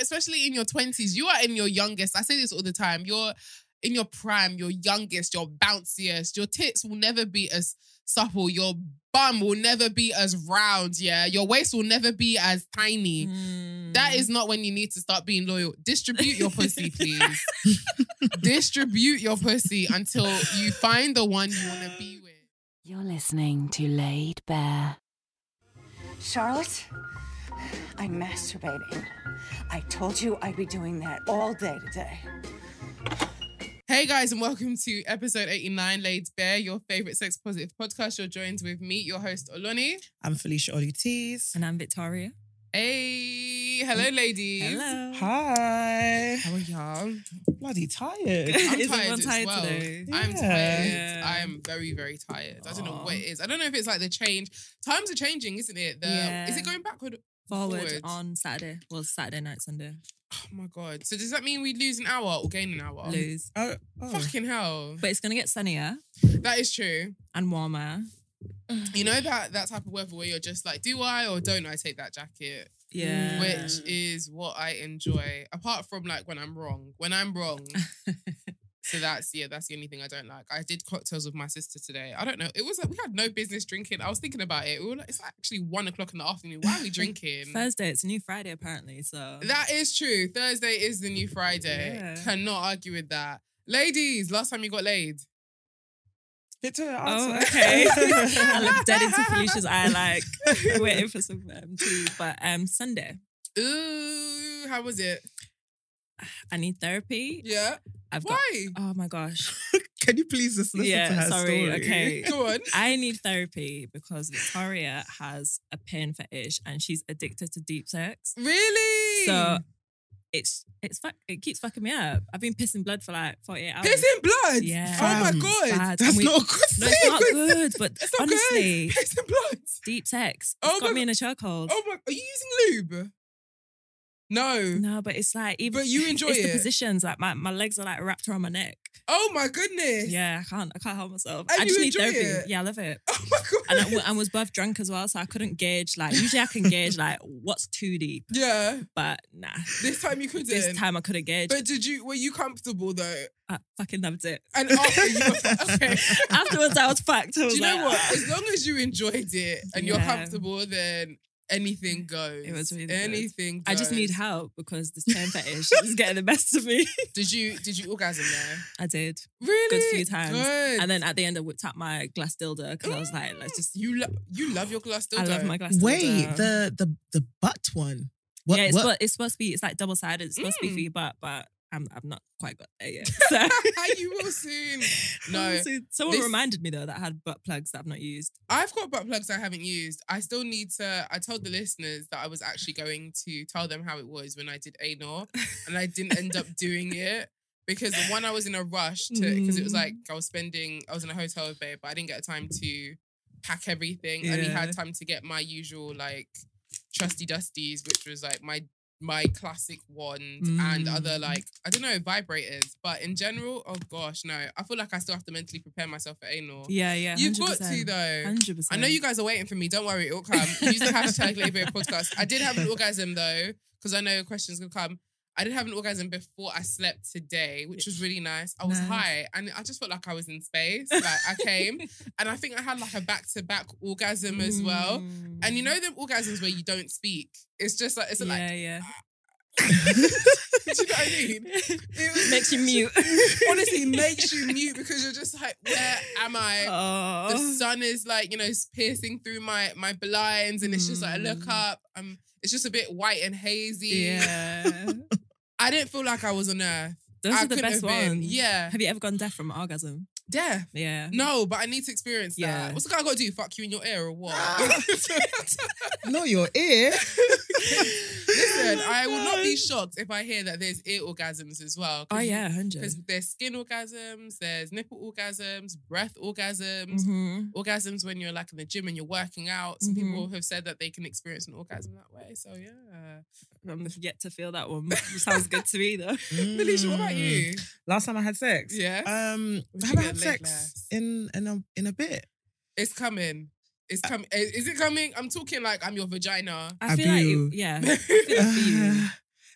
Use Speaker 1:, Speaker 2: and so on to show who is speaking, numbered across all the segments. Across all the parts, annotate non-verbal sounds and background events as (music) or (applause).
Speaker 1: especially in your 20s, you are in your youngest. I say this all the time. You're in your prime, your youngest, your bounciest. Your tits will never be as supple. Your bum will never be as round. Yeah. Your waist will never be as tiny. That is not when you need to start being loyal. Distribute your pussy, please. Distribute your pussy until you find the one you want to be with.
Speaker 2: You're listening to Laid Bear.
Speaker 3: Charlotte, I'm masturbating. I told you I'd be doing that all day today.
Speaker 1: Hey guys, and welcome to episode 89, Lades Bear, your favorite sex positive podcast. You're joined with me, your host, Oloni.
Speaker 4: I'm Felicia Olutis.
Speaker 5: Mm. And I'm Victoria.
Speaker 1: Hey, hello, ladies.
Speaker 5: (laughs)
Speaker 4: Hi.
Speaker 1: How are y'all?
Speaker 4: Bloody tired.
Speaker 1: I'm
Speaker 5: Is everyone
Speaker 1: as
Speaker 5: tired
Speaker 1: well.
Speaker 5: today?
Speaker 1: I'm
Speaker 4: Yeah.
Speaker 1: tired. I am very, very tired. I don't know what it is. I don't know if it's like the change. Times are changing, isn't it? The,
Speaker 5: Yeah.
Speaker 1: Is it going backward?
Speaker 5: Forward,
Speaker 1: Forward.
Speaker 5: on Saturday. Well, Saturday night, Sunday.
Speaker 1: Oh my god. So does that mean we lose an hour or gain an hour?
Speaker 5: Lose.
Speaker 4: Oh, oh.
Speaker 1: Fucking hell.
Speaker 5: But it's going to get sunnier
Speaker 1: That is true.
Speaker 5: and warmer.
Speaker 1: Mm. You know that that type of weather where you're just like, do I or don't I take that jacket?
Speaker 5: Yeah.
Speaker 1: Which is what I enjoy. Apart from like when I'm wrong. When I'm
Speaker 5: (laughs)
Speaker 1: wrong. So that's yeah, that's the only thing I don't like. I did cocktails with my sister today. I don't know. It was like we had no business drinking. I was thinking about it. We were like, it's actually one o'clock in the afternoon. Why are
Speaker 5: (laughs)
Speaker 1: we drinking?
Speaker 5: Thursday, it's a new Friday apparently. So
Speaker 1: That is true. Thursday is the new Friday.
Speaker 5: Yeah.
Speaker 1: Cannot argue with that. Ladies, last time you got laid.
Speaker 4: Victoria,
Speaker 5: Oh,
Speaker 4: answer.
Speaker 5: okay. (laughs) I looked dead into Felicia's eye, like waiting for some um, tea. But um, Sunday,
Speaker 1: Ooh, how was it?
Speaker 5: I need therapy.
Speaker 1: Yeah.
Speaker 5: I've got.
Speaker 1: Why?
Speaker 5: Oh my gosh.
Speaker 4: Can you please just listen to
Speaker 5: yeah.
Speaker 4: her
Speaker 5: Sorry.
Speaker 4: story?
Speaker 5: Okay.
Speaker 1: Go on.
Speaker 5: I need therapy because Victoria has a pain fetish and she's addicted to deep sex.
Speaker 1: Really?
Speaker 5: So it's it's fuck, it keeps fucking me up. I've been pissing blood for like 48 hours.
Speaker 1: pissing blood.
Speaker 5: Yeah.
Speaker 1: Oh my
Speaker 4: Fam,
Speaker 1: god.
Speaker 5: bad.
Speaker 4: That's
Speaker 5: And we-
Speaker 4: not a good
Speaker 5: No, it's
Speaker 4: thing.
Speaker 5: not good, but
Speaker 1: (laughs) It's not
Speaker 5: honestly,
Speaker 1: good. Pissing blood.
Speaker 5: deep sex. It's
Speaker 1: Oh
Speaker 5: got
Speaker 1: my-
Speaker 5: me in a chokehold.
Speaker 1: Oh my. Are you using lube? No.
Speaker 5: No, but it's like even
Speaker 1: But you enjoy
Speaker 5: it's
Speaker 1: it.
Speaker 5: the positions. Like my, my legs are like wrapped around my neck.
Speaker 1: Oh my goodness.
Speaker 5: Yeah, I can't I can't help myself.
Speaker 1: And
Speaker 5: I just
Speaker 1: you
Speaker 5: need
Speaker 1: enjoy
Speaker 5: therapy.
Speaker 1: it?
Speaker 5: Yeah, I love it.
Speaker 1: (laughs) Oh my god.
Speaker 5: And I, w- I was both drunk as well, so I couldn't gauge. Like usually I can gauge like what's too deep,
Speaker 1: yeah.
Speaker 5: but nah.
Speaker 1: This time (laughs) you couldn't.
Speaker 5: This time I couldn't gauge.
Speaker 1: But did you? Were you comfortable though?
Speaker 5: I fucking loved it. (laughs)
Speaker 1: And after you were okay.
Speaker 5: Afterwards, I was fucked. I
Speaker 1: (laughs)
Speaker 5: was
Speaker 1: Do you
Speaker 5: like,
Speaker 1: know
Speaker 5: (laughs)
Speaker 1: what? As long as you enjoyed it and you're
Speaker 5: Yeah.
Speaker 1: comfortable, then anything goes.
Speaker 5: It was really good.
Speaker 1: anything.
Speaker 5: I just
Speaker 1: goes.
Speaker 5: need help because this pain fetish (laughs) is getting the best of me.
Speaker 1: Did you did you orgasm there?
Speaker 5: I did.
Speaker 1: Really?
Speaker 5: few times.
Speaker 1: Good.
Speaker 5: And then at the end, I whipped out my glass dildo because I was like, let's
Speaker 1: (gasps)
Speaker 5: just.
Speaker 1: you lo- you love your glass dildo.
Speaker 5: I love my (laughs) glass
Speaker 4: (laughs) Wait,
Speaker 5: dildo.
Speaker 4: the the the butt one. What,
Speaker 5: yeah, it's,
Speaker 4: what-
Speaker 5: spo- it's supposed to be. It's like double sided. It's supposed to be
Speaker 1: Mm.
Speaker 5: for your butt, but I'm I've not quite got
Speaker 1: (laughs)
Speaker 5: there yet. So.
Speaker 1: (laughs) you will soon. No,
Speaker 5: So someone
Speaker 1: this-
Speaker 5: reminded me though that I had butt plugs that I've not used.
Speaker 1: I've got butt plugs I haven't used. I still need to. I told
Speaker 5: Mm.
Speaker 1: the listeners that I was actually going to tell them how it was when I did anal,
Speaker 5: (laughs)
Speaker 1: and I didn't end up doing it because one, I was in a rush to because it was
Speaker 5: Mm.
Speaker 1: like I was spending. I was in a hotel with babe, but I didn't get time to pack everything. I only
Speaker 5: Yeah.
Speaker 1: had time to get my usual like trusty dusties, which was like my my classic wand and other
Speaker 5: Mm.
Speaker 1: like I don't know vibrators. But in general, oh gosh, no, I feel like I still have to mentally prepare myself for anal.
Speaker 5: Yeah, yeah.
Speaker 1: You've got to though.
Speaker 5: Hundred percent.
Speaker 1: I know you guys are waiting for me. Don't worry, it'll come. Use the hashtag Labour Podcast. I did have an orgasm though, because I know questions gonna come. I did have an orgasm before I slept today, which was really nice. I was
Speaker 5: Nice.
Speaker 1: high and I just felt like I was in space. Like I
Speaker 5: (laughs)
Speaker 1: (laughs) came and I think I had like a back to back orgasm as well. And you know the orgasms where you don't speak. It's just like it's
Speaker 5: Mm. yeah,
Speaker 1: like (laughs)
Speaker 5: yeah.
Speaker 1: do you know what I mean? It was-
Speaker 5: Makes you mute.
Speaker 1: Honestly,
Speaker 5: (laughs)
Speaker 1: makes (laughs) you mute because you're just like, where am I?
Speaker 5: Oh.
Speaker 1: the sun is like you know s- piercing through my my blinds and it's just like I look
Speaker 5: Mm.
Speaker 1: up um it's just a bit white and hazy (laughs)
Speaker 5: Yeah.
Speaker 1: i didn't feel like i was on earth
Speaker 5: Those
Speaker 1: I
Speaker 5: are the
Speaker 1: couldn't
Speaker 5: best
Speaker 1: have been.
Speaker 5: ones.
Speaker 1: Yeah.
Speaker 5: Have you ever gone deaf from orgasm? Mm.
Speaker 1: death
Speaker 5: Yeah.
Speaker 1: no but i need to experience that
Speaker 5: Yeah.
Speaker 1: what's the guy gotta (laughs)
Speaker 5: (laughs)
Speaker 4: (laughs)
Speaker 1: do fuck you in your ear or what
Speaker 4: not your ear.
Speaker 1: Listen, I will not be
Speaker 5: Oh (laughs) God.
Speaker 1: shocked if I hear that there's ear orgasms as well. 'cause
Speaker 5: Oh
Speaker 1: you-
Speaker 5: yeah, 100
Speaker 1: Because there's skin orgasms, there's nipple orgasms, breath orgasms,
Speaker 5: Mm-hmm.
Speaker 1: orgasms when you're like in the gym and you're working out. Some people have said that they can experience an orgasm that way. So yeah.
Speaker 5: I'm yet to feel that one. Sounds good to me though.
Speaker 1: Felicia, what about
Speaker 5: Mm.
Speaker 1: you?
Speaker 4: Last time I had sex.
Speaker 1: Yeah.
Speaker 4: Um,
Speaker 1: What
Speaker 4: I
Speaker 1: you
Speaker 4: haven't
Speaker 1: get
Speaker 4: had
Speaker 1: laid
Speaker 4: sex
Speaker 1: last?
Speaker 4: in in a in a bit.
Speaker 1: It's coming. It's coming. Eh, Is it coming? I'm talking like I'm your vagina.
Speaker 5: (laughs) I feel like
Speaker 4: Abu.
Speaker 5: it,
Speaker 1: (laughs)
Speaker 5: yeah. I feel it for
Speaker 4: (sighs)
Speaker 5: you.
Speaker 4: Uh,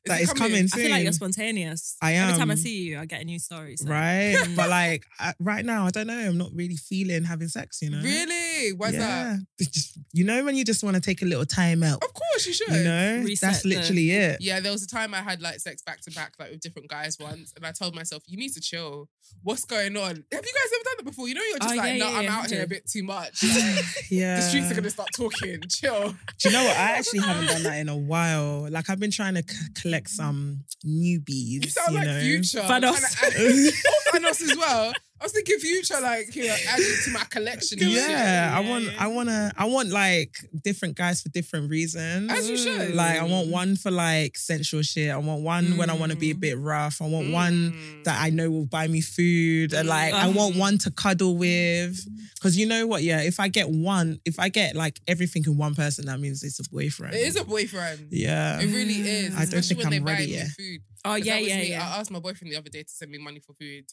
Speaker 4: that
Speaker 1: it
Speaker 4: is coming
Speaker 5: I
Speaker 4: soon.
Speaker 5: feel like you're spontaneous.
Speaker 4: I
Speaker 5: Every time I
Speaker 4: am.
Speaker 5: see you, I get a new story. So.
Speaker 4: right?
Speaker 1: (laughs)
Speaker 4: but like I, right now, I don't know. I'm not really feeling having sex. You know?
Speaker 1: Really? Why's that?
Speaker 4: yeah. It's Just, you know when you just want to take a little time out.
Speaker 1: Of course you should.
Speaker 4: You know,
Speaker 5: Reset
Speaker 4: that's
Speaker 5: the-
Speaker 4: literally it.
Speaker 1: Yeah, there was a time I had like sex back to back, like with different guys once, and I told myself, "You need to chill. What's going on? Have you guys ever done that before? You know, you're just
Speaker 5: Oh,
Speaker 1: like,
Speaker 5: yeah,
Speaker 1: no,
Speaker 5: yeah,
Speaker 1: I'm
Speaker 5: yeah,
Speaker 1: out here a
Speaker 5: hundred.
Speaker 1: bit too (laughs) much. Like,
Speaker 4: Yeah,
Speaker 1: the streets are gonna start talking. (laughs) chill.
Speaker 4: Do you know what? I
Speaker 1: (laughs)
Speaker 4: actually haven't done that in a while. Like I've been trying to c- collect some newbies.
Speaker 1: You sound like
Speaker 4: know?
Speaker 1: Future.
Speaker 5: Thanos.
Speaker 1: (laughs) Kinda- Oh, Thanos as well. I was thinking Future, like, here, add you to my collection. and shit.
Speaker 4: Yeah, I
Speaker 5: Yeah,
Speaker 4: want,
Speaker 5: yeah.
Speaker 4: I want to, I want like different guys for different reasons.
Speaker 1: As you should.
Speaker 4: Like, I want one for like sensual shit. I want one when I want to be a bit rough. I want one
Speaker 1: Mm.
Speaker 4: that I know will buy me food. And like, I want
Speaker 5: Mm.
Speaker 4: one to cuddle with. Cause you know what? Yeah, if I get one, if I get like everything in one person, that means it's a boyfriend.
Speaker 1: It is a boyfriend.
Speaker 4: Yeah.
Speaker 1: It really is.
Speaker 4: I don't
Speaker 1: especially
Speaker 4: think
Speaker 1: when
Speaker 4: I'm
Speaker 1: they
Speaker 4: ready
Speaker 1: buy
Speaker 4: yet.
Speaker 1: me food.
Speaker 5: Mm. Oh
Speaker 1: 'Cause
Speaker 5: yeah,
Speaker 1: that was
Speaker 5: yeah,
Speaker 1: me.
Speaker 5: yeah.
Speaker 1: I asked my boyfriend the other day to send me money for
Speaker 5: (laughs)
Speaker 1: food.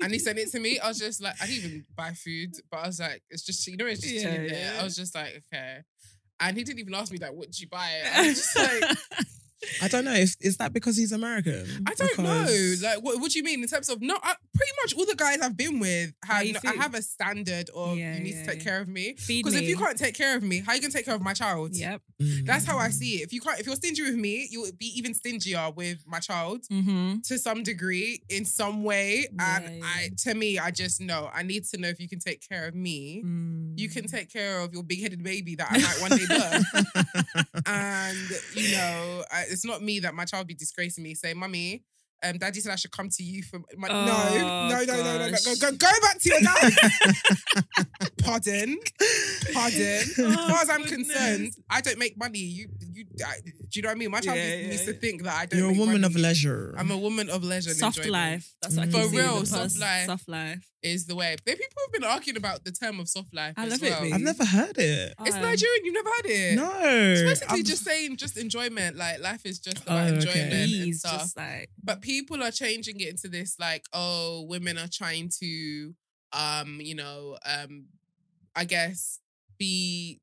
Speaker 1: and he sent it to me. I was just like, I didn't even buy food, but I was like, it's just, you know, it's just
Speaker 5: Yeah,
Speaker 1: sitting there.
Speaker 5: yeah.
Speaker 1: I was just like, okay. And he didn't even ask me, like, what did you buy?
Speaker 5: (laughs)
Speaker 1: I was just like,
Speaker 4: I don't know. If, is that because he's American?
Speaker 1: I don't
Speaker 4: Because-
Speaker 1: know. Like, what, what do you mean in terms of, no, I, pretty much all the guys I've been with, have,
Speaker 5: you
Speaker 1: no, I
Speaker 5: food.
Speaker 1: have a standard of
Speaker 5: Yeah,
Speaker 1: you need
Speaker 5: yeah,
Speaker 1: to take
Speaker 5: yeah.
Speaker 1: care of me.
Speaker 5: Feed
Speaker 1: Because if you (laughs)
Speaker 5: me.
Speaker 1: can't take care of me, how are you going to take care of my child?
Speaker 5: Yep.
Speaker 4: Mm.
Speaker 1: That's how I see it. If you can't, if you're stingy with me, you'll be even stingier with my child.
Speaker 5: Mm-hmm.
Speaker 1: to some degree in some way
Speaker 5: Yeah,
Speaker 1: and
Speaker 5: yeah.
Speaker 1: i to me i just know i need to know if you can take care of me you
Speaker 5: Mm.
Speaker 1: can take care of your big-headed baby that
Speaker 5: (laughs)
Speaker 1: i might one day birth and you know I, it's not me that my child be disgracing me say mummy um, daddy said I should come to you for my
Speaker 5: Oh,
Speaker 1: no, no, no, no, no, no,
Speaker 5: gosh.
Speaker 1: go, go, go back to your dad.
Speaker 5: (laughs)
Speaker 1: Pardon, pardon. (laughs)
Speaker 4: (laughs)
Speaker 1: as
Speaker 5: Oh,
Speaker 1: far as I'm
Speaker 5: goodness.
Speaker 1: concerned, I don't make money. You, you, I, do you know what I mean? My child
Speaker 5: Yeah,
Speaker 1: needs
Speaker 5: yeah,
Speaker 1: to
Speaker 5: yeah.
Speaker 1: think that I don't.
Speaker 4: You're a
Speaker 1: make
Speaker 4: woman
Speaker 1: money.
Speaker 4: of leisure.
Speaker 1: I'm a woman of leisure. and
Speaker 5: Soft
Speaker 1: enjoyment.
Speaker 5: life. That's what I
Speaker 4: Mm.
Speaker 5: can
Speaker 4: For
Speaker 5: see in the
Speaker 1: real, soft
Speaker 5: past.
Speaker 1: life.
Speaker 5: Soft life.
Speaker 1: is the way. There people have been arguing about the term of soft life.
Speaker 5: I
Speaker 1: as
Speaker 5: love it,
Speaker 1: well.
Speaker 5: babe.
Speaker 4: I've never heard it.
Speaker 1: It's
Speaker 5: Oh.
Speaker 1: Nigerian. You've never had it.
Speaker 4: No.
Speaker 1: It's basically
Speaker 4: I'm- (laughs)
Speaker 1: just saying just enjoyment. Like life is just about
Speaker 4: Oh, okay.
Speaker 1: enjoyment and
Speaker 5: Please,
Speaker 1: stuff.
Speaker 5: just like
Speaker 1: But people are changing it into this like, oh, women are trying to, um, you know, um, I guess be.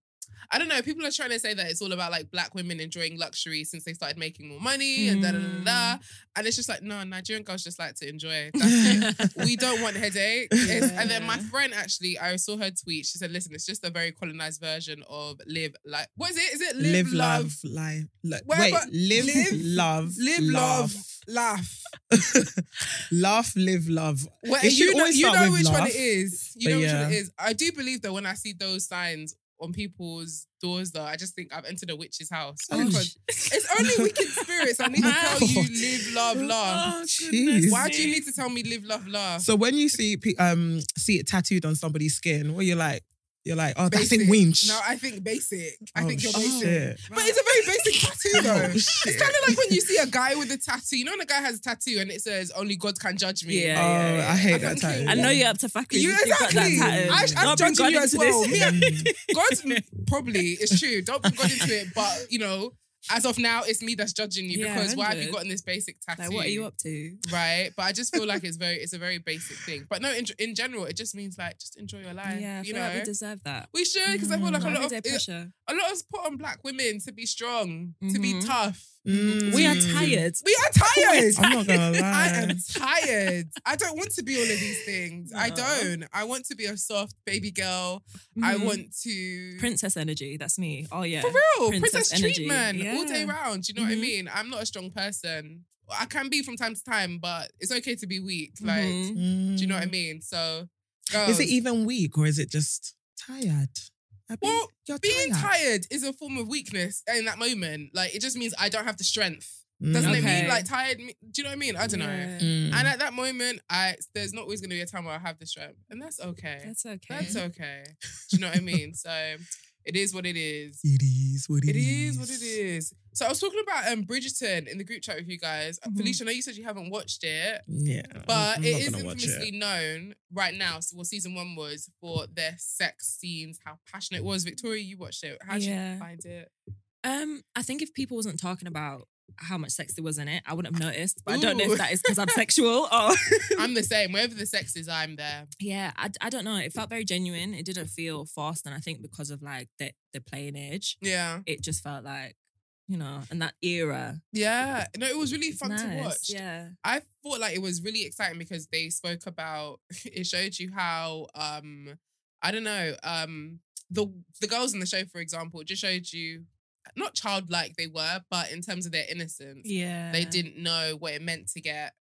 Speaker 1: I don't know. People are trying to say that it's all about like black women enjoying luxury since they started making more money and da da da da. da. And it's just like no, Nigerian girls just like to enjoy. That's it we don't want headache. It's- And then my
Speaker 5: Yeah.
Speaker 1: friend actually, I saw her tweet. She said, "Listen, it's just a very colonized version of live like what is it? Is it live,
Speaker 4: live,
Speaker 1: love,
Speaker 4: love, life. Li-
Speaker 1: Where
Speaker 4: wait,
Speaker 1: about-
Speaker 4: live,
Speaker 1: live-
Speaker 4: love,
Speaker 1: live, love, laugh?
Speaker 4: laugh, (laughs) laugh, live, love.
Speaker 1: Well,
Speaker 4: It should
Speaker 1: you know,
Speaker 4: always
Speaker 1: you
Speaker 4: start
Speaker 1: know
Speaker 4: with
Speaker 1: which one
Speaker 4: laugh,
Speaker 1: it is. You
Speaker 4: but
Speaker 1: know which
Speaker 4: yeah.
Speaker 1: one it is. I do believe that when I see those signs on people's doors, though, I just think I've entered a witch's house.
Speaker 4: Oh,
Speaker 1: Because
Speaker 4: sh-
Speaker 1: it's only wicked spirits. I need to tell you, live,
Speaker 4: (laughs)
Speaker 1: love, laugh.
Speaker 5: Oh,
Speaker 4: Jeez.
Speaker 1: Why do you need to tell me live, love, laugh?
Speaker 4: So when you see pe- um see it tattooed on somebody's skin, well, you're like, you're like, oh, that's
Speaker 1: basic.
Speaker 4: in winch.
Speaker 1: No, I think basic. I
Speaker 4: Oh,
Speaker 1: think you're basic.
Speaker 4: shit.
Speaker 1: But it's a very basic tattoo, though.
Speaker 4: (laughs) Oh, shit.
Speaker 1: It's kind of like when you see a guy with a tattoo. You know when a guy has a tattoo and it says, only God can judge me?
Speaker 5: Yeah.
Speaker 4: Oh, I hate
Speaker 1: thinking,
Speaker 4: that tattoo.
Speaker 5: I know
Speaker 1: Yeah.
Speaker 5: you're up to fuckery.
Speaker 1: You
Speaker 5: if you've got
Speaker 1: exactly.
Speaker 5: That pattern.
Speaker 1: I, I'm
Speaker 5: Don't bring
Speaker 1: judging
Speaker 5: God
Speaker 1: you as
Speaker 5: into (laughs)
Speaker 1: well.
Speaker 5: this.
Speaker 1: Me,
Speaker 5: (laughs)
Speaker 1: God probably it's true. Don't put God into it, but you know, as of now, it's me that's judging you
Speaker 5: Yeah,
Speaker 1: because why have you
Speaker 5: 100.
Speaker 1: gotten this basic tattoo?
Speaker 5: Like, what are you up to?
Speaker 1: Right, but I just feel
Speaker 5: (laughs)
Speaker 1: like it's very, it's a very basic thing. But no, in, in general, it just means like just enjoy your life.
Speaker 5: Yeah, I
Speaker 1: you
Speaker 5: feel
Speaker 1: know,
Speaker 5: like we Mm-hmm. deserve that.
Speaker 1: we should because I feel like a lot
Speaker 5: Everyday
Speaker 1: of
Speaker 5: pressure.
Speaker 1: a lot is put on black women to be strong, to be
Speaker 5: Mhm.
Speaker 1: tough.
Speaker 4: Mm.
Speaker 5: We are tired.
Speaker 1: We are tired.
Speaker 4: I'm not gonna
Speaker 1: (laughs)
Speaker 5: Oh,
Speaker 1: I
Speaker 4: lie.
Speaker 1: am tired. I don't want to be all of these things. I
Speaker 5: No.
Speaker 1: don't. I want to be a soft baby girl. I
Speaker 5: Mhm.
Speaker 1: want to
Speaker 5: princess energy. That's me. Oh yeah.
Speaker 1: for real princess,
Speaker 5: princess energy.
Speaker 1: treatment all day
Speaker 5: Yeah.
Speaker 1: round. You know what I
Speaker 5: Mhm.
Speaker 1: mean? I'm not a strong person. I can be from time to time, but it's okay to be weak. Like,
Speaker 5: Mhm.
Speaker 1: do you know what I mean? So,
Speaker 4: Mm-hmm. Mm. Is it
Speaker 1: girls,
Speaker 4: even weak or is it just tired? I
Speaker 1: Well,
Speaker 4: you're
Speaker 1: being tired is a form of weakness in that moment. Like, it just means I don't have the strength. Doesn't it mean
Speaker 5: Okay.
Speaker 1: like tired? me- Do you know what I mean? I don't know.
Speaker 5: Yeah.
Speaker 4: Mm.
Speaker 1: And at that moment, I there's not always going to be a time where I have the strength, and that's okay.
Speaker 5: That's okay.
Speaker 1: That's okay. Do you know what I mean? So It is what it is.
Speaker 4: It is what
Speaker 1: It is what it is. So I was talking about um Bridgerton in the group chat with you guys. Uh, Felicia, I know you said you haven't watched it,
Speaker 4: Yeah.
Speaker 1: but
Speaker 4: Mm-hmm. I'm
Speaker 1: it
Speaker 4: not
Speaker 1: is
Speaker 4: gonna watch
Speaker 1: infamously known right now. So well, season one was for their sex scenes, how passionate it was. Victoria, you watched it. How did
Speaker 5: Yeah.
Speaker 1: you find it?
Speaker 5: Um, I think if people wasn't talking about how much sex there was in it, I wouldn't have noticed. But I don't know
Speaker 1: Ooh.
Speaker 5: if that is because (laughs) I'm sexual Oh. or
Speaker 1: I'm the same. Wherever the sex is, I'm there.
Speaker 5: yeah, I, I don't know. It felt very genuine. It didn't feel forced, and I think because of like the the playing age,
Speaker 1: Yeah.
Speaker 5: it just felt like you know, and that era.
Speaker 1: Yeah. No, it was really fun to
Speaker 5: Nice,
Speaker 1: watch.
Speaker 5: Yeah,
Speaker 1: I thought like it was really exciting because they spoke about (laughs) it showed you how um I don't know um the the girls in the show for example it just showed you not childlike they were but in terms of their innocence
Speaker 5: yeah.
Speaker 1: they didn't know what it meant to get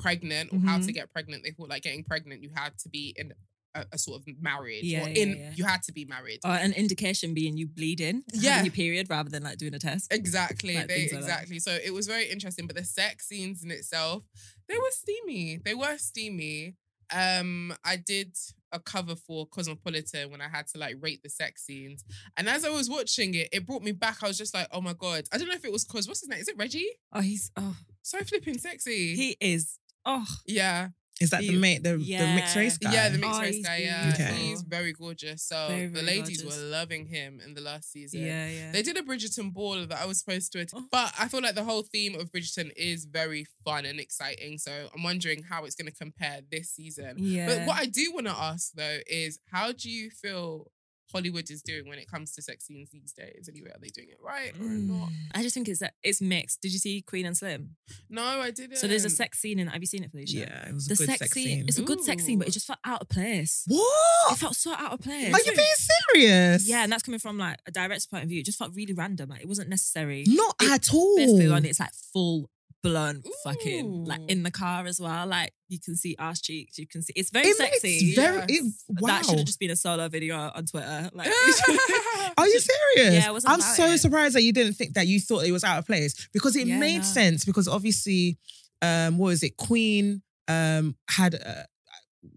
Speaker 1: pregnant or how to
Speaker 5: Mhm.
Speaker 1: get pregnant they thought like getting pregnant you had to be in a, a sort of marriage
Speaker 5: Yeah,
Speaker 1: or
Speaker 5: yeah,
Speaker 1: in
Speaker 5: yeah.
Speaker 1: you had to be married
Speaker 5: Or uh, an indication being you bleeding, having
Speaker 1: Yeah.
Speaker 5: your period rather than like doing a test.
Speaker 1: Exactly.
Speaker 5: Like,
Speaker 1: they
Speaker 5: things like that.
Speaker 1: exactly. so it was very interesting, but the sex scenes in itself, they were steamy. They were steamy. Um, I did a cover for Cosmopolitan when I had to like rate the sex scenes, and as I was watching it, it brought me back. I was just like, oh my god. I don't know if it was cause what's his name? Is it Reggie?
Speaker 5: Oh, he's oh,
Speaker 1: So flipping sexy.
Speaker 5: he is oh,
Speaker 1: yeah,
Speaker 4: it. Is that the
Speaker 5: You-
Speaker 4: mate, the, the
Speaker 5: Yeah.
Speaker 4: mixed race guy?
Speaker 1: yeah, the mixed
Speaker 5: Oh,
Speaker 1: race
Speaker 5: he's
Speaker 1: guy. Yeah,
Speaker 4: beautiful.
Speaker 1: he's very gorgeous. So
Speaker 5: Very,
Speaker 1: the
Speaker 5: very
Speaker 1: ladies
Speaker 5: gorgeous.
Speaker 1: were loving him in the last season.
Speaker 5: yeah, yeah.
Speaker 1: They did a Bridgerton ball that I was supposed to attend,
Speaker 5: Oh.
Speaker 1: but I feel like the whole theme of Bridgerton is very fun and exciting. So I'm wondering how it's going to compare this season.
Speaker 5: yeah.
Speaker 1: But what I do want to ask though is, how do you feel Hollywood is doing when it comes to sex scenes these days? Anyway, are they doing it right or not?
Speaker 5: Hmm. I just think it's it's mixed. Did you see Queen and Slim?
Speaker 1: No, I didn't.
Speaker 5: So there's a sex scene in. Have you seen it, Felicia?
Speaker 4: Yeah, it was a
Speaker 5: The
Speaker 4: good
Speaker 5: sex,
Speaker 4: sex
Speaker 5: scene,
Speaker 4: scene.
Speaker 5: It's a good sex scene, but
Speaker 1: Ooh.
Speaker 5: it just felt out of place. It
Speaker 4: What?
Speaker 5: felt so out of place.
Speaker 4: Are you being serious?
Speaker 5: Yeah, and that's coming from like a director's point of view. It just felt really random. Like it wasn't necessary.
Speaker 4: Not
Speaker 5: It-
Speaker 4: at all.
Speaker 5: Let's be honest, it's like full blown fucking like
Speaker 1: Ooh.
Speaker 5: in the car as well. Like you can see ass cheeks. You can see it's very
Speaker 4: It
Speaker 5: sexy.
Speaker 4: makes very. It,
Speaker 1: yes.
Speaker 4: wow.
Speaker 5: That should have just been a solo video on Twitter. Like (laughs)
Speaker 4: Are you serious?
Speaker 5: Yeah, it wasn't
Speaker 4: I'm
Speaker 5: about
Speaker 4: so
Speaker 5: it.
Speaker 4: surprised that you didn't think that you thought it was out of place because it
Speaker 5: Yeah,
Speaker 4: made
Speaker 5: no.
Speaker 4: sense because obviously, um, what was it? Queen um had uh,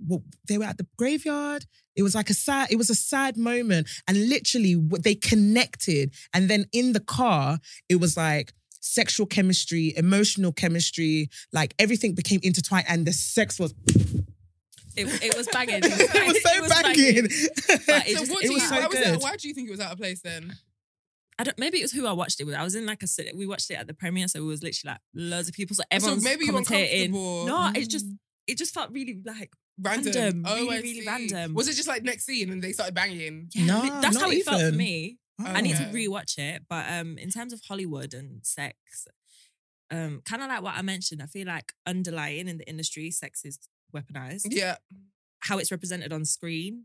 Speaker 4: well, they were at the graveyard. It was like a sad. It was a sad moment, and literally what they connected. And then in the car, it was like sexual chemistry, emotional chemistry, like everything became intertwined, and the sex was (laughs)
Speaker 5: it, it was banging.
Speaker 4: it was so
Speaker 5: It was
Speaker 4: banging.
Speaker 5: But
Speaker 4: (laughs)
Speaker 5: it
Speaker 1: So
Speaker 5: just-
Speaker 1: what
Speaker 4: it
Speaker 1: do
Speaker 4: was
Speaker 1: you,
Speaker 4: so
Speaker 1: why, was that,
Speaker 4: good.
Speaker 1: why do you think it was out of place then?
Speaker 5: I don't. Maybe it was who I watched it with. I was in like a. sit- We watched it at the premiere, so it was literally like loads of people. So everyone's
Speaker 1: maybe you were
Speaker 5: commentating.
Speaker 1: uncomfortable.
Speaker 5: no, it's just it just felt really like
Speaker 1: Random.
Speaker 5: Random.
Speaker 1: Oh,
Speaker 5: Really,
Speaker 1: I
Speaker 5: really
Speaker 1: see.
Speaker 5: random.
Speaker 1: Was it just like next scene and they started banging?
Speaker 5: yeah,
Speaker 4: No,
Speaker 5: li- that's
Speaker 4: not
Speaker 5: how it felt for
Speaker 4: even.
Speaker 5: me. I need to
Speaker 1: Okay.
Speaker 5: rewatch it, but um, in terms of Hollywood and sex, um, kind of like what I mentioned, I feel like underlying in the industry, sex is weaponized.
Speaker 1: Yeah,
Speaker 5: How it's represented on screen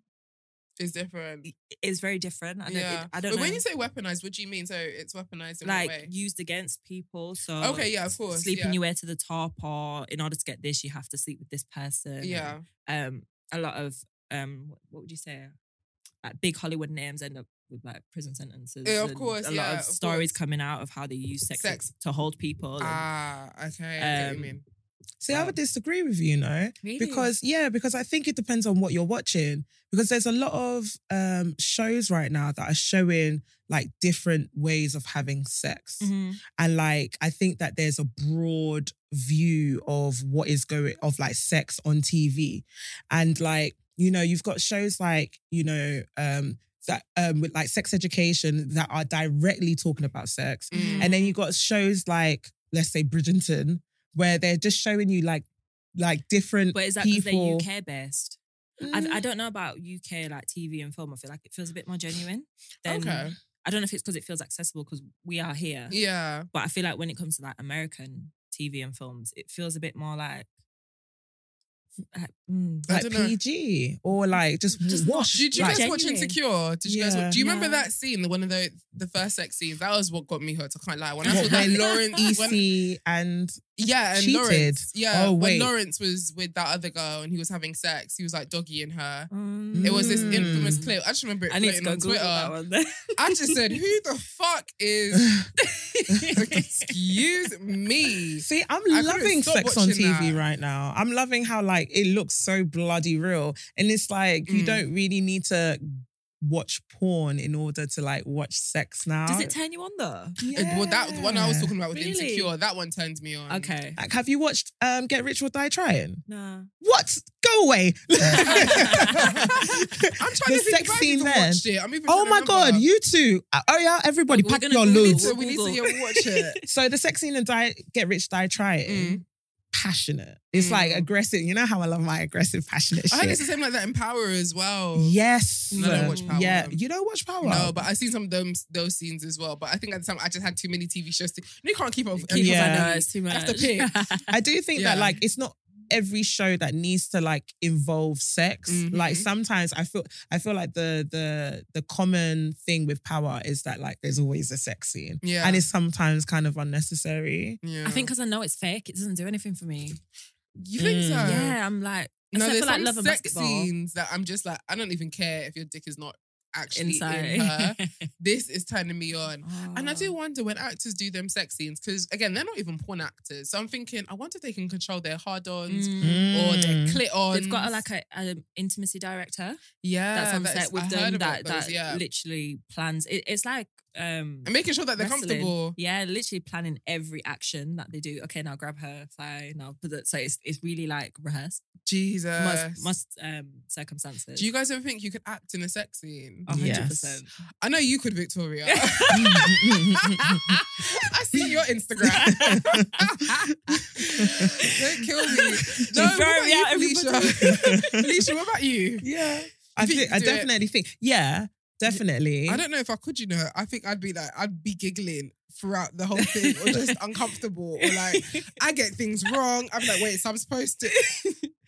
Speaker 1: it's different.
Speaker 5: is very different. I don't,
Speaker 1: yeah,
Speaker 5: I don't
Speaker 1: but
Speaker 5: know.
Speaker 1: when you say weaponized, what do you mean? So it's weaponized in
Speaker 5: like
Speaker 1: what way?
Speaker 5: used against people. So
Speaker 1: Okay, yeah, of
Speaker 5: s-
Speaker 1: course,
Speaker 5: Sleeping
Speaker 1: yeah.
Speaker 5: your way to the top, or in order to get this, you have to sleep with this person. and,
Speaker 1: yeah,
Speaker 5: um, a lot of um, wh- what would you say? Like big Hollywood names end up with like prison sentences.
Speaker 1: Yeah, of
Speaker 5: and
Speaker 1: course,
Speaker 5: A
Speaker 1: yeah,
Speaker 5: lot
Speaker 1: of
Speaker 5: of stories
Speaker 1: course.
Speaker 5: coming out of how they use sex,
Speaker 1: Sex.
Speaker 5: to hold people. and-
Speaker 1: ah, okay, I get what you
Speaker 5: um,
Speaker 1: mean.
Speaker 4: See, I would disagree with you, you know.
Speaker 5: Really?
Speaker 4: Because yeah, because I think it depends on what you're watching. Because there's a lot of um shows right now that are showing like different ways of having sex.
Speaker 5: Mhm.
Speaker 4: And like I think that there's a broad view of what is going of like sex on TV. And like, you know, you've got shows like, you know, um that um with like sex education that are directly talking about sex.
Speaker 5: Um,
Speaker 1: Mm.
Speaker 4: And then you got shows like, let's say Bridgerton, where they're just showing you like like different
Speaker 5: But Mm. is that because
Speaker 4: people. Mm,
Speaker 5: they're UK based? I, I don't know about UK like TV and film. I feel like it feels a bit more genuine. Then uh,
Speaker 1: okay,
Speaker 5: I don't know if it's because it feels accessible because we are here.
Speaker 1: yeah,
Speaker 5: But I feel like when it comes to like American TV and films, it feels a bit more like, like, mm,
Speaker 1: I
Speaker 4: like
Speaker 1: don't know.
Speaker 4: PG or like just,
Speaker 5: Just
Speaker 4: wash.
Speaker 1: Did you
Speaker 4: like,
Speaker 1: guys watch
Speaker 5: Genuine.
Speaker 1: Insecure? Did you guys?
Speaker 4: Yeah.
Speaker 1: Watch, do you remember
Speaker 5: Yeah.
Speaker 1: that scene? The one of the the first sex scenes. That was what got me hooked. I can't lie. When I
Speaker 5: (laughs)
Speaker 4: what,
Speaker 1: saw that (laughs)
Speaker 4: when
Speaker 1: Lawrence,
Speaker 5: E
Speaker 1: when,
Speaker 4: EC E
Speaker 1: (laughs)
Speaker 4: and
Speaker 1: yeah, and
Speaker 4: cheated?
Speaker 1: Lawrence, yeah,
Speaker 4: Oh,
Speaker 1: when
Speaker 4: wait.
Speaker 1: Lawrence was with that other girl and he was having sex, he was like doggying her.
Speaker 5: um,
Speaker 1: It was this
Speaker 4: Mm.
Speaker 1: infamous clip. I just remember it
Speaker 5: I need to
Speaker 1: floating
Speaker 5: go
Speaker 1: on
Speaker 5: Google
Speaker 1: Twitter. (laughs)
Speaker 5: that one. then.
Speaker 1: I just said, "Who the
Speaker 5: (laughs)
Speaker 1: fuck is Excuse me.
Speaker 4: (laughs) See, I'm
Speaker 1: couldn't
Speaker 4: loving
Speaker 1: stop
Speaker 4: sex on
Speaker 1: watching
Speaker 4: TV
Speaker 1: that.
Speaker 4: right now. I'm loving how like it looks so bloody real, and it's like you
Speaker 1: Mm.
Speaker 4: don't really need to watch porn in order to like watch sex now.
Speaker 5: Does it turn you on though?
Speaker 1: It- Uh, Well, that one I was
Speaker 4: Yeah.
Speaker 1: talking about with
Speaker 5: Really?
Speaker 1: insecure. That one turns me on.
Speaker 5: Okay.
Speaker 4: Like, have you watched um, Get Rich or Die Trying?
Speaker 5: Nah.
Speaker 4: What? Go away. (laughs)
Speaker 1: I'm
Speaker 4: The
Speaker 1: trying to think
Speaker 4: sex
Speaker 1: if I've
Speaker 4: scene
Speaker 1: even
Speaker 4: then.
Speaker 1: watched it. I'm even trying
Speaker 4: Oh
Speaker 1: to
Speaker 4: my
Speaker 1: remember.
Speaker 4: god, you two. Uh, Oh yeah, everybody,
Speaker 5: We're
Speaker 4: pack
Speaker 5: gonna
Speaker 4: your
Speaker 5: Google it.
Speaker 4: loads.
Speaker 1: So we need to
Speaker 5: Google.
Speaker 1: see and watch it.
Speaker 4: So the sex scene and die, Get Rich Die Trying,
Speaker 1: Mm.
Speaker 4: passionate. It's like
Speaker 1: Mm.
Speaker 4: aggressive. You know how I love my aggressive, passionate
Speaker 1: I heard it's
Speaker 4: shit.
Speaker 1: the same like that in Power as well.
Speaker 4: Yes.
Speaker 1: No, I don't watch Power.
Speaker 4: Yeah, you don't watch Power.
Speaker 1: No, but I've seen some of them, those scenes as well. But I think at the time I just had too many TV shows. To, you can't keep up.
Speaker 5: Keep
Speaker 4: Yeah.
Speaker 5: yeah. I know it's too much.
Speaker 1: That's the (laughs)
Speaker 4: I do think that
Speaker 1: Yeah.
Speaker 4: like it's not every show that needs to like involve sex.
Speaker 1: Mhm.
Speaker 4: Like sometimes I feel I feel like the the the common thing with Power is that like there's always a sex scene.
Speaker 1: Yeah.
Speaker 4: And it's sometimes kind of unnecessary.
Speaker 1: Yeah.
Speaker 5: I think because I know it's fake, it doesn't do anything for me.
Speaker 1: you think
Speaker 4: Mm.
Speaker 1: so.
Speaker 5: Yeah, I'm like,
Speaker 1: No,
Speaker 5: except
Speaker 1: there's
Speaker 5: for like
Speaker 1: some
Speaker 5: love and
Speaker 1: sex
Speaker 5: basketball
Speaker 1: scenes that I'm just like, I don't even care if your dick is not actually in her.
Speaker 5: (laughs) inside.
Speaker 1: This is turning me on. And I do
Speaker 5: Oh.
Speaker 1: wonder when actors do them sex scenes, because again, they're not even porn actors. So I'm thinking, I wonder if they can control their hard ons
Speaker 5: Mm.
Speaker 1: or their
Speaker 4: Mm.
Speaker 1: clit ons.
Speaker 5: Oh. They've got a, like a, an intimacy director
Speaker 1: yeah,
Speaker 5: that's on
Speaker 1: Um, that
Speaker 5: set
Speaker 1: is- I
Speaker 5: with
Speaker 1: heard
Speaker 5: them
Speaker 1: about
Speaker 5: that
Speaker 1: those,
Speaker 5: that
Speaker 1: yeah.
Speaker 5: literally plans. It, it's like um,
Speaker 1: And making sure that they're
Speaker 5: wrestling.
Speaker 1: comfortable.
Speaker 5: Yeah, literally planning every action that they do. Okay, now grab her thigh. Now, put the- so it's it's really like rehearsed.
Speaker 1: Jesus.
Speaker 5: Must must um circumstances.
Speaker 1: do you guys ever think you could act in a sex scene?
Speaker 5: A hundred
Speaker 4: Yes.
Speaker 5: percent.
Speaker 1: I know you could, Victoria. (laughs)
Speaker 5: (laughs)
Speaker 4: Mm.
Speaker 1: I see your Instagram. (laughs) Don't kill me. No, what
Speaker 5: burn
Speaker 1: about
Speaker 5: me
Speaker 1: you, (laughs)
Speaker 5: out, everybody.
Speaker 1: Felicia? Felicia, what about you?
Speaker 4: Yeah. I
Speaker 1: You think
Speaker 4: think
Speaker 1: you
Speaker 4: I
Speaker 1: do it?
Speaker 4: definitely think. Yeah, definitely.
Speaker 1: I don't know if I could, you know. I think I'd be like, I'd be giggling throughout the whole thing, or just
Speaker 5: (laughs)
Speaker 1: uncomfortable, or like I get things wrong. I'm like, wait, so I'm supposed
Speaker 5: (laughs)
Speaker 1: to.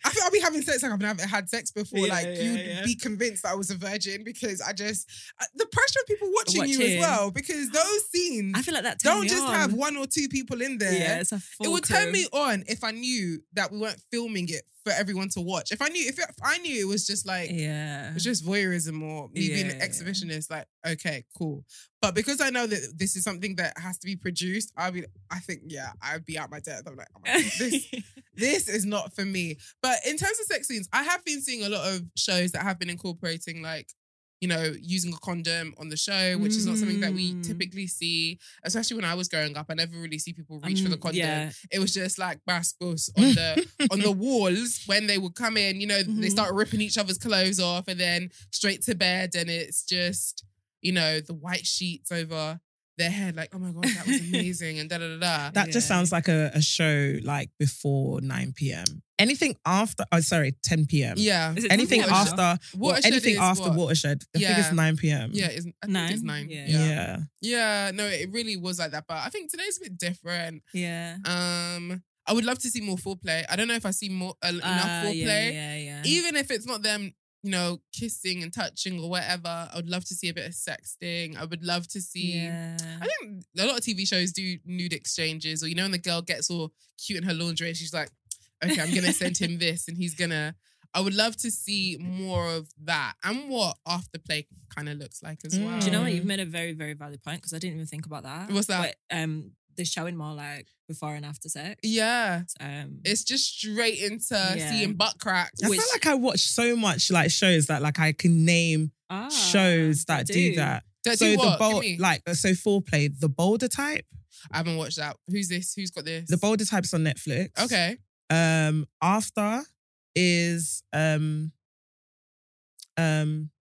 Speaker 1: I think I'll be having sex like I've never had sex before.
Speaker 5: Yeah,
Speaker 1: like
Speaker 5: yeah,
Speaker 1: you'd
Speaker 5: yeah.
Speaker 1: be convinced that I was a virgin because I just I- the pressure of people watching, you as
Speaker 5: Watching.
Speaker 1: well because those scenes
Speaker 5: (laughs) I feel like that. turned
Speaker 1: don't
Speaker 5: me
Speaker 1: just
Speaker 5: on.
Speaker 1: have one or two people in there.
Speaker 5: Yeah, it's a full
Speaker 1: it would
Speaker 5: crew.
Speaker 1: turn me on if I knew that we weren't filming it for everyone to watch. If I knew, if, it, if I knew it was just like
Speaker 5: Yeah. (laughs)
Speaker 1: it's just voyeurism or me being
Speaker 5: Yeah,
Speaker 1: an
Speaker 5: yeah.
Speaker 1: exhibitionist. Like, okay, cool. But because I know that this is something that has to be produced, I'll be, I think, yeah, I'd be out my depth. I'm like, oh my God, this,
Speaker 5: (laughs)
Speaker 1: this is not for me. But in terms of sex scenes, I have been seeing a lot of shows that have been incorporating like, you know, using a condom on the show, which is not something that we
Speaker 5: Mm.
Speaker 1: typically see, especially when I was growing up. I never really see people reach for the
Speaker 5: Mm,
Speaker 1: condom.
Speaker 5: Yeah.
Speaker 1: It was just like
Speaker 4: (laughs)
Speaker 1: bascos on the on the walls when they would come in, you know, they
Speaker 4: Mm-hmm.
Speaker 5: Mhm.
Speaker 1: start ripping each other's clothes off and then straight to bed. And it's just, you know, the white sheets over their head, like, oh my God, that
Speaker 4: (laughs)
Speaker 1: was amazing. and da da da da.
Speaker 4: That just
Speaker 5: Yeah.
Speaker 4: sounds like a, a show like before 9 p.m. Anything after, oh, sorry, 10 p.m.
Speaker 1: Yeah.
Speaker 5: Is it
Speaker 4: Anything
Speaker 5: Watershed?
Speaker 4: after, well,
Speaker 1: Watershed
Speaker 4: anything
Speaker 1: is
Speaker 4: after
Speaker 1: what?
Speaker 4: Watershed. I think
Speaker 1: Yeah.
Speaker 4: it's 9 p.m.
Speaker 1: Yeah, it's, I think it's
Speaker 5: Nine?
Speaker 1: nine. Yeah.
Speaker 5: Yeah.
Speaker 4: Yeah.
Speaker 1: yeah. no, it really was like that. But I think today's a bit different.
Speaker 5: Yeah.
Speaker 1: Um, I would love to see more foreplay. I don't know if I see more uh, enough
Speaker 5: Uh,
Speaker 1: foreplay.
Speaker 5: Yeah, yeah, yeah.
Speaker 1: even if it's not them, you know, kissing and touching or whatever, I would love to see a bit of sexting. I would love to see.
Speaker 5: Yeah.
Speaker 1: I think a lot of TV shows do nude exchanges, or you know, when the girl gets all cute in her laundry and she's like, "Okay, I'm gonna send him this," and he's gonna. I would love to see more of that and what after play kind of looks like as
Speaker 4: Mm.
Speaker 1: well.
Speaker 5: Do you know what? You've made a very, very valid point because I didn't even think about that.
Speaker 1: What's that?
Speaker 5: But, um, they're showing more like before and after sex.
Speaker 1: Yeah,
Speaker 5: Um,
Speaker 1: it's just straight into
Speaker 5: Yeah.
Speaker 1: seeing butt cracks.
Speaker 4: I feel like I watch so much like shows that like I can name
Speaker 5: ah,
Speaker 4: shows that
Speaker 5: they
Speaker 4: do that.
Speaker 1: Don't
Speaker 4: so
Speaker 1: Uh, do
Speaker 4: the
Speaker 1: what? Give
Speaker 4: bold
Speaker 1: me.
Speaker 4: like so foreplay, the bolder type.
Speaker 1: I haven't watched that. Who's this? Who's got this?
Speaker 4: The bolder type's on Netflix.
Speaker 1: Okay.
Speaker 4: Um after is um um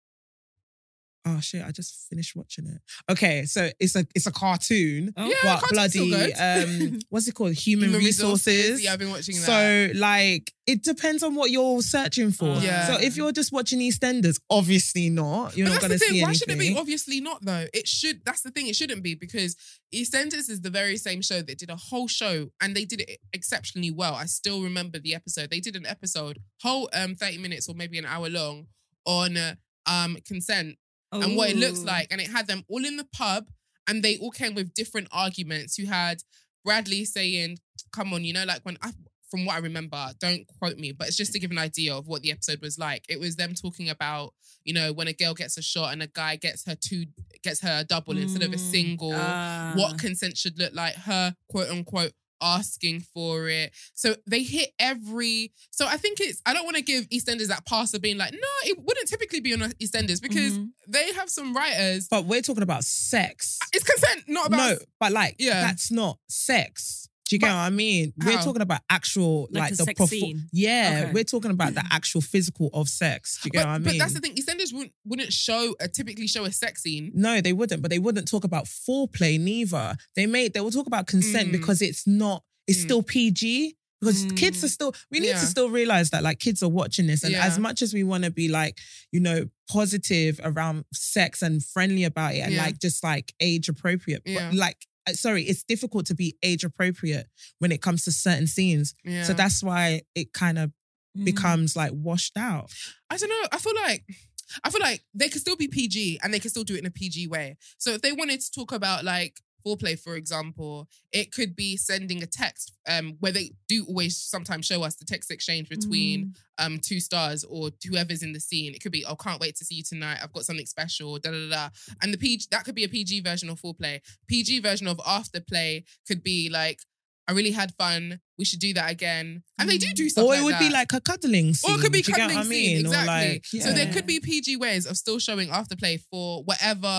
Speaker 4: oh shit, I just finished watching it. Okay, so it's a it's a cartoon.
Speaker 5: Oh,
Speaker 1: Yeah,
Speaker 4: but
Speaker 1: Uh, cartoons are
Speaker 4: bloody
Speaker 1: good. (laughs)
Speaker 4: um what's it called? Human,
Speaker 1: Human
Speaker 4: resources.
Speaker 1: Yeah, I've been watching that.
Speaker 4: So like it depends on what you're searching for.
Speaker 5: Oh.
Speaker 1: Yeah.
Speaker 4: So if you're just watching EastEnders, obviously not. You're
Speaker 1: but
Speaker 4: not
Speaker 1: that's
Speaker 4: going to
Speaker 1: the thing.
Speaker 4: see
Speaker 1: Why
Speaker 4: anything.
Speaker 1: should it be? Obviously not, though. It should. That's the thing. It shouldn't be because EastEnders is the very same show that did a whole show and they did it exceptionally well. I still remember the episode. They did an episode, whole um thirty minutes or maybe an hour long, on uh, um consent and what it looks
Speaker 5: oh, Ooh.
Speaker 1: like. And it had them all in the pub and they all came with different arguments. You had Bradley saying, come on, you know, like when I, from what I remember, don't quote me, but it's just to give an idea of what the episode was like. It was them talking about, you know, when a girl gets a shot and a guy gets her two, gets her a double instead of a
Speaker 5: Mm.
Speaker 1: single,
Speaker 5: Ah.
Speaker 1: what consent should look like, her quote unquote asking for it. So they hit every. So I think it's. I don't want to give EastEnders that pass of being like, no, it wouldn't typically be on EastEnders because
Speaker 5: Mhm.
Speaker 1: they have some writers.
Speaker 4: But we're talking about sex.
Speaker 1: It's consent, not about.
Speaker 4: no, but like
Speaker 1: Yeah.
Speaker 4: that's not sex. Do you
Speaker 1: But-
Speaker 4: get what I mean? We're
Speaker 1: How?
Speaker 4: talking about actual
Speaker 5: Like
Speaker 4: like,
Speaker 5: a
Speaker 4: the
Speaker 5: sex scene.
Speaker 4: Yeah,
Speaker 5: Okay. Mm.
Speaker 4: we're talking about the actual physical of sex. Do you
Speaker 1: but,
Speaker 4: get what I mean?
Speaker 1: but that's the thing. EastEnders wouldn't wouldn't show a typically show a sex scene.
Speaker 4: No, they wouldn't. But they wouldn't talk about foreplay neither. They may they will talk about consent
Speaker 1: Mm.
Speaker 4: because it's not. It's
Speaker 1: Mm.
Speaker 4: still PG because
Speaker 5: Mm.
Speaker 4: kids are still. We need
Speaker 1: Yeah.
Speaker 4: to still realize that like kids are watching this, and
Speaker 1: Yeah.
Speaker 4: as much as we want to be like you know positive around sex and friendly about it, and
Speaker 1: Yeah.
Speaker 4: like just like age appropriate,
Speaker 1: Yeah.
Speaker 4: but like. uh, Sorry, it's difficult to be age appropriate when it comes to certain scenes.
Speaker 1: Yeah. Mm.
Speaker 4: So that's why it kind of
Speaker 5: mm-hmm,
Speaker 4: becomes like washed out.
Speaker 1: I don't know. I feel like I feel like they could still be PG and they could still do it in a PG way. So if they wanted to talk about like foreplay, for example, it could be sending a text um, where they do always sometimes show us the text
Speaker 5: mm-hmm.
Speaker 1: exchange between
Speaker 5: Mm,
Speaker 1: um, two stars or whoever's in the scene. It could be, oh, can't wait to see you tonight. I've got something special. Da da da, da. And the PG that could be a PG version of foreplay. PG version of afterplay could be like, I really had fun. We should do that again. And they do do stuff.
Speaker 4: or
Speaker 1: like
Speaker 4: it would
Speaker 1: that.
Speaker 4: be like a cuddling scene.
Speaker 1: Or it could be
Speaker 4: do you get what
Speaker 1: cuddling
Speaker 4: I
Speaker 1: scene,
Speaker 4: mean? Or,
Speaker 1: exactly.
Speaker 4: like,
Speaker 1: So there
Speaker 4: yeah.
Speaker 1: could be PG ways of still showing afterplay for whatever,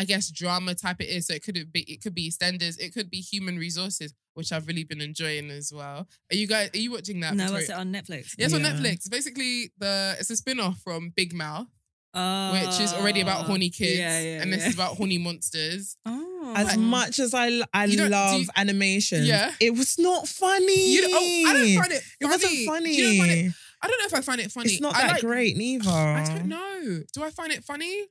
Speaker 1: I guess, drama type it is. So it could be it could be standards, it could be human resources, which I've really been enjoying as well. Are you guys are you watching that?
Speaker 5: No,
Speaker 1: Victoria?
Speaker 5: what's it on Netflix?
Speaker 1: Yes, on
Speaker 4: Yeah.
Speaker 1: Netflix. It's Basically, the it's a spin-off from Big Mouth,
Speaker 5: Oh.
Speaker 1: which is already
Speaker 4: Ah,
Speaker 1: about horny kids,
Speaker 5: Yeah, yeah,
Speaker 1: and this
Speaker 5: yeah.
Speaker 1: is about horny monsters.
Speaker 5: (laughs) Oh.
Speaker 4: As
Speaker 1: Like-
Speaker 4: much as I, I
Speaker 1: You don't- do
Speaker 4: love
Speaker 1: you-
Speaker 4: animation,
Speaker 1: Yeah.
Speaker 4: it was not funny.
Speaker 1: You know, oh, I don't find it.
Speaker 4: it wasn't
Speaker 1: funny.
Speaker 4: funny.
Speaker 1: Do you not find it- I don't know if I find it funny.
Speaker 4: It's not
Speaker 1: I
Speaker 4: that
Speaker 1: like-
Speaker 4: great neither.
Speaker 1: I don't know. Do I find it funny?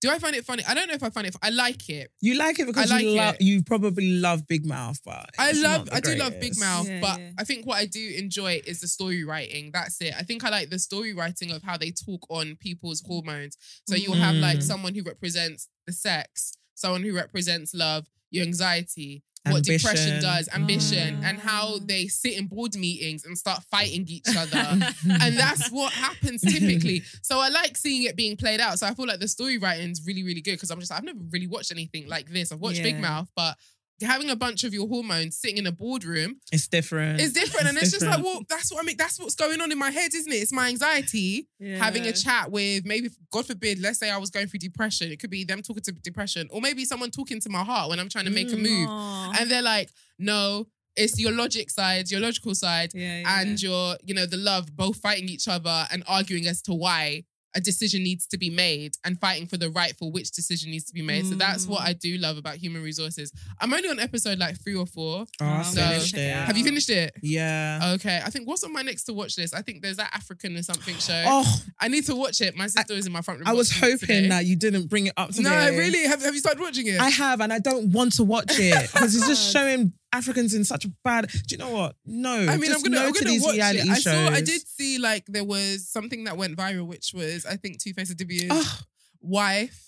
Speaker 1: Do I find it funny? I don't know if I find it. I like it.
Speaker 4: You like it because
Speaker 1: like
Speaker 4: you love.
Speaker 1: it.
Speaker 4: You probably love Big Mouth, but
Speaker 1: I
Speaker 4: it's
Speaker 1: love.
Speaker 4: not the
Speaker 1: I do love Big
Speaker 4: greatest.
Speaker 1: Mouth,
Speaker 5: Yeah,
Speaker 1: but
Speaker 5: yeah.
Speaker 1: I think what I do enjoy is the story writing. That's it. I think I like the story writing of how they talk on people's hormones. So you'll have like
Speaker 4: Mm.
Speaker 1: someone who represents the sex, someone who represents love, your anxiety, what depression
Speaker 4: Ambition.
Speaker 1: does, ambition, and how
Speaker 5: Ah.
Speaker 1: they sit in board meetings and start fighting each
Speaker 4: (laughs)
Speaker 1: other. and
Speaker 5: (laughs)
Speaker 1: that's what happens typically. So I like seeing it being played out. So I feel like the story writing's really, really good because I'm just I've never really watched anything like this. I've watched Big
Speaker 5: Yeah.
Speaker 1: Mouth, but having a bunch of your hormones sitting in a boardroom
Speaker 5: (laughs)
Speaker 4: It's different.
Speaker 1: is different. And
Speaker 4: It's
Speaker 1: it's just like,
Speaker 4: different.
Speaker 1: well, that's what I mean. That's what's going on in my head, isn't it? It's my anxiety
Speaker 5: Yeah.
Speaker 1: having a chat with maybe, God forbid, let's say I was going through depression. It could be them talking to depression, or maybe someone talking to my heart when I'm trying to make a
Speaker 5: Mm.
Speaker 1: move.
Speaker 5: Aw.
Speaker 1: And they're like, no, it's your logic side, your logical side,
Speaker 5: yeah, yeah.
Speaker 4: Mm-hmm.
Speaker 1: and your, you know, the love both fighting each other and arguing as to why a decision needs to be made and fighting for the right for which decision needs to be made. So that's what
Speaker 5: Mm.
Speaker 1: I do love about human resources. I'm only on episode like three or four.
Speaker 4: Oh, I
Speaker 5: So-
Speaker 4: finished
Speaker 5: Check it
Speaker 4: it.
Speaker 5: out.
Speaker 1: Have you finished it?
Speaker 4: Yeah.
Speaker 1: Okay, I think what's on my next to watch list? I think there's that African or something show.
Speaker 4: oh,
Speaker 1: I need to watch it. My sister is in my front room.
Speaker 4: I was
Speaker 1: watching it
Speaker 4: hoping
Speaker 1: today.
Speaker 4: that you didn't bring it up today.
Speaker 1: No, really. Have, have you started watching it?
Speaker 4: I have, and I don't want to watch it because it's
Speaker 1: (laughs)
Speaker 4: just showing Africans in such a bad. Do you know what? No,
Speaker 1: I mean, I'm
Speaker 4: just
Speaker 1: gonna,
Speaker 4: no
Speaker 1: I'm
Speaker 4: to
Speaker 1: gonna
Speaker 4: these
Speaker 1: watch
Speaker 4: reality
Speaker 1: it. I
Speaker 4: shows.
Speaker 1: saw, I did see like there was something that went viral, which was I think Two Face Adibia's
Speaker 4: Oh,
Speaker 1: wife.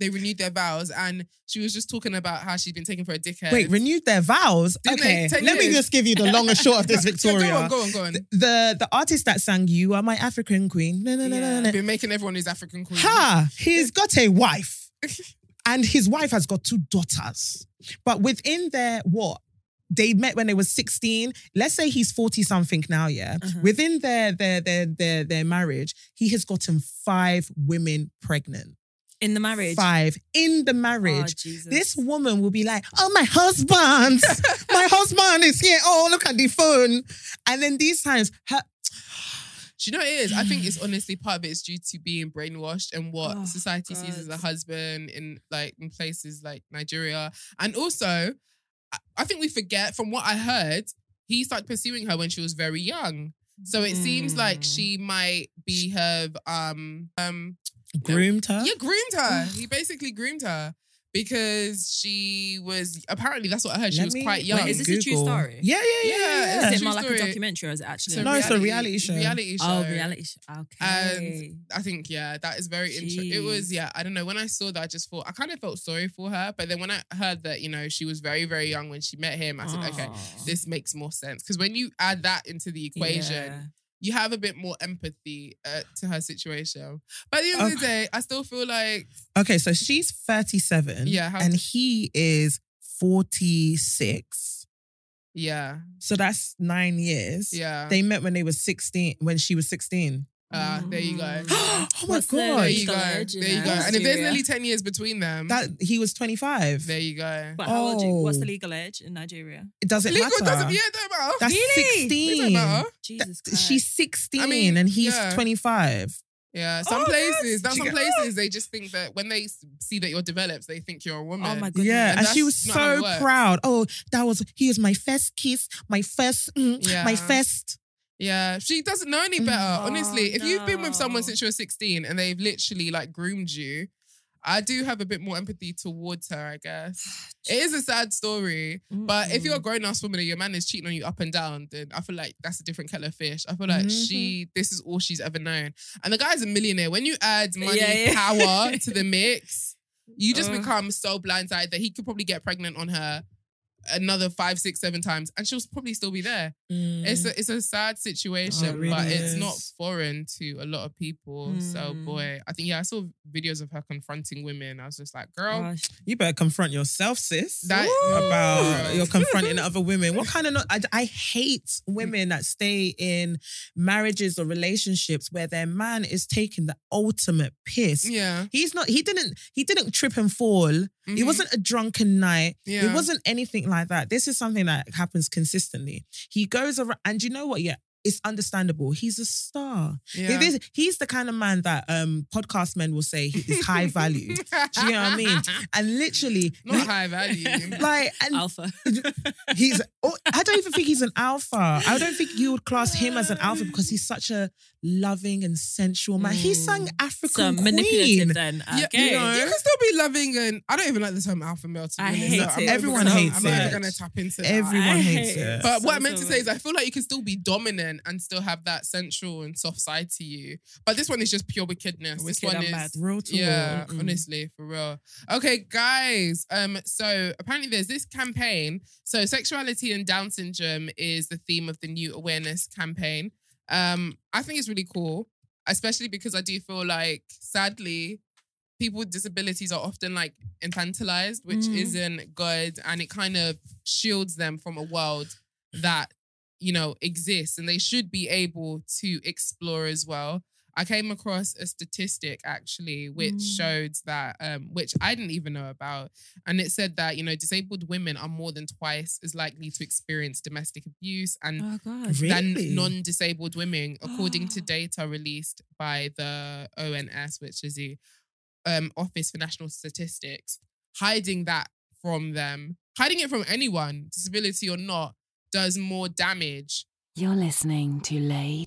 Speaker 1: They renewed their vows, and she was just talking about how she'd been taken for a dickhead.
Speaker 4: wait, renewed their vows.
Speaker 1: Didn't they?
Speaker 4: okay,
Speaker 1: Ten
Speaker 4: let me
Speaker 1: years.
Speaker 4: just give you the long and short
Speaker 1: (laughs)
Speaker 4: of this,
Speaker 1: Yeah,
Speaker 4: Victoria.
Speaker 1: Go on, go on, go on.
Speaker 4: The the artist that sang "You Are My African Queen," no, no, no,
Speaker 5: Yeah.
Speaker 4: no, no,
Speaker 1: Been making everyone who's African queen.
Speaker 4: Ha! He's got
Speaker 1: (laughs)
Speaker 4: a wife, and his wife has got two daughters. But within their what? They met when they were 16. Let's say he's 40 something now, yeah.
Speaker 5: Uh-huh.
Speaker 4: Within their their their their their marriage, he has gotten five women pregnant.
Speaker 5: in the marriage.
Speaker 4: Five in the
Speaker 5: Oh,
Speaker 4: marriage.
Speaker 5: Jesus.
Speaker 4: This woman will be like, "Oh, my husband, my husband is here. Oh, look at the phone." And then these times, her,
Speaker 1: Do you know what it is? I think
Speaker 4: (sighs)
Speaker 1: it's honestly part of it is due to being brainwashed and what
Speaker 5: Oh,
Speaker 1: society sees as a
Speaker 5: God.
Speaker 1: husband in like in places like Nigeria. And also, I- I think we forget from what I heard, he started pursuing her when she was very young. So it seems
Speaker 4: Hmm.
Speaker 1: like
Speaker 5: Mm.
Speaker 1: she might be have um um
Speaker 4: groomed her.
Speaker 1: yeah, groomed her. he basically groomed her because she was apparently that's what I heard. She
Speaker 4: Let
Speaker 1: was
Speaker 4: me-
Speaker 1: quite young.
Speaker 5: Wait, is this a true
Speaker 4: Google.
Speaker 5: story?
Speaker 4: Yeah, yeah, yeah.
Speaker 1: Yeah,
Speaker 4: yeah,
Speaker 1: it's
Speaker 5: Is
Speaker 4: yeah.
Speaker 1: True
Speaker 5: it more like
Speaker 1: story.
Speaker 5: a documentary or is it actually?
Speaker 1: So
Speaker 5: a
Speaker 4: No, it's a
Speaker 5: reality-
Speaker 4: reality show.
Speaker 1: Reality show.
Speaker 5: Oh, reality show. Okay.
Speaker 1: I think yeah, that is very interesting. It was
Speaker 5: Jeez.
Speaker 1: yeah, I don't know. When I saw that, I just thought I kind of felt sorry for her. But then when I heard that you know she was very very young when she met him, I said okay,
Speaker 5: Aw.
Speaker 1: this makes more sense because when you add that into the equation,
Speaker 5: Yeah.
Speaker 1: you have a bit more empathy uh, to her situation. But at the end of the day, I still feel like
Speaker 4: Okay, so she's 37.
Speaker 1: Yeah, how-
Speaker 4: And he is 46.
Speaker 1: Yeah.
Speaker 4: So that's nine years.
Speaker 1: Yeah.
Speaker 4: They met when they were 16, when she was 16.
Speaker 1: Ah, there you (gasps) go.
Speaker 4: oh my
Speaker 5: Mm. What's the-
Speaker 1: There
Speaker 4: God.
Speaker 1: you go. There
Speaker 5: Storage,
Speaker 1: you
Speaker 5: yeah.
Speaker 1: go. And if there's
Speaker 5: Nigeria.
Speaker 1: nearly 10 years between them,
Speaker 4: That he was 25.
Speaker 1: there you go.
Speaker 5: But how old? do you- What's
Speaker 4: Oh.
Speaker 5: the legal age in Nigeria?
Speaker 4: it doesn't
Speaker 1: Legal
Speaker 4: matter.
Speaker 1: doesn't, yeah, it don't matter.
Speaker 4: That's Oh,
Speaker 1: It don't
Speaker 4: 16.
Speaker 1: matter.
Speaker 5: Jesus
Speaker 4: Th-
Speaker 5: Christ.
Speaker 4: She's 16
Speaker 1: I mean,
Speaker 4: and he's
Speaker 1: yeah.
Speaker 4: 25.
Speaker 1: Yeah, some
Speaker 5: Oh,
Speaker 1: places,
Speaker 5: that's-
Speaker 1: that's
Speaker 4: She
Speaker 1: some
Speaker 4: go-
Speaker 1: places, they just think that when they s- see that you're developed, they think you're a woman.
Speaker 5: Oh my goodness.
Speaker 4: Yeah, and,
Speaker 1: And
Speaker 4: she was
Speaker 1: that's not how it
Speaker 4: so
Speaker 1: works.
Speaker 4: proud. Oh, that was he was my first kiss, my first, mm,
Speaker 1: Yeah.
Speaker 4: my first.
Speaker 1: Yeah, she doesn't know any better.
Speaker 5: Oh,
Speaker 1: Honestly, if you've been with someone
Speaker 5: no.
Speaker 1: since you were 16 and they've literally like groomed you, I do have a bit more empathy towards her, I
Speaker 5: (sighs)
Speaker 1: guess. It is a sad story,
Speaker 5: Mm,
Speaker 1: but if you're
Speaker 4: Mm.
Speaker 1: a grown ass woman and your man is cheating on you up and down, then I feel like that's a different kettle of fish. I feel like
Speaker 4: Mhm.
Speaker 1: she, this is all she's ever known. And the guy's a millionaire. When you add money,
Speaker 5: Yeah, yeah.
Speaker 1: power to
Speaker 4: (laughs)
Speaker 1: the mix, you just
Speaker 5: Uh.
Speaker 4: Uh-huh.
Speaker 1: become so blindsided that he could probably get pregnant on her another five, six, seven times, and she'll probably still be there. It's a, it's a sad situation,
Speaker 4: Mm. Oh, it really
Speaker 1: but it's not
Speaker 4: is.
Speaker 1: foreign to a lot of people. So
Speaker 5: Mm.
Speaker 1: boy, I think yeah, I saw videos of her confronting women. I was just like, girl,
Speaker 5: Gosh.
Speaker 4: you better confront yourself, sis.
Speaker 1: That-
Speaker 4: about
Speaker 1: Ooh. (laughs)
Speaker 4: you're confronting other women. What kind of? No- I, I hate women that stay in marriages or relationships where their man is taking the ultimate piss.
Speaker 1: yeah,
Speaker 4: He's not. He didn't. He didn't trip and fall. It
Speaker 1: mhm,
Speaker 4: wasn't a drunken night.
Speaker 1: mm-hmm, Yeah.
Speaker 4: It wasn't anything like that. This is something that happens consistently. He goes around, and you know what? Yeah, it's understandable. He's a star.
Speaker 1: yeah.
Speaker 4: It is- he's the kind of man that um, podcast men will say he is high value. Do you know what
Speaker 5: (laughs)
Speaker 4: I mean? And literally,
Speaker 1: Not high value.
Speaker 4: (laughs) like,
Speaker 5: (laughs)
Speaker 4: and (laughs)
Speaker 5: Alpha.
Speaker 4: he's. Oh, I don't even think he's an alpha. I don't think you would class him as an alpha because he's such a loving and sensual man. He sang
Speaker 5: Mm. so
Speaker 4: African Queen.
Speaker 5: manipulative then.
Speaker 1: Yeah,
Speaker 5: Okay.
Speaker 1: you, can still be loving and I don't even like the term alpha male. To be
Speaker 5: I
Speaker 1: honest.
Speaker 5: hate
Speaker 1: I'm
Speaker 5: it.
Speaker 1: never
Speaker 4: Everyone
Speaker 1: gonna-
Speaker 4: hates
Speaker 1: I'm not
Speaker 4: it.
Speaker 1: even gonna tap into that.
Speaker 4: Everyone
Speaker 5: I (laughs)
Speaker 4: hates
Speaker 5: hate
Speaker 4: it.
Speaker 5: it.
Speaker 1: But what I
Speaker 5: So,
Speaker 1: meant to
Speaker 5: so
Speaker 1: say is,
Speaker 5: much.
Speaker 1: I feel like you can still be dominant and still have that sensual and soft side to you. But this one is just pure wickedness.
Speaker 5: Wicked
Speaker 1: this one
Speaker 5: and
Speaker 1: is
Speaker 5: bad. Mm.
Speaker 4: Real talk.
Speaker 1: Yeah,
Speaker 5: Mm-mm.
Speaker 1: honestly, for real. Okay, guys. Um, so apparently there's this campaign. So sexuality and Down syndrome is the theme of the new awareness campaign. Um, I think it's really cool, especially because I do feel like sadly, people with disabilities are often like infantilized, which
Speaker 5: Mm.
Speaker 1: isn't good, and it kind of shields them from a world that you know exists, and they should be able to explore as well. I came across a statistic actually, which
Speaker 5: Mm.
Speaker 1: showed that, um, which I didn't even know about, and it said that you know disabled women are more than twice as likely to experience domestic abuse and
Speaker 5: Oh gosh.
Speaker 4: Really?
Speaker 1: than non-disabled women, according
Speaker 4: (gasps)
Speaker 1: to data released by the ONS, which is the um, Office for National Statistics, hiding that from them, hiding it from anyone, disability or not, does more damage.
Speaker 2: You're listening to Laid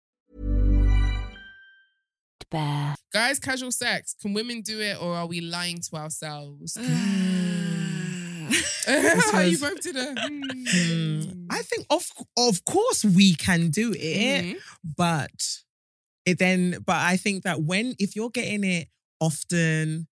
Speaker 2: Bear.
Speaker 1: Guys, casual sex, can women do it or are we lying to
Speaker 4: (sighs)
Speaker 1: ourselves? How (laughs) you
Speaker 4: was-
Speaker 1: both did it.
Speaker 4: Mm, I think of of course we can do (laughs) it,
Speaker 1: Mhm.
Speaker 4: but it then but I think that when if you're getting it often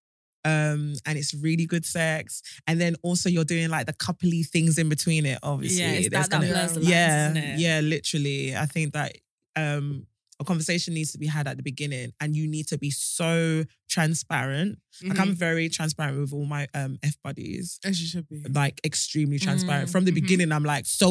Speaker 4: um and it's really good sex and then also you're doing like the coupley things in between it obviously
Speaker 5: Yeah, it's that that
Speaker 4: there's gonna-
Speaker 5: blurs the lines,
Speaker 4: yeah
Speaker 5: isn't it?
Speaker 4: yeah literally I think that um a conversation needs to be had at the beginning and you need to be so transparent like I'm
Speaker 5: Mm-hmm.
Speaker 1: Mhm.
Speaker 4: very transparent with all my um F buddies
Speaker 1: Mm-hmm. As you should be.
Speaker 4: like extremely transparent
Speaker 5: Mm,
Speaker 4: from the
Speaker 1: mhm.
Speaker 4: beginning I'm like so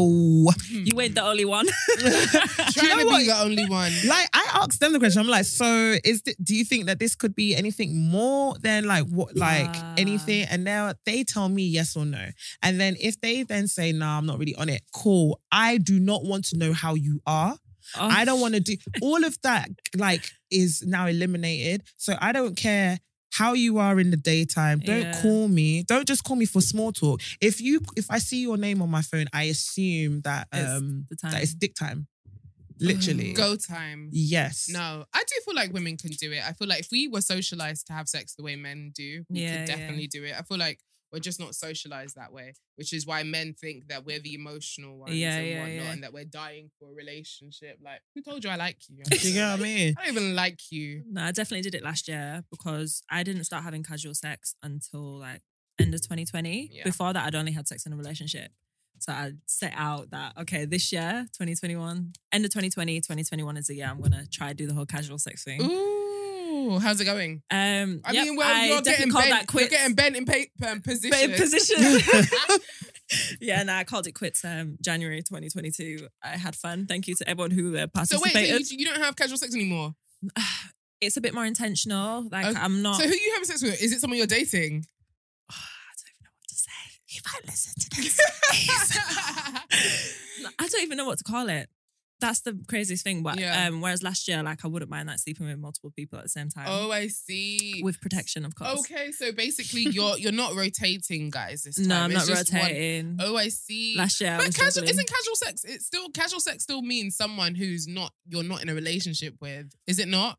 Speaker 5: You ain't the only one.
Speaker 1: Trying
Speaker 4: know
Speaker 1: Hmm. to
Speaker 4: what?
Speaker 1: be the only one.
Speaker 4: Like I asked them the question. I'm like, so is th- do you think that this could be anything more than like what like
Speaker 5: Ah.
Speaker 4: anything? And now they tell me yes or no. And then if they then say no, nah, I'm not really on it. Cool. I do not want to know how you are. (laughs) I
Speaker 5: (laughs)
Speaker 4: don't want to do all of that. Like is now eliminated. So I don't care. How you are in the daytime? Don't
Speaker 5: Yeah.
Speaker 4: call me. Don't just call me for small talk. If you, if I see your name on my phone, I assume that
Speaker 5: It's
Speaker 4: um
Speaker 5: the time.
Speaker 4: that it's dick time. Literally,
Speaker 1: Go time.
Speaker 4: Yes.
Speaker 1: No, I do feel like women can do it. I feel like if we were socialized to have sex the way men do, we
Speaker 5: Yeah,
Speaker 1: could
Speaker 5: yeah.
Speaker 1: definitely do it. I feel like We're just not socialized that way, which is why men think that we're the emotional ones
Speaker 5: Yeah,
Speaker 1: and
Speaker 5: yeah,
Speaker 1: whatnot,
Speaker 5: yeah.
Speaker 1: and that we're dying for a relationship. Like, who told you I like you?
Speaker 4: Do you get
Speaker 1: (laughs)
Speaker 4: what I mean?
Speaker 1: I don't even like you.
Speaker 5: No, I definitely did it last year because I didn't start having casual sex until like end of 2020.
Speaker 1: Yeah.
Speaker 5: Before that, I'd only had sex in a relationship. So I set out that, okay, this year, 2021, end of 2020, 2021 is the year I'm going to try do the whole casual sex thing.
Speaker 1: Ooh, how's it going?
Speaker 5: Um,
Speaker 1: Mm. I
Speaker 5: yep,
Speaker 1: mean, well,
Speaker 5: I
Speaker 1: you're getting
Speaker 5: definitely called
Speaker 1: bent.
Speaker 5: that quits.
Speaker 1: You're getting bent in pa- um, position.
Speaker 5: But in position.
Speaker 1: (laughs)
Speaker 5: yeah, no, I called it quits um, January 2022. I had fun. Thank you to everyone who
Speaker 1: so
Speaker 5: uh,
Speaker 1: wait,
Speaker 5: participated. (sighs)
Speaker 1: so you, you don't have casual sex anymore.
Speaker 5: it's a bit more intentional. Like,
Speaker 1: Okay.
Speaker 5: I'm not.
Speaker 1: So who you having sex with? Is it someone you're
Speaker 5: (laughs)
Speaker 1: dating? (laughs)
Speaker 5: Oh, I don't even know what to say. If I listen to this, No, I don't even know what to call it. That's the craziest thing. But,
Speaker 1: Yeah.
Speaker 5: um, whereas last year, like, I wouldn't mind like sleeping with multiple people at the same time
Speaker 1: oh, I see.
Speaker 5: with protection, of course.
Speaker 1: okay, so
Speaker 5: (laughs)
Speaker 1: basically you're you're not rotating guys this time.
Speaker 5: No, I'm
Speaker 1: It's
Speaker 5: not
Speaker 1: just one-
Speaker 5: rotating.
Speaker 1: Oh, I see.
Speaker 5: Last year, I
Speaker 1: but
Speaker 5: was
Speaker 1: casual
Speaker 5: juggling.
Speaker 1: isn't casual sex. It's still casual sex. Still means someone who's not you're not in a relationship with. Is it not?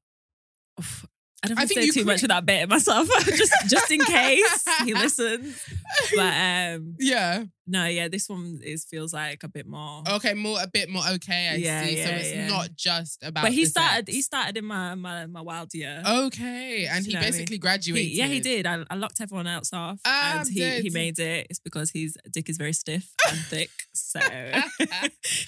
Speaker 5: Oof. I don't
Speaker 1: I
Speaker 5: want to
Speaker 1: think
Speaker 5: say
Speaker 1: you
Speaker 5: too much
Speaker 1: crea-
Speaker 5: without betting myself, (laughs) just just in case
Speaker 1: (laughs)
Speaker 5: he listens. But um,
Speaker 1: Yeah.
Speaker 5: no, yeah, this one is feels like a bit more.
Speaker 1: Okay. More a bit more. Okay. I
Speaker 5: Yeah,
Speaker 1: see. so
Speaker 5: yeah,
Speaker 1: it's
Speaker 5: yeah.
Speaker 1: not just about.
Speaker 5: but he
Speaker 1: the
Speaker 5: started.
Speaker 1: sex.
Speaker 5: He started in my my, my wild year.
Speaker 1: Okay, and he
Speaker 5: know what I mean?
Speaker 1: basically
Speaker 5: He-
Speaker 1: graduated.
Speaker 5: yeah, he did. (laughs) I, I locked everyone else off,
Speaker 1: Ah,
Speaker 5: and he, he
Speaker 1: dirty.
Speaker 5: made it. It's because his dick is
Speaker 1: (laughs)
Speaker 5: very stiff and thick, so (laughs)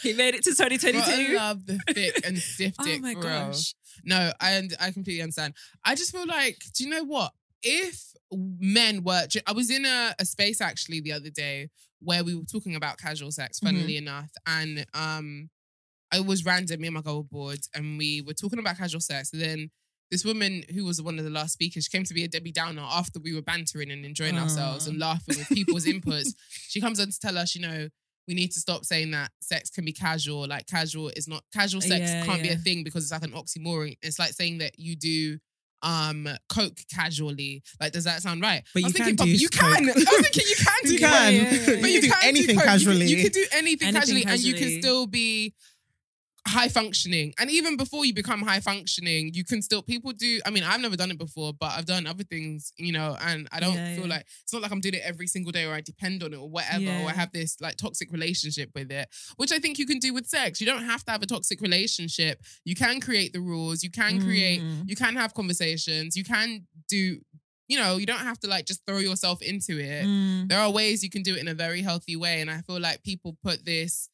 Speaker 5: he made it to
Speaker 1: Bro, I
Speaker 5: 2022.
Speaker 1: love the thick and stiff
Speaker 5: (laughs) Oh
Speaker 1: dick,
Speaker 5: my
Speaker 1: bro.
Speaker 5: gosh!
Speaker 1: No, I und- I completely understand. I just feel like, do you know what? If men were, ju- I was in a, a space actually the other day where we were talking about casual sex, funnily enough, and um, it was random. Me and my girl were bored, and we were talking about casual sex. And then this woman who was one of the last speakers, she came to be a Debbie Downer after we were bantering and enjoying ourselves and laughing with people's inputs. She comes on to tell us, you know, we need to stop saying that sex can be casual. Like casual is not
Speaker 4: Uh,
Speaker 1: casual sex
Speaker 5: Yeah,
Speaker 1: can't be a
Speaker 5: yeah.
Speaker 1: thing because it's like an oxymoron. It's like saying that you do um coke casually. Like, does that sound right?
Speaker 4: But
Speaker 1: I was
Speaker 4: you can
Speaker 1: thinking,
Speaker 4: do
Speaker 1: Papa, you can. (laughs) I
Speaker 4: coke.
Speaker 1: was thinking you can do
Speaker 4: You
Speaker 1: coke.
Speaker 4: can.
Speaker 5: yeah,
Speaker 4: But
Speaker 5: yeah.
Speaker 4: you do
Speaker 1: can coke.
Speaker 4: anything
Speaker 1: You can-
Speaker 4: casually.
Speaker 1: You can do anything,
Speaker 5: Anything
Speaker 1: casually, and you can
Speaker 5: casually.
Speaker 1: still be high functioning. And even before you become high functioning, you can still people do. I mean, I've never done it before, but I've done other things, you know, and I don't
Speaker 5: Yeah,
Speaker 1: feel
Speaker 5: yeah.
Speaker 1: like it's not like I'm doing it every single day or I depend on it or whatever, or I
Speaker 5: Yeah.
Speaker 1: have this like toxic relationship with it. Which I think you can do with sex. You don't have to have a toxic relationship. You can create the rules, you can create,
Speaker 5: Mm.
Speaker 1: you can have conversations, you can do, you know, you don't have to like just throw yourself into it
Speaker 5: Mm.
Speaker 1: there are ways you can do it in a very healthy way and i feel like people put this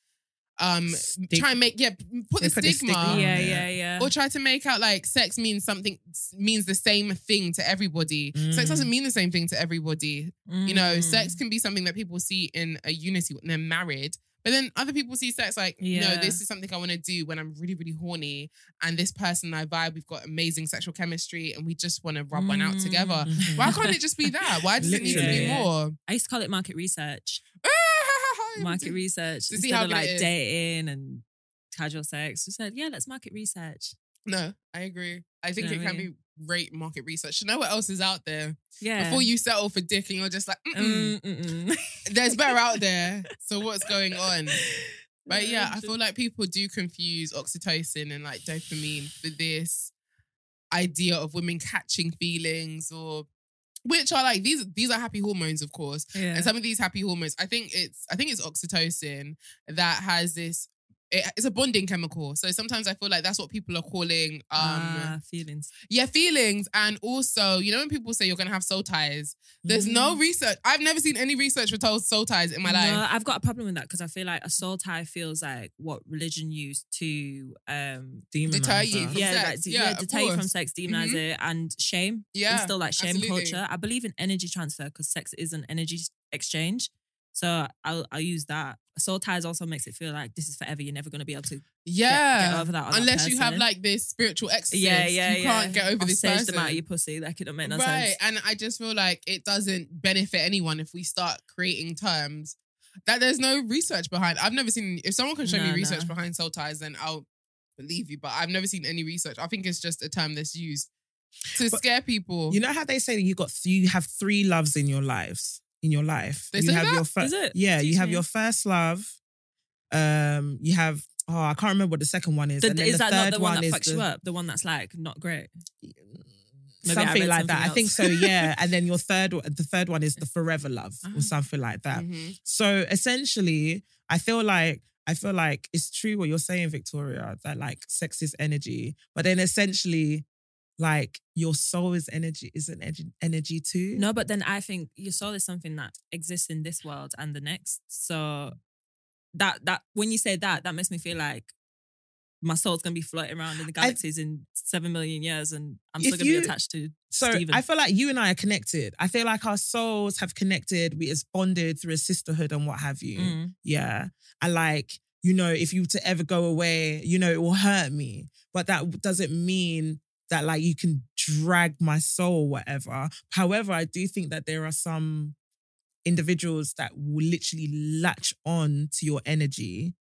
Speaker 1: um
Speaker 4: Stig-
Speaker 1: try and make yeah put
Speaker 4: They
Speaker 1: the
Speaker 4: put the
Speaker 1: stigma
Speaker 4: stigma.
Speaker 5: yeah,
Speaker 4: yeah.
Speaker 5: yeah, yeah.
Speaker 1: Oh, or try to make out like sex means something means the same thing to everybody sex
Speaker 4: Mm.
Speaker 1: doesn't mean the same thing to everybody you know
Speaker 5: Mm.
Speaker 1: sex can be something that people see in a unity when they're married but then other people see sex like no
Speaker 5: Yeah.
Speaker 1: this is something i want to do when i'm really really horny and this person i vibe we've got amazing sexual chemistry and we just want to rub one out together
Speaker 5: Mm.
Speaker 1: why
Speaker 5: (laughs)
Speaker 1: can't it just be that why does it need to be
Speaker 5: Literally. Yeah.
Speaker 1: more
Speaker 5: I used to call it market
Speaker 1: (laughs)
Speaker 5: research. market research
Speaker 1: To see
Speaker 5: instead
Speaker 1: how
Speaker 5: of
Speaker 1: good it
Speaker 5: like
Speaker 1: is.
Speaker 5: dating and casual sex. We said, yeah, let's market research.
Speaker 1: No, I agree. I think
Speaker 5: know
Speaker 1: it
Speaker 5: what I
Speaker 1: can be great market research. You know what else is out there?
Speaker 5: Yeah.
Speaker 1: Before you settle for dick and you're just like, Mm-mm, (laughs)
Speaker 5: Mm, mm. mm-mm.
Speaker 1: there's better out
Speaker 5: (laughs)
Speaker 1: there. So what's going on? But yeah, I feel like people do confuse oxytocin and like dopamine for this idea of women catching feelings or which are like these these are happy hormones, of course.
Speaker 5: Yeah.
Speaker 1: And some of these happy hormones, I think it's I think it's oxytocin that has this it, it's a bonding chemical. So sometimes I feel like that's what people are calling um
Speaker 5: Ah, feelings.
Speaker 1: yeah, feelings. And also, you know, when people say you're gonna have soul ties, there's no research. I've never seen any research for told soul ties in my
Speaker 5: Mm. No,
Speaker 1: life.
Speaker 5: I've got a problem with that because I feel like a soul tie feels like what religion used to um
Speaker 4: Demonizer.
Speaker 1: Deter you. from
Speaker 5: yeah,
Speaker 1: sex.
Speaker 5: like, de-
Speaker 1: Yeah,
Speaker 5: yeah,
Speaker 1: of
Speaker 5: deter you from
Speaker 1: course.
Speaker 5: sex, demonize
Speaker 1: Mhm.
Speaker 5: it, and shame.
Speaker 1: Yeah,
Speaker 5: instill like shame
Speaker 1: absolutely.
Speaker 5: culture. I believe in energy transfer because sex is an energy s- exchange. So I'll I'll use that. Soul ties also makes it feel like this is forever. You're never gonna be able to.
Speaker 1: Yeah.
Speaker 5: get over that on that
Speaker 1: Unless you have
Speaker 5: person.
Speaker 1: like this spiritual exorcist.
Speaker 5: Yeah, yeah,
Speaker 1: You
Speaker 5: yeah.
Speaker 1: can't get over
Speaker 5: I've
Speaker 1: this
Speaker 5: staged
Speaker 1: person.
Speaker 5: them out, you pussy. Like it don't make no
Speaker 1: right.
Speaker 5: sense.
Speaker 1: And I just feel like it doesn't benefit anyone if we start creating terms that there's no research behind. I've never seen if someone can show me
Speaker 5: No,
Speaker 1: research
Speaker 5: no.
Speaker 1: behind soul ties, then I'll believe you. But I've never seen any research. I think it's just a term that's used to
Speaker 4: But
Speaker 1: scare people.
Speaker 4: You know how they say that you got th- you have three loves in your lives in your life.
Speaker 1: They
Speaker 4: you
Speaker 1: say
Speaker 4: have
Speaker 1: that?
Speaker 4: your first
Speaker 5: Is it?
Speaker 4: Yeah,
Speaker 5: Teach
Speaker 4: you have
Speaker 5: me.
Speaker 4: your first love. Um, you have oh, I can't remember what the second one is.
Speaker 5: The-
Speaker 4: and then
Speaker 5: is
Speaker 4: the
Speaker 5: that
Speaker 4: third
Speaker 5: not the one, that
Speaker 4: is
Speaker 5: fucks
Speaker 4: the-
Speaker 5: you up? The one that's like not great. Maybe I
Speaker 4: something
Speaker 5: read
Speaker 4: like
Speaker 5: something
Speaker 4: that. I think
Speaker 5: else.
Speaker 4: so, yeah. and then your third, the third one is the forever love
Speaker 5: Oh.
Speaker 4: or something like that.
Speaker 1: Mm-hmm.
Speaker 5: Mhm.
Speaker 4: So essentially, I feel like I feel like it's true what you're saying, Victoria, that like sex is energy, but then essentially, like your soul is energy, is an energy, energy too.
Speaker 5: No, but then I think your soul is something that exists in this world and the next. So that that when you say that, that makes me feel like my soul's gonna be floating around in the galaxies in seven million years, and I'm still
Speaker 4: If
Speaker 5: gonna
Speaker 4: you-
Speaker 5: be attached to.
Speaker 4: So
Speaker 5: Stephen.
Speaker 4: I feel like you and I are connected. I feel like our souls have connected. We is bonded through a sisterhood and what have you.
Speaker 5: Mm.
Speaker 4: Yeah. I like, you know, if you to ever go away, you know, it will hurt me. But that doesn't mean that like you can drag my soul, or whatever. However, I do think that there are some individuals that will literally latch on to your energy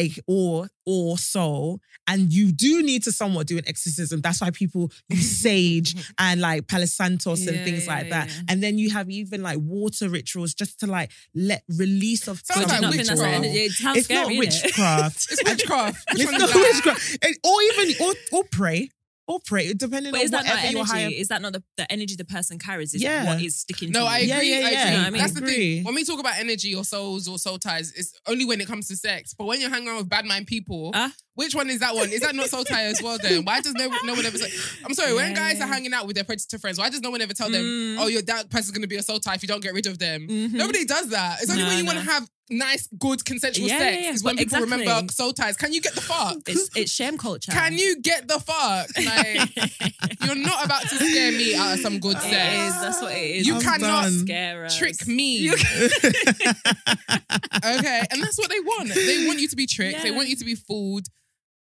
Speaker 4: a, or or soul and you do need to somewhat do an exorcism that's why people
Speaker 5: (laughs)
Speaker 4: use sage and like palo santos and
Speaker 5: Yeah,
Speaker 4: things
Speaker 5: yeah,
Speaker 4: like that
Speaker 5: yeah.
Speaker 4: and then you have even like water rituals just to like let release of
Speaker 1: Sounds
Speaker 5: Do
Speaker 4: some
Speaker 5: you
Speaker 1: like
Speaker 5: not think that's
Speaker 1: witchcraft.
Speaker 5: an energy? It sounds
Speaker 4: it's
Speaker 5: scary,
Speaker 4: not
Speaker 5: innit?
Speaker 4: witchcraft
Speaker 1: It's witchcraft. Which
Speaker 4: (laughs) it's
Speaker 1: one is
Speaker 4: not
Speaker 1: that?
Speaker 4: witchcraft It- or even or, or pray or pray
Speaker 5: (laughs)
Speaker 4: depending
Speaker 5: But
Speaker 4: on
Speaker 5: is that
Speaker 4: whatever
Speaker 5: not energy?
Speaker 4: your higher
Speaker 5: Is that not the, the energy the person carries? Is
Speaker 4: Yeah.
Speaker 5: what is sticking to
Speaker 1: No, I
Speaker 5: you?
Speaker 1: agree.
Speaker 4: Yeah, yeah,
Speaker 1: I agree.
Speaker 4: yeah.
Speaker 5: You know what I mean?
Speaker 1: That's the
Speaker 4: Agree.
Speaker 1: thing. When we talk about energy or souls or soul ties, it's only when it comes to sex. But when you're hanging around with bad mind people,
Speaker 5: Huh?
Speaker 1: which one is that one? Is that not soul tie as well then? Why does no, no one ever say, I'm sorry, when
Speaker 5: Yeah,
Speaker 1: guys
Speaker 5: yeah.
Speaker 1: are hanging out with their predator friends, why does no one ever tell them,
Speaker 5: Mm.
Speaker 1: oh, your that person's going to be a soul tie if you don't get rid of them?
Speaker 5: Mhm.
Speaker 1: Nobody does that. It's only
Speaker 5: No,
Speaker 1: when you
Speaker 5: no.
Speaker 1: want to have nice, good, consensual
Speaker 5: Yeah,
Speaker 1: sex
Speaker 5: yeah, yeah.
Speaker 1: is when
Speaker 5: But
Speaker 1: people remember
Speaker 5: exactly.
Speaker 1: soul ties. Can you get the fuck?
Speaker 5: (laughs)
Speaker 1: (laughs)
Speaker 5: It's, it's shame culture.
Speaker 1: Can
Speaker 5: (laughs)
Speaker 1: you (laughs) get the fuck? Like, you're not about to scare me out of some good
Speaker 5: (laughs) It
Speaker 1: sex.
Speaker 5: is. That's what it is.
Speaker 1: You
Speaker 5: I'm
Speaker 1: cannot
Speaker 5: done. scare us.
Speaker 1: trick me.
Speaker 4: (laughs)
Speaker 1: okay, and that's what they want. They want you to be tricked. They
Speaker 5: Yeah.
Speaker 1: want you to be fooled.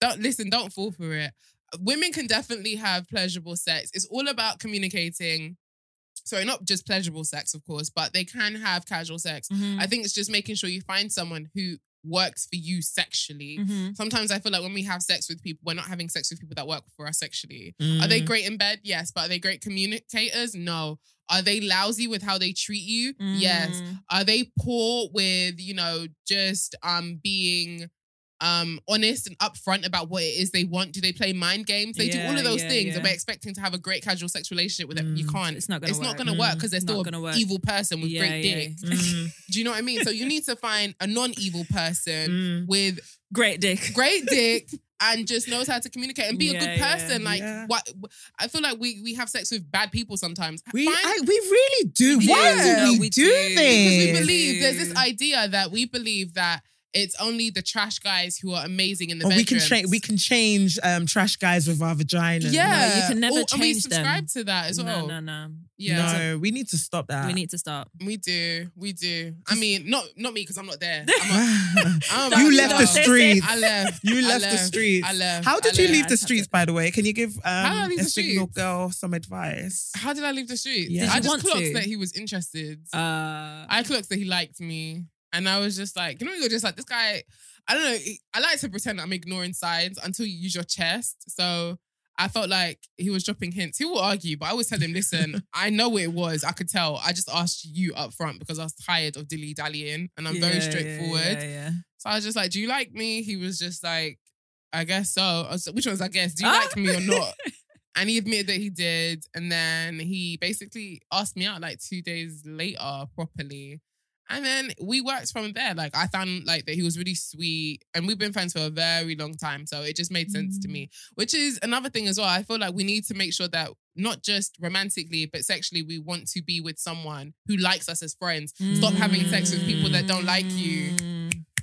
Speaker 1: Don't listen. Don't fall for it. Women can definitely have pleasurable sex. It's all about communicating. Sorry, not just pleasurable sex, of course, but they can have casual sex.
Speaker 5: Mhm.
Speaker 1: I think it's just making sure you find someone who works for you sexually.
Speaker 5: Mhm.
Speaker 1: Sometimes I feel like when we have sex with people, we're not having sex with people that work for us sexually. Are
Speaker 5: Mm-hmm.
Speaker 1: they great in bed? Yes. But are they great communicators? No. Are they lousy with how they treat you? Yes.
Speaker 5: Mm.
Speaker 1: Are they poor with, you know, just um being um honest and upfront about what it is they want? Do they play mind games? They do all
Speaker 5: Yeah,
Speaker 1: of those
Speaker 5: yeah,
Speaker 1: things.
Speaker 5: yeah.
Speaker 1: Are they expecting to have a great casual sex relationship with them? You
Speaker 4: Mm.
Speaker 1: can't.
Speaker 5: It's not gonna
Speaker 1: It's not
Speaker 5: work.
Speaker 1: gonna work
Speaker 5: Mm.
Speaker 1: because they're
Speaker 5: Not
Speaker 1: still
Speaker 5: gonna
Speaker 1: an
Speaker 5: work.
Speaker 1: evil person with
Speaker 5: Yeah,
Speaker 1: great
Speaker 5: yeah.
Speaker 1: dick. Do you know what I mean? So you need to find a non-evil person
Speaker 5: Mm.
Speaker 1: with
Speaker 5: Great dick.
Speaker 1: great dick and just knows how to communicate and be a
Speaker 5: Yeah,
Speaker 1: good
Speaker 5: yeah,
Speaker 1: person. like
Speaker 4: yeah.
Speaker 1: what I feel like we we have sex with bad people sometimes.
Speaker 4: we
Speaker 1: Find-
Speaker 4: I, we really do why
Speaker 1: Yeah.
Speaker 4: do we,
Speaker 5: No, we
Speaker 4: do,
Speaker 5: do.
Speaker 4: this
Speaker 1: because we
Speaker 5: Yes.
Speaker 1: believe there's
Speaker 5: Yes.
Speaker 1: this idea that we believe that it's only the trash guys who are amazing in the
Speaker 4: Or we
Speaker 1: bedroom.
Speaker 4: can change. We can change um, trash guys with our vaginas.
Speaker 1: Yeah,
Speaker 5: No, you can never
Speaker 1: Or- And we
Speaker 5: change them.
Speaker 1: subscribe to that as well.
Speaker 5: No, no, no.
Speaker 1: Yeah,
Speaker 4: No, we need to stop that. (laughs)
Speaker 5: We need to stop.
Speaker 1: we do, we do. I mean, not not me because I'm not there.
Speaker 4: (laughs)
Speaker 1: I'm not, I'm
Speaker 4: you
Speaker 1: not-
Speaker 4: left the
Speaker 1: no. (laughs)
Speaker 4: streets.
Speaker 1: I left.
Speaker 4: You
Speaker 1: I
Speaker 4: left the streets.
Speaker 1: I
Speaker 4: (laughs)
Speaker 1: left.
Speaker 4: How did
Speaker 1: I
Speaker 4: you
Speaker 1: left.
Speaker 4: leave
Speaker 5: I
Speaker 4: the streets, by the way? Can you give
Speaker 1: did I
Speaker 4: um,
Speaker 1: leave
Speaker 4: a
Speaker 1: the
Speaker 4: single
Speaker 1: streets?
Speaker 4: girl some advice?
Speaker 1: How did I leave the streets?
Speaker 4: Yeah. Did
Speaker 1: I
Speaker 4: you
Speaker 1: just
Speaker 5: want
Speaker 1: clocked
Speaker 5: to?
Speaker 1: that he was interested.
Speaker 5: Uh,
Speaker 1: I clocked that he liked me. And I was just like, you know, you're just like, this guy, I don't know. he- I like to pretend that I'm ignoring signs until you use your chest. So I felt like he was dropping hints. He will argue, but I always tell him,
Speaker 5: (laughs)
Speaker 1: listen, I know what it was. I could tell. I just asked you up front because I was tired of dilly dallying and I'm very straightforward.
Speaker 5: Yeah, yeah.
Speaker 1: So I was just like, do you like me? He was just like, I guess so. I was like, Which one's I guess? Do you
Speaker 5: Ah.
Speaker 1: like me or not? And he admitted that he did. And then he basically asked me out like two days later properly. And then we worked from there. Like I found like that he was really sweet. And we've been friends for a very long time. So it just made sense to me. Which is another thing as well. I feel like we need to make sure that not just romantically, but sexually, we want to be with someone who likes us as friends. (laughs) Stop having sex with people that don't like you.
Speaker 5: Mm.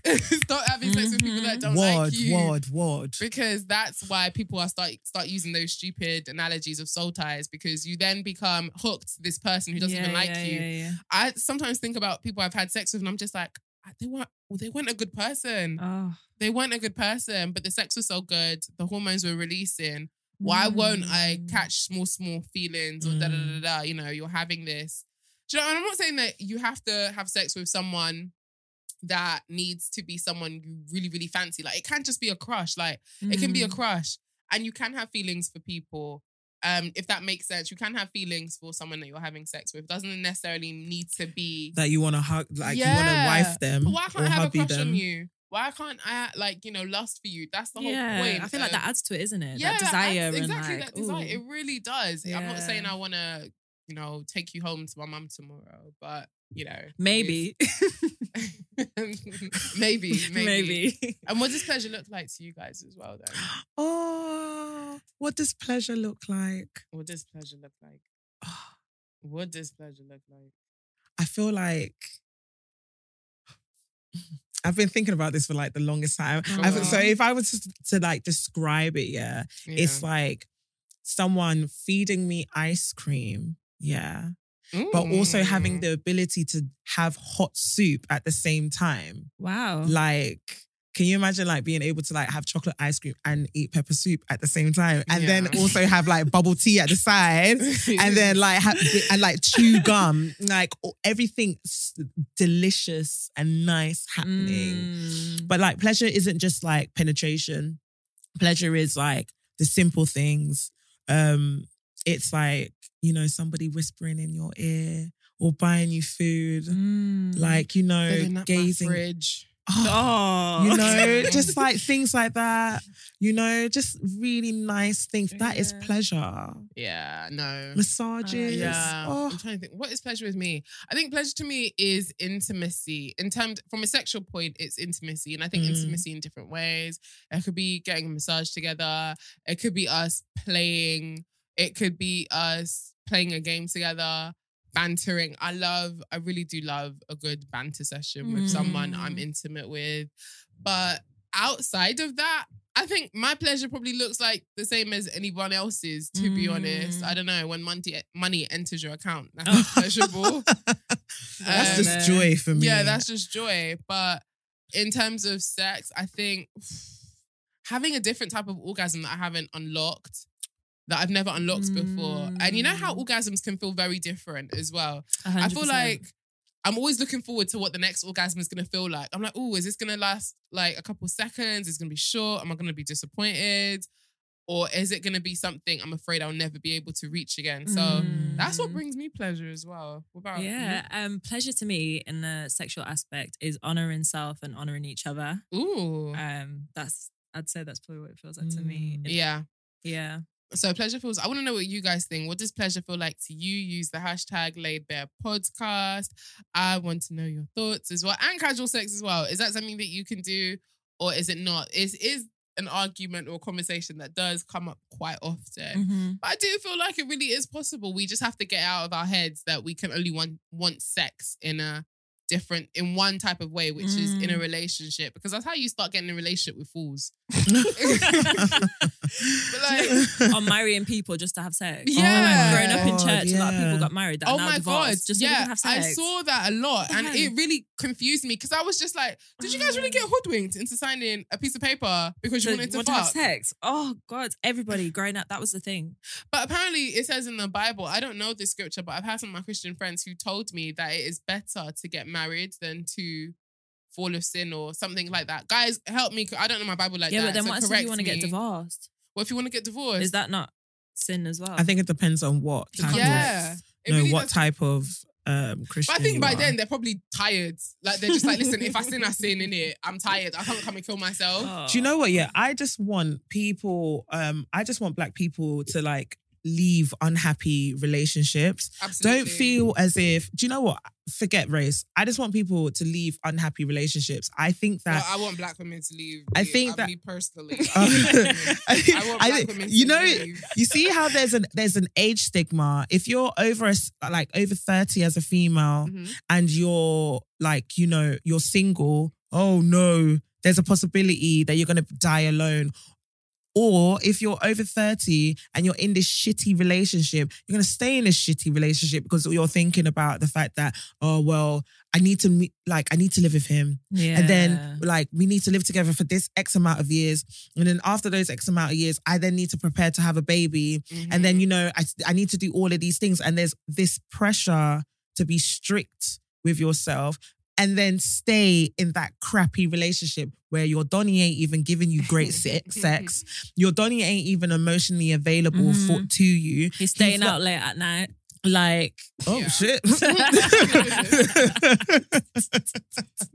Speaker 1: Stop having sex with people that don't
Speaker 4: Word,
Speaker 1: like you.
Speaker 4: word, word.
Speaker 1: Because that's why people are start start using those stupid analogies of soul ties because you then become hooked to this person who doesn't
Speaker 5: Yeah,
Speaker 1: even like
Speaker 5: yeah,
Speaker 1: you.
Speaker 5: yeah, yeah.
Speaker 1: I sometimes think about people I've had sex with and I'm just like, "Ah, they weren't well, they weren't a good person.
Speaker 5: Oh,
Speaker 1: They weren't a good person, but the sex was so good, the hormones were releasing. Why won't I
Speaker 5: Mm.
Speaker 1: catch small, small feelings or da da da da? You know, you're having this. Do you know, and I'm not saying that you have to have sex with someone that needs to be someone you really, really fancy. Like it can just be a crush. Like it can be a
Speaker 5: Mm.
Speaker 1: crush, and you can have feelings for people. Um, if that makes sense, you can have feelings for someone that you're having sex with. Doesn't necessarily need to be.
Speaker 4: That you want to hug, like you
Speaker 1: Yeah.
Speaker 4: want to wife them
Speaker 1: But why can't
Speaker 4: or
Speaker 1: I have a
Speaker 4: hubby
Speaker 1: crush
Speaker 4: them.
Speaker 1: on you? Why can't I like you know lust for you? That's the whole
Speaker 5: yeah,
Speaker 1: point.
Speaker 5: I feel like
Speaker 1: of-
Speaker 5: that adds to it, isn't it?
Speaker 1: yeah,
Speaker 5: that
Speaker 1: adds-
Speaker 5: desire and
Speaker 1: exactly
Speaker 5: like,
Speaker 1: that desire.
Speaker 5: ooh.
Speaker 1: It really does. I'm not
Speaker 4: Yeah.
Speaker 1: saying I want to you know take you home to my mum tomorrow, but you know
Speaker 5: maybe.
Speaker 1: it's- (laughs) maybe, maybe,
Speaker 5: (laughs) maybe.
Speaker 1: And what does pleasure look like to you guys as well? Then
Speaker 4: Oh, what does pleasure look like?
Speaker 1: what does pleasure look like?
Speaker 4: Oh,
Speaker 1: What does pleasure look like?
Speaker 4: I feel like (sighs) I've been thinking about this for like the longest time. I feel- so
Speaker 1: Uh-huh.
Speaker 4: if I was to, to like describe it, yeah,
Speaker 1: Yeah.
Speaker 4: it's like someone feeding me ice cream. Yeah. But also having
Speaker 1: Mm.
Speaker 4: the ability to have hot soup at the same time.
Speaker 5: Wow.
Speaker 1: Oh.
Speaker 4: Like, can you imagine like being able to like have chocolate ice cream and eat pepper soup at the same time? And then
Speaker 1: Yeah.
Speaker 4: also have like bubble tea at
Speaker 1: (laughs)
Speaker 4: the side and then like have, and like chew gum, like o- everything s- delicious and nice happening.
Speaker 5: Mm.
Speaker 4: But like pleasure isn't just like penetration. Pleasure is like the simple things. Um, it's like, you know, somebody whispering in your ear or buying you food.
Speaker 5: Mm.
Speaker 4: Like, you know,
Speaker 1: Filling up my
Speaker 4: gazing.
Speaker 1: fridge.
Speaker 4: (gasps) Oh,
Speaker 5: oh,
Speaker 4: you know,
Speaker 1: (laughs)
Speaker 5: (laughs)
Speaker 4: just like things like that. You know, just really nice things. That is
Speaker 5: Yeah.
Speaker 4: pleasure.
Speaker 1: Yeah, no.
Speaker 4: Massages.
Speaker 1: Uh, Yeah,
Speaker 4: Oh.
Speaker 1: I'm trying to think. What is pleasure with me? I think pleasure to me is intimacy. In terms, from a sexual point, it's intimacy, and I think
Speaker 4: Mm.
Speaker 1: intimacy in different ways. It could be getting a massage together. It could be us playing. It could be us playing a game together, bantering. I love. I really do love a good banter session with someone I'm
Speaker 5: Mm.
Speaker 1: intimate with. But outside of that, I think my pleasure probably looks like the same as anyone else's, to be honest.
Speaker 5: Mm.
Speaker 1: I don't know. When money, money enters your account,
Speaker 4: (laughs)
Speaker 1: that's Oh, pleasurable.
Speaker 4: Oh. That's
Speaker 1: Um,
Speaker 4: just joy for me.
Speaker 1: yeah,
Speaker 4: (laughs)
Speaker 1: that's (laughs) just joy. But in terms of sex, I think (sighs) having a different type of orgasm that I haven't unlocked, that I've never unlocked before. And you know how
Speaker 5: Mm.
Speaker 1: orgasms can feel very different as well. I feel like I'm always looking forward to what the next orgasm is going to feel like. I'm like, oh, is this going to last like a couple seconds? Is it going to be short? Am I going to be disappointed? Or is it going to be something I'm afraid I'll never be able to reach again? So that's what
Speaker 5: Mm.
Speaker 1: brings me pleasure as well. What about Oh, you?
Speaker 5: Yeah, um, pleasure to me in the sexual aspect is honoring self and honoring each other.
Speaker 1: Ooh.
Speaker 5: Um, that's I'd say that's probably what it feels like to me.
Speaker 4: Mm.
Speaker 5: It-
Speaker 1: yeah.
Speaker 5: yeah.
Speaker 1: So pleasure feels. I want to know what you guys think. What does pleasure feel like to you? Use the hashtag laid bare podcast. I want to know your thoughts as well and casual sex as well. Is that something that you can do or is it not? Is is an argument or conversation that does come up quite often. (laughs)
Speaker 5: Mhm.
Speaker 1: But I do feel like it really is possible. We just have to get out of our heads that we can only want want sex in a different in one type of way, which is in a
Speaker 5: Mm.
Speaker 1: relationship. Because that's how you start getting in a relationship with fools. (laughs) But
Speaker 4: (laughs)
Speaker 1: like
Speaker 5: or marrying people just to have sex. Oh,
Speaker 1: Yeah.
Speaker 5: growing up in
Speaker 4: God,
Speaker 5: church, a lot of people
Speaker 4: yeah.
Speaker 5: got married that are
Speaker 1: Oh
Speaker 5: now
Speaker 1: my god!
Speaker 5: divorced just so they
Speaker 1: yeah,
Speaker 5: can have
Speaker 1: I
Speaker 5: sex.
Speaker 1: saw that a lot, and
Speaker 5: Yeah.
Speaker 1: it really confused me because I was just like, "Did you guys really get hoodwinked into signing a piece of paper because you
Speaker 5: So
Speaker 1: wanted to
Speaker 5: want
Speaker 1: fuck?"
Speaker 5: have sex. Oh God! Everybody growing up, that was the thing.
Speaker 1: But apparently, it says in the Bible. I don't know this scripture, but I've had some of my Christian friends who told me that it is better to get married than to fall of sin or something like that. Guys, help me! 'cause I don't know my Bible like
Speaker 5: yeah,
Speaker 1: that.
Speaker 5: but then
Speaker 1: so
Speaker 5: what if
Speaker 1: correct
Speaker 5: you want to get
Speaker 1: me.
Speaker 5: divorced?
Speaker 1: Well, if you want to get divorced?
Speaker 5: Is that not sin as well?
Speaker 4: I think it depends on what type
Speaker 1: yeah?
Speaker 4: of
Speaker 1: It
Speaker 4: no,
Speaker 1: really
Speaker 4: what
Speaker 1: does-
Speaker 4: type of um Christian.
Speaker 1: But I think
Speaker 4: you
Speaker 1: by
Speaker 4: are.
Speaker 1: then they're probably tired. Like they're just like, listen, if I sin, I sin in it. I'm tired. I can't come and kill myself.
Speaker 5: Uh,
Speaker 4: Do you know what? Yeah, I just want people. Um, I just want black people to like leave unhappy relationships.
Speaker 1: Absolutely.
Speaker 4: Don't feel as if. Do you know what? Forget race. I just want people to leave unhappy relationships. I think that. (laughs)
Speaker 1: No, I want black women to leave.
Speaker 4: I
Speaker 1: me-
Speaker 4: think
Speaker 1: uh,
Speaker 4: that- Oh.
Speaker 1: me
Speaker 4: (laughs)
Speaker 1: personally.
Speaker 4: I,
Speaker 1: (laughs) I want black
Speaker 4: think-
Speaker 1: women. to
Speaker 4: you know,
Speaker 1: leave.
Speaker 4: you see how there's an there's an age stigma. If you're over a s like over thirty as a female,
Speaker 1: Mhm.
Speaker 4: and you're like, you know, you're single, oh no, there's a possibility that you're going to die alone. Or if you're over 30 and you're in this shitty relationship, you're going to stay in this shitty relationship because you're thinking about the fact that, oh, well, I need to, meet, like, I need to live with him.
Speaker 5: Yeah. (laughs)
Speaker 4: And then, like, we need to live together for this X amount of years. And then after those X amount of years, I then need to prepare to have a baby and
Speaker 1: Mm-hmm.
Speaker 4: then you know I, I need to do all of these things and there's this pressure to be strict with yourself and then stay in that crappy relationship where your Donnie ain't even giving you great se-
Speaker 5: (laughs)
Speaker 4: sex. Your Donnie ain't even emotionally available for to you.
Speaker 5: he's staying
Speaker 4: he's
Speaker 5: out late at night.
Speaker 4: Like, oh (laughs)
Speaker 1: (laughs) Yeah.
Speaker 4: shit.
Speaker 1: That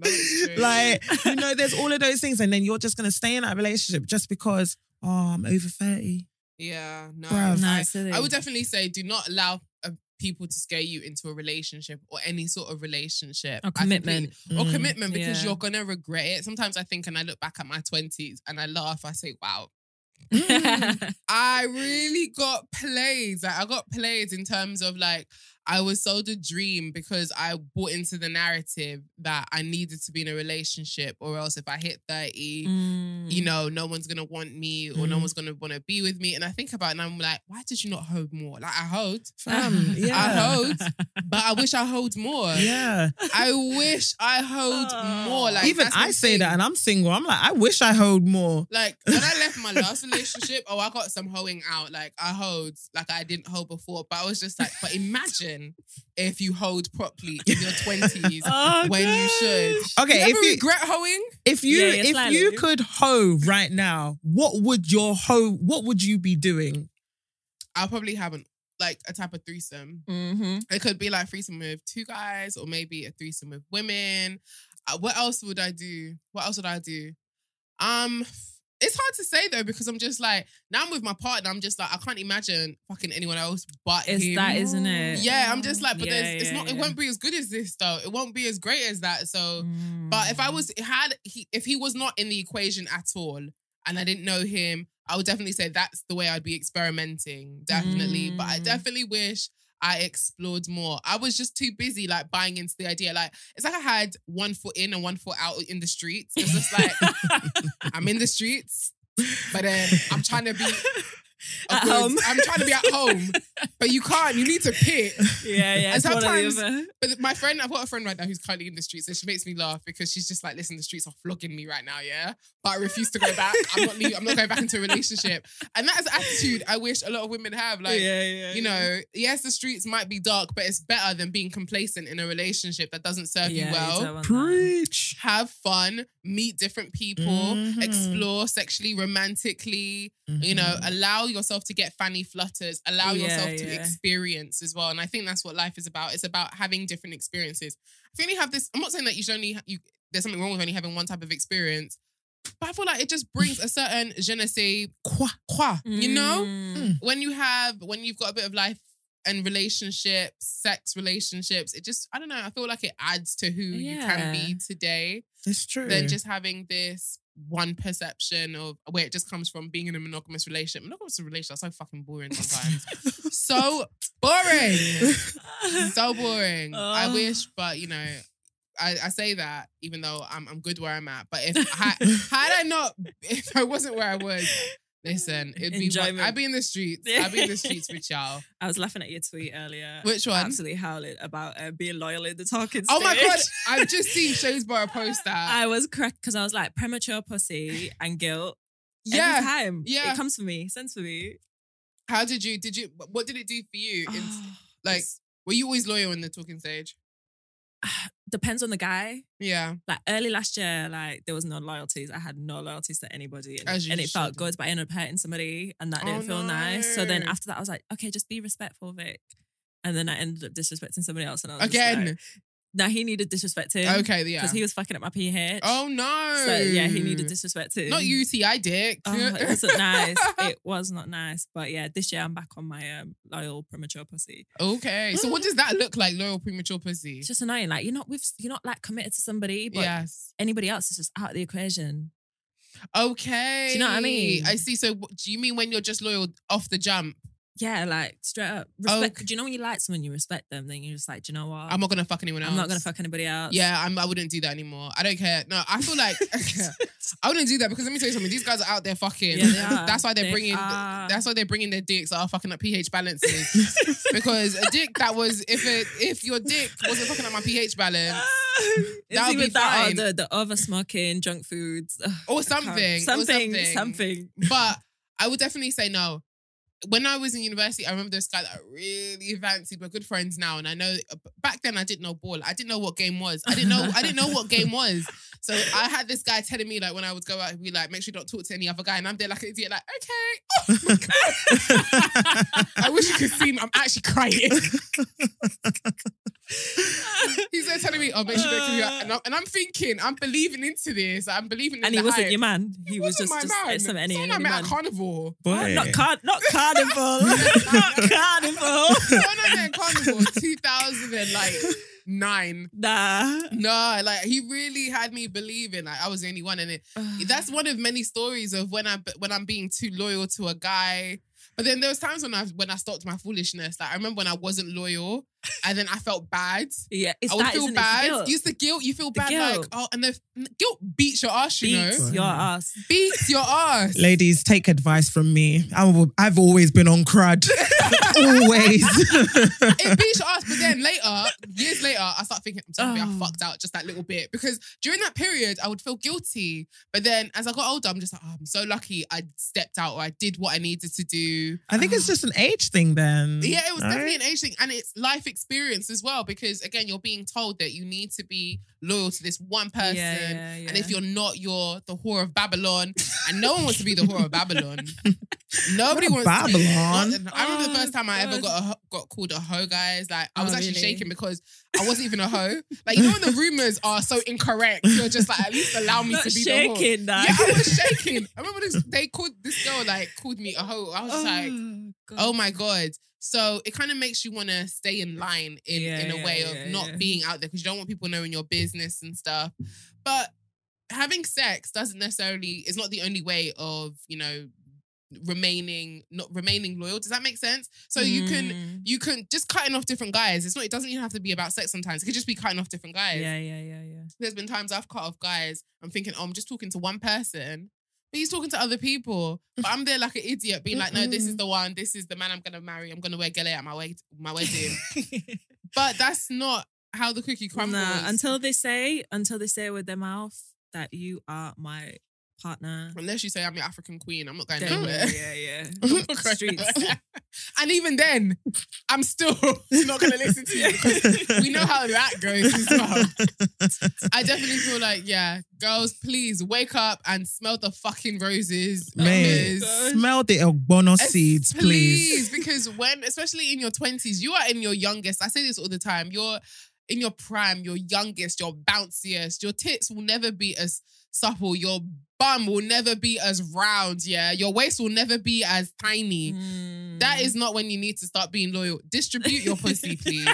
Speaker 1: is true.
Speaker 4: Like, you know, there's all of those things. And then you're just going to stay in that relationship just because, oh, I'm over 30.
Speaker 1: Yeah, no.
Speaker 4: Bruv.
Speaker 5: No,
Speaker 1: I,
Speaker 5: it's silly.
Speaker 1: I would definitely say do not allow uh, people to scare you into a relationship or any sort of relationship
Speaker 5: Or
Speaker 1: I completely-
Speaker 5: commitment.
Speaker 1: or
Speaker 4: Mm.
Speaker 1: commitment because
Speaker 5: Yeah.
Speaker 1: you're gonna regret it. Sometimes I think and I look back at my twenties and I laugh. I say, "Wow, I really got plays. Like I got plays in terms of like I was sold a dream because I bought into the narrative that I needed to be in a relationship or else if I hit
Speaker 5: (laughs)
Speaker 1: thirty, "Mm,
Speaker 5: Mm.
Speaker 1: you know, no one's gonna want me or no
Speaker 4: Mm.
Speaker 1: one's gonna want to be with me. And I think about it and I'm like, why did you not hold more? Like I hold,
Speaker 4: Fam, Mm,
Speaker 1: (laughs)
Speaker 4: yeah.
Speaker 1: I hold, but I wish I hold more.
Speaker 4: (laughs) Yeah.
Speaker 1: I wish I hold
Speaker 5: Oh.
Speaker 1: more. Like
Speaker 4: Even
Speaker 1: that's my
Speaker 4: I say
Speaker 1: thing.
Speaker 4: that and I'm single. I'm like, I wish I hold more.
Speaker 1: Like when I left my last relationship, oh, I got some hoeing out. Like I hoed like I didn't hoe before, but I was just like, but imagine if you hold properly in your twenties
Speaker 5: (laughs) Oh,
Speaker 1: when you should.
Speaker 4: Okay,
Speaker 1: you ever
Speaker 4: if you-
Speaker 1: regret hoeing,
Speaker 4: If you
Speaker 5: Yeah, yeah,
Speaker 4: if
Speaker 5: slightly.
Speaker 4: you could hoe right now, what would your hoe what would you be doing?
Speaker 1: I probably haven't like a type of threesome.
Speaker 5: Mm-hmm.
Speaker 1: It could be like threesome with two guys, or maybe a threesome with women. Uh, what else would I do? What else would I do? Um, it's hard to say though because I'm just like now I'm with my partner. I'm just like I can't imagine fucking anyone else but
Speaker 5: It's
Speaker 1: him.
Speaker 5: that, isn't it?
Speaker 1: Yeah, I'm just like, but
Speaker 5: Yeah,
Speaker 1: there's, it's
Speaker 5: yeah,
Speaker 1: not. It
Speaker 5: yeah.
Speaker 1: won't be as good as this though. It won't be as great as that. So, but if I
Speaker 5: Mm.
Speaker 1: was had he, if he was not in the equation at all, and I didn't know him, I would definitely say that's the way I'd be experimenting, definitely. But I
Speaker 5: Mm.
Speaker 1: definitely wish. I explored more. I was just too busy like buying into the idea. Like it's like I had one foot in and one foot out in the streets. It's just like I'm in the streets, but then I'm trying
Speaker 5: (laughs)
Speaker 1: to be a
Speaker 5: At
Speaker 1: good-
Speaker 5: home.
Speaker 1: I'm trying to be at home, but you can't. You need to pick.
Speaker 5: Mm. yeah, yeah.
Speaker 1: And
Speaker 5: it's one or the
Speaker 1: sometimes-
Speaker 5: (laughs) other.
Speaker 1: But my friend, I've got a friend right now who's currently in the streets, and she makes me laugh because she's just like, "Listen, the streets are flogging me right now, yeah." But I refuse to go back. I'm not. Leaving, I'm not going back into a relationship, and that is an attitude I wish a lot of women have. Like,
Speaker 5: yeah, yeah.
Speaker 1: you
Speaker 5: yeah.
Speaker 1: know, yes, the streets might be dark, but it's better than being complacent in a relationship that doesn't serve
Speaker 5: Yeah,
Speaker 1: you well
Speaker 5: don't want that.
Speaker 4: Preach.
Speaker 1: have fun, meet different people,
Speaker 5: Mm-hmm.
Speaker 4: Mhm.
Speaker 1: explore sexually, romantically, you know,
Speaker 4: Mm-hmm.
Speaker 1: allow yourself to get fanny flutters, allow
Speaker 5: Mm. Yeah,
Speaker 1: yourself to
Speaker 5: yeah.
Speaker 1: experience as well. And I think that's what life is about. It's about having different experiences. If you only have this, I'm not saying that you should only you there's something wrong with only having one type of experience, but I feel like it just brings
Speaker 5: (laughs)
Speaker 1: a certain je ne sais quoi, quoi you know?
Speaker 5: Mm.
Speaker 1: when you have when you've got a bit of life and relationships, sex relationships, it just I don't know. I feel like it adds to who you can
Speaker 5: Yeah.
Speaker 1: be today
Speaker 4: It's true.
Speaker 5: Mm.
Speaker 1: than just having this one perception of where it just comes from being in a monogamous relationship. Monogamous relationships are so fucking boring sometimes.
Speaker 5: (laughs)
Speaker 1: so boring. so boring. I
Speaker 5: Oh.
Speaker 1: wish, but you know. I, I say that even though I'm, I'm good where I'm at, but if
Speaker 5: (laughs)
Speaker 1: I, had I not, if I wasn't where I was, listen, it'd be one-
Speaker 5: Enjoyment.
Speaker 1: I'd be in the streets. I'd be in the streets with y'all.
Speaker 5: (laughs) (laughs) I was laughing at your tweet earlier.
Speaker 1: Which one?
Speaker 5: Absolutely howling about uh, being loyal in the talking
Speaker 1: Oh my
Speaker 5: stage.
Speaker 1: gosh, I've just seen Shadesborough
Speaker 5: (laughs)
Speaker 1: post that.
Speaker 5: I was correct because I was like premature pussy and guilt.
Speaker 1: yeah.
Speaker 5: Every time.
Speaker 1: Yeah.
Speaker 5: It comes for me. Sends for me.
Speaker 1: How did you? Did you? What did it do for you?
Speaker 5: Oh,
Speaker 1: in- like, were you always loyal in the talking stage?
Speaker 5: depends on the guy.
Speaker 1: Yeah.
Speaker 5: Like early last year, like there was no loyalties. I had no loyalties to anybody, and,
Speaker 1: As you
Speaker 5: and it felt
Speaker 1: should.
Speaker 5: good. But I ended up hurting somebody, and that
Speaker 1: Oh,
Speaker 5: didn't feel nice. So then
Speaker 1: no.
Speaker 5: after that, I was like, okay, just be respectful, Vic. And then I ended up disrespecting somebody else, and I was just
Speaker 1: Again.
Speaker 5: like- now he needed disrespecting.
Speaker 1: okay. Yeah.
Speaker 5: because he was fucking at my ph.
Speaker 1: oh no.
Speaker 5: so yeah, he needed disrespecting.
Speaker 1: Not UTI dick.
Speaker 5: Oh, it
Speaker 1: (laughs)
Speaker 5: wasn't nice. It was not nice. But yeah, this year I'm back on my um, loyal premature pussy.
Speaker 1: okay. So what does that look like? Loyal premature pussy.
Speaker 5: It's just annoying. Like you're not with, you're not like committed to somebody, but
Speaker 1: Yes.
Speaker 5: anybody else is just out of the equation.
Speaker 1: Okay.
Speaker 5: Do you know what I mean?
Speaker 1: I see. So what, do you mean when you're just loyal off the jump?
Speaker 5: Yeah, like straight up. Respect.
Speaker 1: Okay.
Speaker 5: Do you know when you like someone, you respect them, then you're just like, do you know what?
Speaker 1: I'm not gonna fuck anyone else.
Speaker 5: I'm not gonna fuck anybody else.
Speaker 1: Yeah, I'm, I wouldn't do that anymore. I don't care. No, I feel like (laughs) I wouldn't do that because let me tell you something. These guys are out there fucking.
Speaker 5: (laughs)
Speaker 1: (laughs)
Speaker 5: Yeah, they are.
Speaker 1: That's why they're
Speaker 5: They
Speaker 1: bringing.
Speaker 5: are. (laughs)
Speaker 1: That's why they're bringing their dicks that are fucking up pH balances. because a dick that was if it if your dick wasn't fucking up my pH balance That
Speaker 5: it's
Speaker 1: would
Speaker 5: even
Speaker 1: be
Speaker 5: that
Speaker 1: fine.
Speaker 5: or the, the over smoking, junk foods. Ugh,
Speaker 1: or
Speaker 5: I can't-
Speaker 1: something,
Speaker 5: Something.
Speaker 1: or something,
Speaker 5: Something.
Speaker 1: But I would definitely say no. When I was in university, I remember this guy that I really fancied. We're good uh, friends now, and I know back then I didn't know ball. I didn't know what game was. I didn't know. I didn't know what game was. So I had this guy telling me like when I would go out, he'd be like, make sure you don't talk to any other guy. And I'm there like an idiot, like, okay. Oh, my God. I wish you could see me. I'm actually
Speaker 5: (laughs)
Speaker 1: crying. He's there telling me, oh, make sure you don't talk to me. And I'm, and I'm thinking, I'm believing into this. I'm believing in
Speaker 5: And
Speaker 1: the
Speaker 5: he wasn't
Speaker 1: hype.
Speaker 5: your man. He, was
Speaker 1: wasn't
Speaker 5: just, just
Speaker 1: my man.
Speaker 5: some any
Speaker 1: Someone I
Speaker 5: enemy
Speaker 1: met
Speaker 5: man.
Speaker 1: at carnival.
Speaker 4: Boy.
Speaker 5: Not car,
Speaker 1: (laughs)
Speaker 5: not carnival, (laughs) not carnival.
Speaker 1: Someone I met at carnival, 2009.
Speaker 5: Nah,
Speaker 1: No, like he really had me believing like I was the only one in it. That's one of many stories of when I when I'm being too loyal to a guy. But then there was times when I when I stopped my foolishness. Like I remember when I wasn't loyal, and then I felt bad.
Speaker 5: yeah, it's
Speaker 1: I would
Speaker 5: that,
Speaker 1: Oh, feel
Speaker 5: isn't it?
Speaker 1: bad.
Speaker 5: Guilt.
Speaker 1: Use the guilt. You feel
Speaker 5: The
Speaker 1: bad. Like
Speaker 5: guilt.
Speaker 1: oh, and the guilt beats your ass. You
Speaker 5: Beats
Speaker 1: know,
Speaker 5: your ass.
Speaker 1: beats
Speaker 5: (laughs)
Speaker 1: your ass.
Speaker 4: Ladies, take advice from me. I will, I've always been on crud. always.
Speaker 1: it beats your ass. But then later, years later, I start thinking, I'm sorry,
Speaker 5: Oh.
Speaker 1: I fucked out just that little bit. Because during that period, I would feel guilty. But then as I got older, I'm just like, oh, I'm so lucky I stepped out or I did what I needed to
Speaker 5: Mm,
Speaker 1: do.
Speaker 4: (laughs) I think it's just an age thing then.
Speaker 1: Yeah, (laughs) it was
Speaker 4: No?
Speaker 1: definitely an age thing. And it's life experience as well, because again, you're being told that you need to be loyal to this one person.
Speaker 5: yeah,
Speaker 1: And if
Speaker 5: yeah.
Speaker 1: you're not, you're the whore of Babylon. and no one wants to be the whore of
Speaker 5: (laughs)
Speaker 1: Babylon. Nobody
Speaker 4: Not
Speaker 1: wants to be-
Speaker 4: Babylon.
Speaker 1: I remember the
Speaker 5: Oh,
Speaker 1: first time I ever
Speaker 5: God.
Speaker 1: got a, ho- got called a hoe, guys. Like I was
Speaker 5: Oh,
Speaker 1: actually
Speaker 5: really?
Speaker 1: shaking because I wasn't even a hoe. Like you know when the rumors are so incorrect, you're just like at least allow me
Speaker 5: Not
Speaker 1: to be the whore.
Speaker 5: shaking that.
Speaker 1: Yeah, I was shaking. I remember this, they called this girl like called me a hoe. I was just like,
Speaker 5: Mm-hmm.
Speaker 1: oh my god. So it kind of makes you want to stay in line in,
Speaker 5: Yeah,
Speaker 1: in a
Speaker 5: yeah,
Speaker 1: way
Speaker 5: yeah,
Speaker 1: of not
Speaker 5: yeah.
Speaker 1: being out there because you don't want people knowing your business and stuff. But having sex doesn't necessarily is not the only way of you know remaining not remaining loyal. Does that make sense? So you can
Speaker 5: Mm.
Speaker 1: you can just cutting off different guys. It's not it doesn't even have to be about sex. Sometimes it could just be cutting off different guys
Speaker 5: Yeah, yeah, yeah, yeah.
Speaker 1: there's been times I've cut off guys. I'm thinking, oh, I'm just talking to one person, but he's talking to other people.
Speaker 5: Mm.
Speaker 1: But I'm there like an idiot, being like, no, this is the one. This is the man I'm gonna marry. I'm gonna wear gele at my wed- my
Speaker 5: (laughs)
Speaker 1: wedding. but that's not how the cookie crumbles.
Speaker 5: Nah, until they say, until they say with their mouth that you are my partner.
Speaker 1: Unless you say I'm your African queen, I'm not going
Speaker 5: Then,
Speaker 1: nowhere. (laughs)
Speaker 5: yeah, yeah. Don't fuck streets.
Speaker 1: and even then, I'm still (laughs) not going to listen
Speaker 5: (laughs)
Speaker 1: to you because we know how that goes as well.
Speaker 4: (laughs)
Speaker 1: I definitely feel like, yeah, girls, please wake up and smell the fucking roses.
Speaker 4: Man,
Speaker 1: because-
Speaker 4: smell the Ogbono seeds, please.
Speaker 1: Because when, especially in your 20s, you are in your youngest. I say this all the time. You're in your prime, your youngest, your bounciest. Your tits will never be as supple. Your bum will never be as round. Yeah. Your waist will never be as tiny. That
Speaker 4: Mm-hmm.
Speaker 5: Mm.
Speaker 1: is not when you need to start being loyal. Distribute your
Speaker 4: (laughs)
Speaker 1: pussy, please.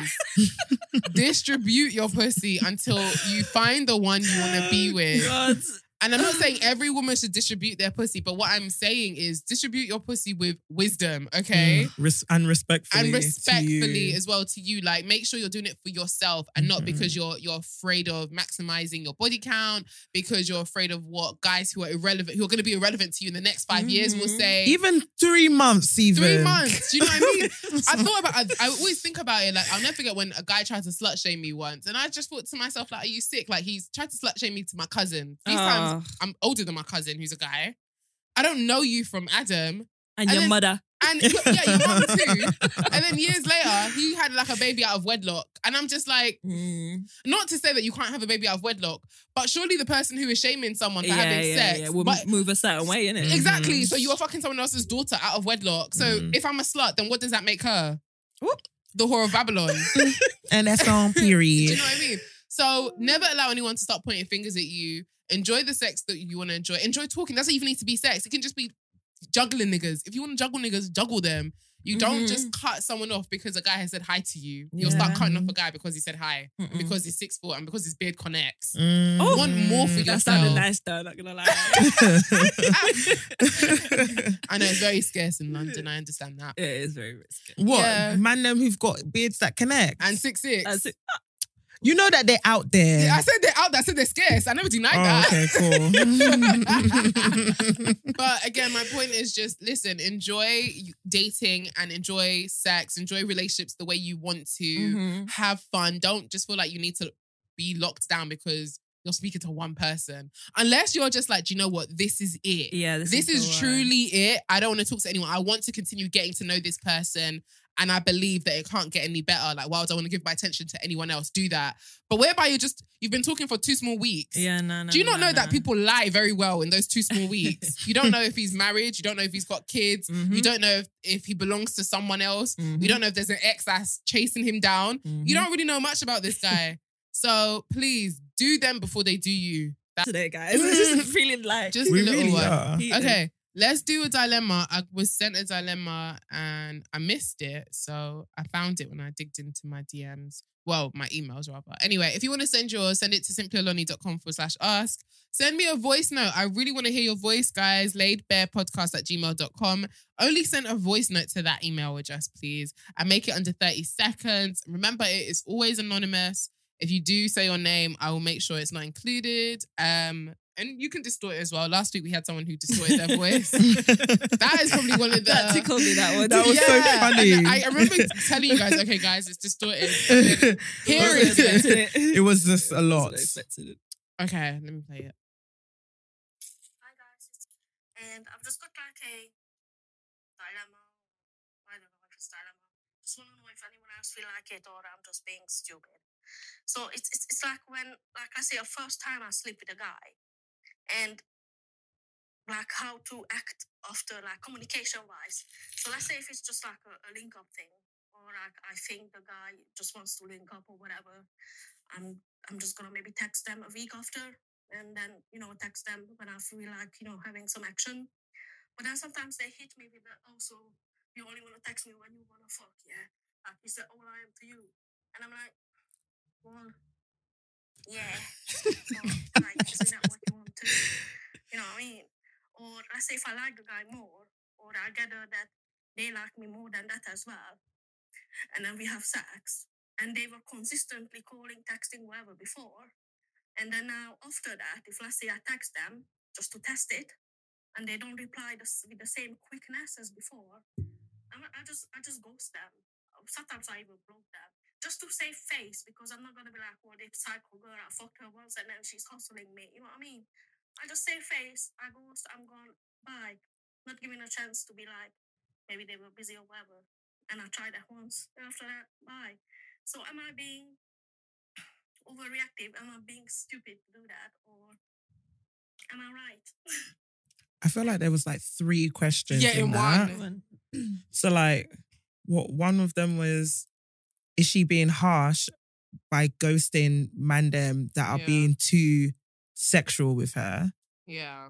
Speaker 1: Distribute your pussy until you find the one you want to
Speaker 4: (laughs)
Speaker 1: be (laughs) with.
Speaker 5: God.
Speaker 1: And I'm not saying every woman should distribute their pussy, but what I'm saying is distribute your pussy with wisdom, okay?
Speaker 4: Mm, res- and respectfully.
Speaker 1: And
Speaker 4: to
Speaker 1: respectfully
Speaker 4: you. Mm-hmm.
Speaker 1: as well to you. Like make sure you're doing it for yourself and not because you're you're afraid of maximizing your body count, because you're afraid of what guys who are irrelevant, who are gonna be irrelevant to you in the next 5 years will say.
Speaker 4: Mm-hmm. Even three months, even.
Speaker 1: Three months. Do you know what I
Speaker 4: (laughs)
Speaker 1: mean? I thought about. I, I always think about it. Like I'll never forget when a guy tried to slut shame me once, and I just thought to myself, like, "Are you sick?" Like he's tried to slut shame me to my cousin. These
Speaker 5: Ah,
Speaker 1: times I'm older than my cousin, who's a guy. I don't know you from Adam,
Speaker 5: And, your
Speaker 1: then-
Speaker 5: mother.
Speaker 1: and your- yeah, your mum too. And then years later, he had like a baby out of wedlock, and I'm just like, Mm. not to say that you can't have a baby out of wedlock, but surely the person who is shaming someone for
Speaker 5: Yeah, yeah,
Speaker 1: having
Speaker 5: yeah,
Speaker 1: sex,
Speaker 5: Will
Speaker 1: but-
Speaker 5: move a certain way, innit? Mm.
Speaker 1: Exactly. So you are fucking someone else's daughter out of wedlock. So if I'm a slut, then what does that make her? The whore of Babylon. Do
Speaker 4: And that's on
Speaker 1: you (laughs)
Speaker 4: period.
Speaker 1: know what I mean? So never allow anyone to start pointing fingers at you. Enjoy the sex that you want to enjoy. Enjoy talking. That's not even need to be sex. It can just be juggling niggas. If you want to juggle niggas, juggle them. You don't
Speaker 5: Mhm.
Speaker 1: just cut someone off because a guy has said hi to you. You'll
Speaker 5: Yeah. Mm.
Speaker 1: start cutting off a guy because he said hi,
Speaker 5: Mm-mm.
Speaker 1: because he's six foot, and because his beard
Speaker 4: (laughs)
Speaker 1: connects. (laughs)
Speaker 4: Mm.
Speaker 5: Oh,
Speaker 1: want more for
Speaker 5: That
Speaker 1: yourself.
Speaker 5: sounded nice though, not gonna lie.
Speaker 4: Mm.
Speaker 1: (laughs)
Speaker 4: (laughs)
Speaker 1: I know it's very scarce in London. I understand that.
Speaker 5: it is very
Speaker 1: (laughs)
Speaker 5: risky.
Speaker 4: what?
Speaker 1: Yeah.
Speaker 4: Man, them who've got beards that connect.
Speaker 1: And six six.
Speaker 5: That's it.
Speaker 4: you know that they're out there.
Speaker 1: Yeah, I said they're out there. I said they're scarce. I never denied
Speaker 4: Oh,
Speaker 1: that.
Speaker 4: okay,
Speaker 1: (laughs)
Speaker 4: (laughs) cool.
Speaker 1: But again, my point is just listen, enjoy dating and enjoy sex, enjoy relationships the way you want to.
Speaker 5: Mhm.
Speaker 1: Have fun. Don't just feel like you need to be locked down because you're speaking to one person. Unless you're just like, Do you know what? This is it.
Speaker 5: Yeah,
Speaker 1: This, is,
Speaker 5: the one.
Speaker 1: truly it. I don't want to talk to anyone. I want to continue getting to know this person and I believe that it can't get any better. Like, why would I want to give my attention to anyone else? Do that. But whereby you just you've been talking for two small weeks.
Speaker 5: Yeah, no, no.
Speaker 1: Do you
Speaker 5: no,
Speaker 1: not
Speaker 5: no,
Speaker 1: know that
Speaker 5: no.
Speaker 1: people lie very well in those two small weeks? you don't know if he's married. You don't know if he's got kids. You
Speaker 5: Mhm.
Speaker 1: don't know if, if he belongs to someone else.
Speaker 5: Mhm.
Speaker 1: You don't know if there's an ex that's chasing him down.
Speaker 5: Mm-hmm.
Speaker 1: You don't really know much about this guy. so please do them before they do you.
Speaker 5: today, guys. (laughs) It's just feeling like
Speaker 1: Just
Speaker 4: We
Speaker 1: a little
Speaker 4: really
Speaker 1: one.
Speaker 4: are.
Speaker 5: Heated.
Speaker 1: Okay, let's do a dilemma. I was sent a dilemma and I missed it. So I found it when I digged into my DMs. Well, my emails rather. Anyway, if you want to send yours, send it to simplyaloni.com forward slash ask. Send me a voice note. I really want to hear your voice, guys. Laidbarepodcast at gmail.com. Only send a voice note to that email address, please. And make it under 30 seconds. Remember, it is always anonymous. If you do say your name, I will make sure it's not included. Um, and you can distort it as well. Last week we had someone who distorted their
Speaker 4: (laughs)
Speaker 1: voice. That is probably one of the
Speaker 5: that tickled me that one.
Speaker 4: That was so funny.
Speaker 1: and I
Speaker 4: (laughs)
Speaker 1: remember telling you guys, okay, guys, it's distorted. Here
Speaker 5: Wasn't
Speaker 1: (laughs) it is.
Speaker 5: expecting it.
Speaker 4: (laughs) It was just a lot.
Speaker 5: Wasn't expecting it.
Speaker 1: Okay, let me play it.
Speaker 6: Hi guys, it's and I've just got like a dilemma. I don't know if it's dilemma. Just want to know if anyone else feel like it or I'm just being stupid. So it's it's, it's like when like I say, a first time I sleep with a guy, and like how to act after like communication wise. So let's say if it's just like a, a link up thing, or like I think the guy just wants to link up or whatever. I'm I'm just gonna maybe text them a week after and then you know text them when I feel like you know having some action. But then sometimes they hit me with the also you only want to text me when you want to fuck, yeah. Like is that all I am to you? And I'm like, well, yeah. But, like, isn't that what you want to? You know what I mean? Or I say if I like the guy more, or I gather that they like me more than that as well, and then we have sex. And they were consistently calling, texting, whatever before. And then now after that, if let's say I text them just to test it, and they don't reply the, s- with the same quickness as before, I'm, I just I just ghost them. Sometimes I even block them just to save face because I'm not gonna be like, well, that psycho girl, I fucked her once and then she's hustling me. You know what I mean? I just save face. I ghost. I'm gone. Bye. Not giving a chance to be like, maybe they were busy or whatever. And I tried that once. And after that, bye. So am I being (clears throat) overreactive? Am I being stupid to do that? Or am I right?
Speaker 4: I feel like there was like three questions.
Speaker 1: Yeah,
Speaker 4: in
Speaker 1: in
Speaker 4: that.
Speaker 1: one.
Speaker 4: So like, what one of them was, is she being harsh by ghosting mandem that are
Speaker 1: Yeah.
Speaker 4: being too sexual with her?
Speaker 1: Yeah.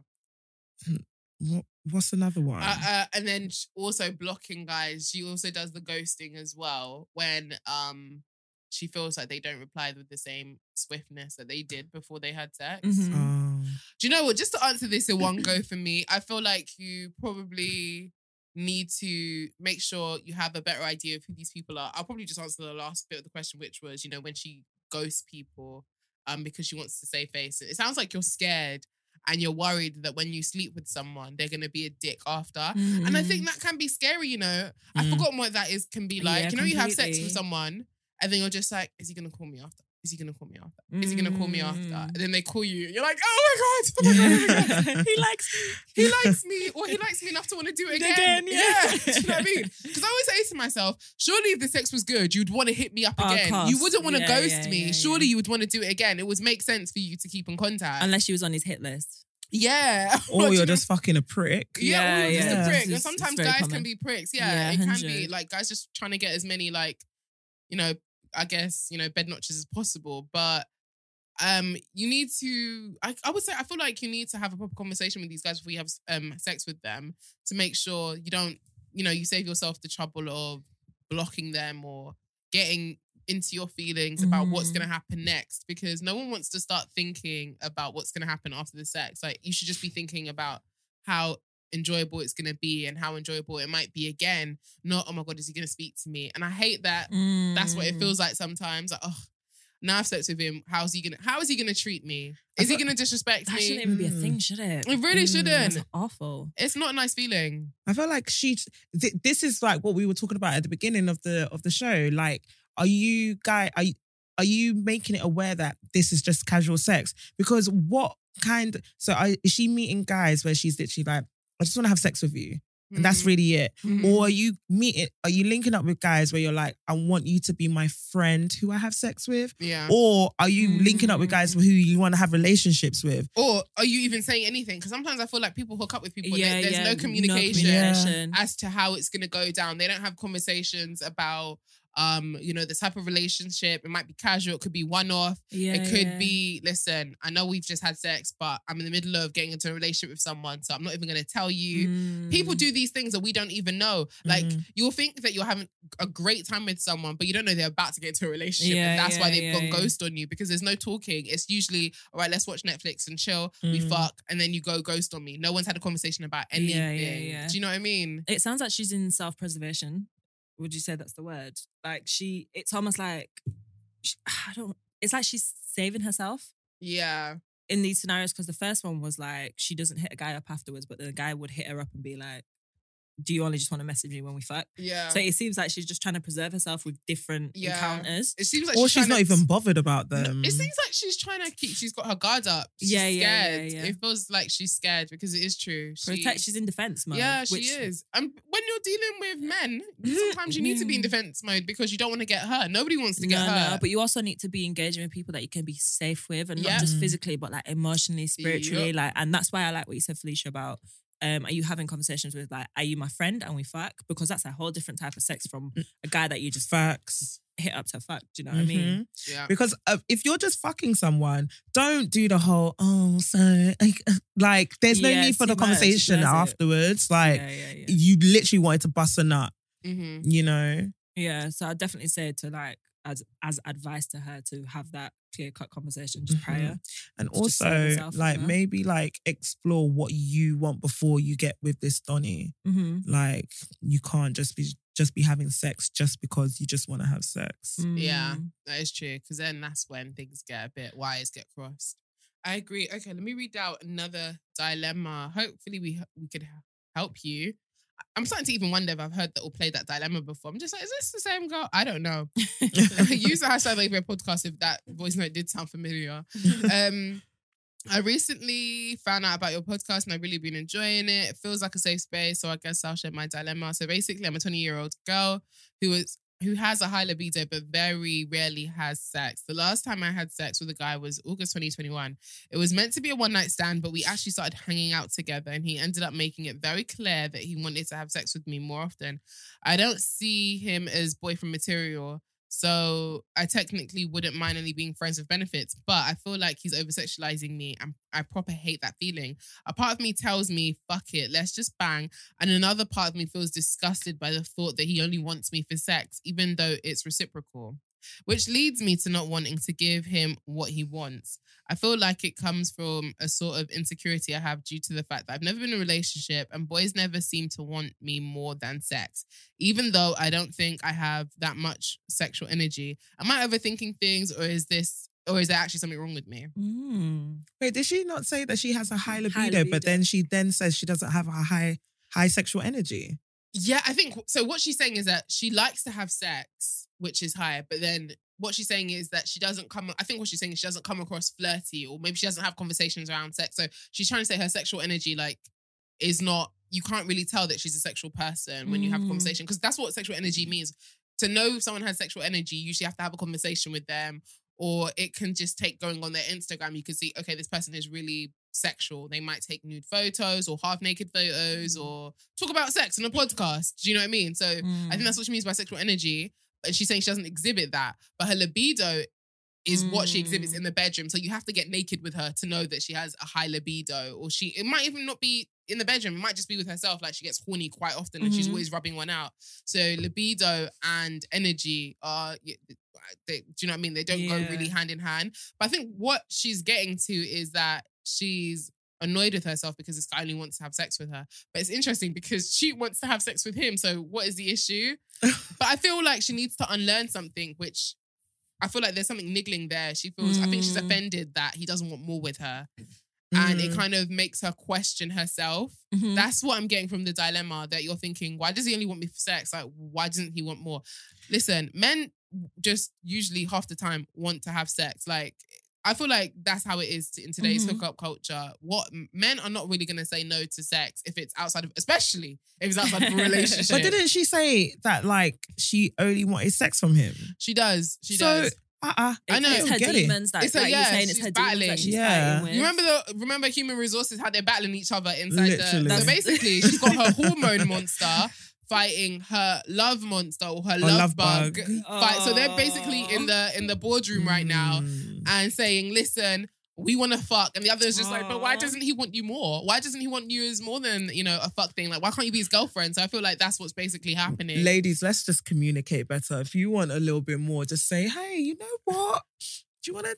Speaker 4: What What's another one?
Speaker 1: Uh, uh, and then sh- also blocking guys. She also does the ghosting as well when um she feels like they don't reply with the same swiftness that they did before they had sex.
Speaker 5: Mhm.
Speaker 4: Oh.
Speaker 1: Do you know what? Just to answer this in one go for me, I feel like you probably need to make sure you have a better idea of who these people are. I'll probably just answer the last bit of the question, which was, you know, when she ghosts people, um, because she wants to save face. It sounds like you're scared and you're worried that when you sleep with someone, they're gonna be a dick after. And I think that can be scary, you know. I
Speaker 5: Mm.
Speaker 1: forgot what that is can be like.
Speaker 5: Yeah,
Speaker 1: you know, you have sex with
Speaker 5: completely.
Speaker 1: someone and then you're just like, is he gonna call me after? Is he gonna call me after? Is he gonna call me after?
Speaker 5: Mm.
Speaker 1: And then they call you. You're like, oh my god,
Speaker 5: (laughs)
Speaker 1: (laughs) oh my god, oh my god.
Speaker 5: he likes
Speaker 1: (laughs) He
Speaker 4: (laughs)
Speaker 1: likes me, or he likes me enough to want to do it again.
Speaker 5: Again, yeah.
Speaker 1: (laughs) Do you know what I
Speaker 5: (laughs)
Speaker 1: mean? Because I always say to myself, surely if the sex was good, you'd want to hit me up
Speaker 5: Oh, of
Speaker 1: again. you
Speaker 5: course.
Speaker 1: wouldn't want to
Speaker 5: Yeah,
Speaker 1: ghost
Speaker 5: yeah,
Speaker 1: me.
Speaker 5: yeah,
Speaker 1: surely
Speaker 5: yeah.
Speaker 1: you would want to do it again. It would make sense for you to keep in contact.
Speaker 5: unless she was on his hit list.
Speaker 1: yeah. (laughs)
Speaker 4: Or
Speaker 1: Do you
Speaker 4: "Oh, you're
Speaker 1: know-
Speaker 4: just fucking a prick.
Speaker 1: yeah,
Speaker 5: Yeah,
Speaker 1: or you're just
Speaker 4: yeah.
Speaker 1: a prick.
Speaker 5: It's-
Speaker 1: And
Speaker 5: it's
Speaker 1: sometimes
Speaker 5: very
Speaker 1: guys can
Speaker 5: common.
Speaker 1: be pricks. Yeah,
Speaker 5: Yeah,
Speaker 1: it can be
Speaker 5: 100.
Speaker 1: like guys just trying to get as many like, you know, I guess you know bed notches as possible. But um, you need to. I, I would say I feel like you need to have a proper conversation with these guys before you have um sex with them to make sure you don't, you know, you save yourself the trouble of blocking them or getting into your feelings about what's
Speaker 5: Mhm.
Speaker 1: going to happen next because no one wants to start thinking about what's going to happen after the sex. Like you should just be thinking about how enjoyable it's going to be and how enjoyable it might be again. Not oh my god, is he going to speak to me? And I hate that.
Speaker 5: Mm.
Speaker 1: That's what it feels like sometimes. Like oh, now I've slept with him. How's he gonna? How is he gonna treat me? Is he gonna disrespect
Speaker 5: That shouldn't
Speaker 1: me?
Speaker 5: even be a
Speaker 4: Mm.
Speaker 5: thing, should it?
Speaker 1: It really shouldn't.
Speaker 5: Mm, That's awful.
Speaker 1: It's not a nice feeling.
Speaker 4: I feel like she. Th- this is like what we were talking about at the beginning of the of the show. Like, are you guy? Are you, are you making it aware that this is just casual sex? Because what kind? So, I, is she meeting guys where she's literally like, I just want to have sex with you, and that's
Speaker 1: Mhm.
Speaker 4: really it.
Speaker 1: Mhm.
Speaker 4: Or are you meeting? Are you linking up with guys where you're like, I want you to be my friend who I have sex with?
Speaker 1: yeah. Mm.
Speaker 4: Or are you linking up with guys who you want to have relationships with?
Speaker 1: Or are you even saying anything? Because sometimes I feel like people hook up with people.
Speaker 5: yeah,
Speaker 1: there- there's
Speaker 5: yeah,
Speaker 1: no communication
Speaker 5: communication.
Speaker 1: as to how it's going to go down. They don't have conversations about, um, you know, the type of relationship. It might be casual. It could be one off.
Speaker 5: Yeah,
Speaker 1: it could
Speaker 5: yeah.
Speaker 1: be. Listen, I know we've just had sex, but I'm in the middle of getting into a relationship with someone, so I'm not even going to tell you. People
Speaker 5: Mm. Mm-hmm.
Speaker 1: do these things that we don't even know. Like
Speaker 4: Mhm.
Speaker 1: you'll think that you're having a great time with someone, but you don't know they're about to get into a relationship,
Speaker 5: Yeah,
Speaker 1: and that's why
Speaker 5: yeah,
Speaker 1: they've
Speaker 5: yeah,
Speaker 1: gone
Speaker 5: yeah.
Speaker 1: ghost on you because there's no talking. It's usually all right. Let's watch Netflix and chill. We
Speaker 4: Mm.
Speaker 1: fuck, and then you go ghost on me. No one's had a conversation about anything.
Speaker 5: yeah, yeah.
Speaker 1: Do you know what I mean?
Speaker 5: It sounds like she's in self preservation. Would you say that's the word? Like she, it's almost like sh (sighs) I don't. It's like she's saving herself
Speaker 1: Yeah,
Speaker 5: in these scenarios because the first one was like she doesn't hit a guy up afterwards, but the guy would hit her up and be like, "Do you only just want to message me when we fuck?"
Speaker 1: yeah.
Speaker 5: So it seems like she's just trying to preserve herself with different
Speaker 1: Yeah.
Speaker 5: encounters.
Speaker 1: it seems like
Speaker 4: or
Speaker 1: she's,
Speaker 4: she's
Speaker 1: trying
Speaker 4: not
Speaker 1: to-
Speaker 4: even bothered about
Speaker 1: No,
Speaker 4: them.
Speaker 1: It seems like she's trying to keep. She's got her guard up. She's
Speaker 5: Yeah, yeah, yeah,
Speaker 1: scared.
Speaker 5: yeah.
Speaker 1: It feels like she's scared because it is true. She,
Speaker 5: Protect. She's in defense mode.
Speaker 1: Yeah, she
Speaker 5: which-
Speaker 1: is. And when you're dealing with
Speaker 5: (laughs)
Speaker 1: men, sometimes you need to be in defense mode because you don't want to get hurt. Nobody wants to
Speaker 5: Mm. No,
Speaker 1: get hurt.
Speaker 5: no, but you also need to be engaging with people that you can be safe with, and
Speaker 1: Yeah.
Speaker 5: not just physically, but like emotionally, spiritually,
Speaker 1: Yup.
Speaker 5: like. And that's why I like what you said, Felicia, about um, are you having conversations with like, are you my friend and we fuck? Because that's a whole different type of sex from
Speaker 1: Mm.
Speaker 5: a guy that you just
Speaker 4: facts.
Speaker 5: hit up to fuck. Do you know what I mean?
Speaker 1: yeah.
Speaker 4: Because uh, if you're just fucking someone, don't do the whole oh so like, like there's no
Speaker 5: Yeah,
Speaker 4: need for
Speaker 5: too
Speaker 4: the
Speaker 5: much,
Speaker 4: conversation
Speaker 5: does it?
Speaker 4: afterwards. Like
Speaker 5: yeah, yeah, yeah.
Speaker 4: you literally wanted to bust a nut,
Speaker 1: hmm
Speaker 4: you know.
Speaker 5: Yeah, so I definitely say to like as as advice to her to have that clear cut conversation just
Speaker 4: Mhm.
Speaker 5: prior.
Speaker 4: And
Speaker 5: To just save
Speaker 4: also
Speaker 5: yourself as
Speaker 4: like
Speaker 5: well.
Speaker 4: maybe like explore what you want before you get with this Donny.
Speaker 5: Mm-hmm.
Speaker 4: Like you can't just be just be having sex just because you just want to have sex.
Speaker 5: Mm-hmm.
Speaker 1: Yeah. That is true. Because then that's when things get a bit wires get crossed. I agree. Okay, let me read out another dilemma. Hopefully, we we could h- help you. I- I'm starting to even wonder if I've heard that or played that dilemma before. I'm just like, is this the same girl? I don't know. (laughs)
Speaker 5: Mm.
Speaker 4: (laughs)
Speaker 5: (laughs)
Speaker 1: Use the hashtag Labour podcast if that voice note did sound familiar. Um, I recently found out about your podcast and I've really been enjoying it. It feels like a safe space, so I guess I'll share my dilemma. So basically, I'm a 20 year old girl who is who has a high libido but very rarely has sex. The last time I had sex with a guy was August 2021. It was meant to be a one night stand, but we actually started hanging out together and he ended up making it very clear that he wanted to have sex with me more often. I don't see him as boyfriend material. So I technically wouldn't mind only being friends with benefits, but I feel like he's over sexualizing me and I proper hate that feeling. A part of me tells me, fuck it, let's just bang. And another part of me feels disgusted by the thought that he only wants me for sex, even though it's reciprocal, which leads me to not wanting to give him what he wants. I feel like it comes from a sort of insecurity I have due to the fact that I've never been in a relationship and boys never seem to want me more than sex even though I don't think I have that much sexual energy. Am I overthinking things or is this or is there actually something wrong with me?
Speaker 5: Mm.
Speaker 4: Wait, did she not say that she has a high libido,
Speaker 5: High
Speaker 4: but
Speaker 5: libido.
Speaker 4: then she then says she doesn't have a high high sexual energy?
Speaker 1: Yeah, I think so. What she's saying is that she likes to have sex, which is high, but then what she's saying is that she doesn't come. I think what she's saying is she doesn't come across flirty, or maybe she doesn't have conversations around sex. So she's trying to say her sexual energy, like, is not. You can't really tell that she's a sexual person when you have a
Speaker 5: Mm.
Speaker 1: conversation, because that's what sexual energy means. To know if someone has sexual energy, you usually have to have a conversation with them, or it can just take going on their Instagram. You can see, okay, this person is really sexual. They might take nude photos or half naked photos, or talk about sex in a podcast. Do you know what I mean? So
Speaker 5: Mm-hmm. Mm.
Speaker 1: I think that's what she means by sexual energy. And she's saying she doesn't exhibit that, but her libido is what she exhibits
Speaker 5: Mm.
Speaker 1: in the bedroom. So you have to get naked with her to know that she has a high libido, or she it might even not be in the bedroom. It might just be with herself. Like she gets horny quite often, and she's
Speaker 5: Mhm.
Speaker 1: always rubbing one out. So libido and energy are. They, do you know what I mean? They don't go
Speaker 5: Yeah.
Speaker 1: really hand in hand. But I think what she's getting to is that she's annoyed with herself because this guy only wants to have sex with her. But it's interesting because she wants to have sex with him. So what is the issue? but I feel like she needs to unlearn something, which I feel like there's something niggling there. She feels, I think she's
Speaker 5: Mm.
Speaker 1: offended that he doesn't want more with her. And it kind of makes her question herself.
Speaker 5: Mhm.
Speaker 1: That's what I'm getting from the dilemma that you're thinking, why does he only want me for sex? Like, why doesn't he want more? Listen, men just usually half the time want to have sex. Like, I feel like that's how it is to, in today's
Speaker 4: Mm-hmm.
Speaker 1: hookup culture. What men are not really going to say no to sex if it's outside of, especially if it's
Speaker 4: (laughs)
Speaker 1: outside of a relationship.
Speaker 4: But didn't she say that like she only wanted sex from him?
Speaker 1: she does? She
Speaker 4: so,
Speaker 1: does.
Speaker 4: Uh-uh,
Speaker 1: I know.
Speaker 5: It's
Speaker 4: don't
Speaker 5: her
Speaker 4: get it.
Speaker 5: demons that,
Speaker 1: It's her-
Speaker 5: like you're
Speaker 1: yeah,
Speaker 5: saying it's
Speaker 1: she's
Speaker 5: her demons
Speaker 1: battling.
Speaker 5: that she's
Speaker 4: Yeah.
Speaker 5: fighting with.
Speaker 1: You remember the remember human resources how they're battling each other inside
Speaker 4: Literally. (laughs)
Speaker 1: the. So
Speaker 4: That's-
Speaker 1: basically, she's got her hormone
Speaker 4: (laughs)
Speaker 1: monster fighting her love monster or her love,
Speaker 4: love
Speaker 1: bug.
Speaker 4: bug.
Speaker 1: Fight. So they're basically in the in the boardroom right now
Speaker 4: Mm.
Speaker 1: and saying, "Listen." We want to fuck, and the other is just like, but why
Speaker 5: Aw.
Speaker 1: doesn't he want you more? Why doesn't he want you as more than you know a fuck thing? Like, why can't you be his girlfriend? So I feel like that's what's basically happening.
Speaker 4: Ladies, let's just communicate better. If you want a little bit more, just say, hey, you know what? Do you want to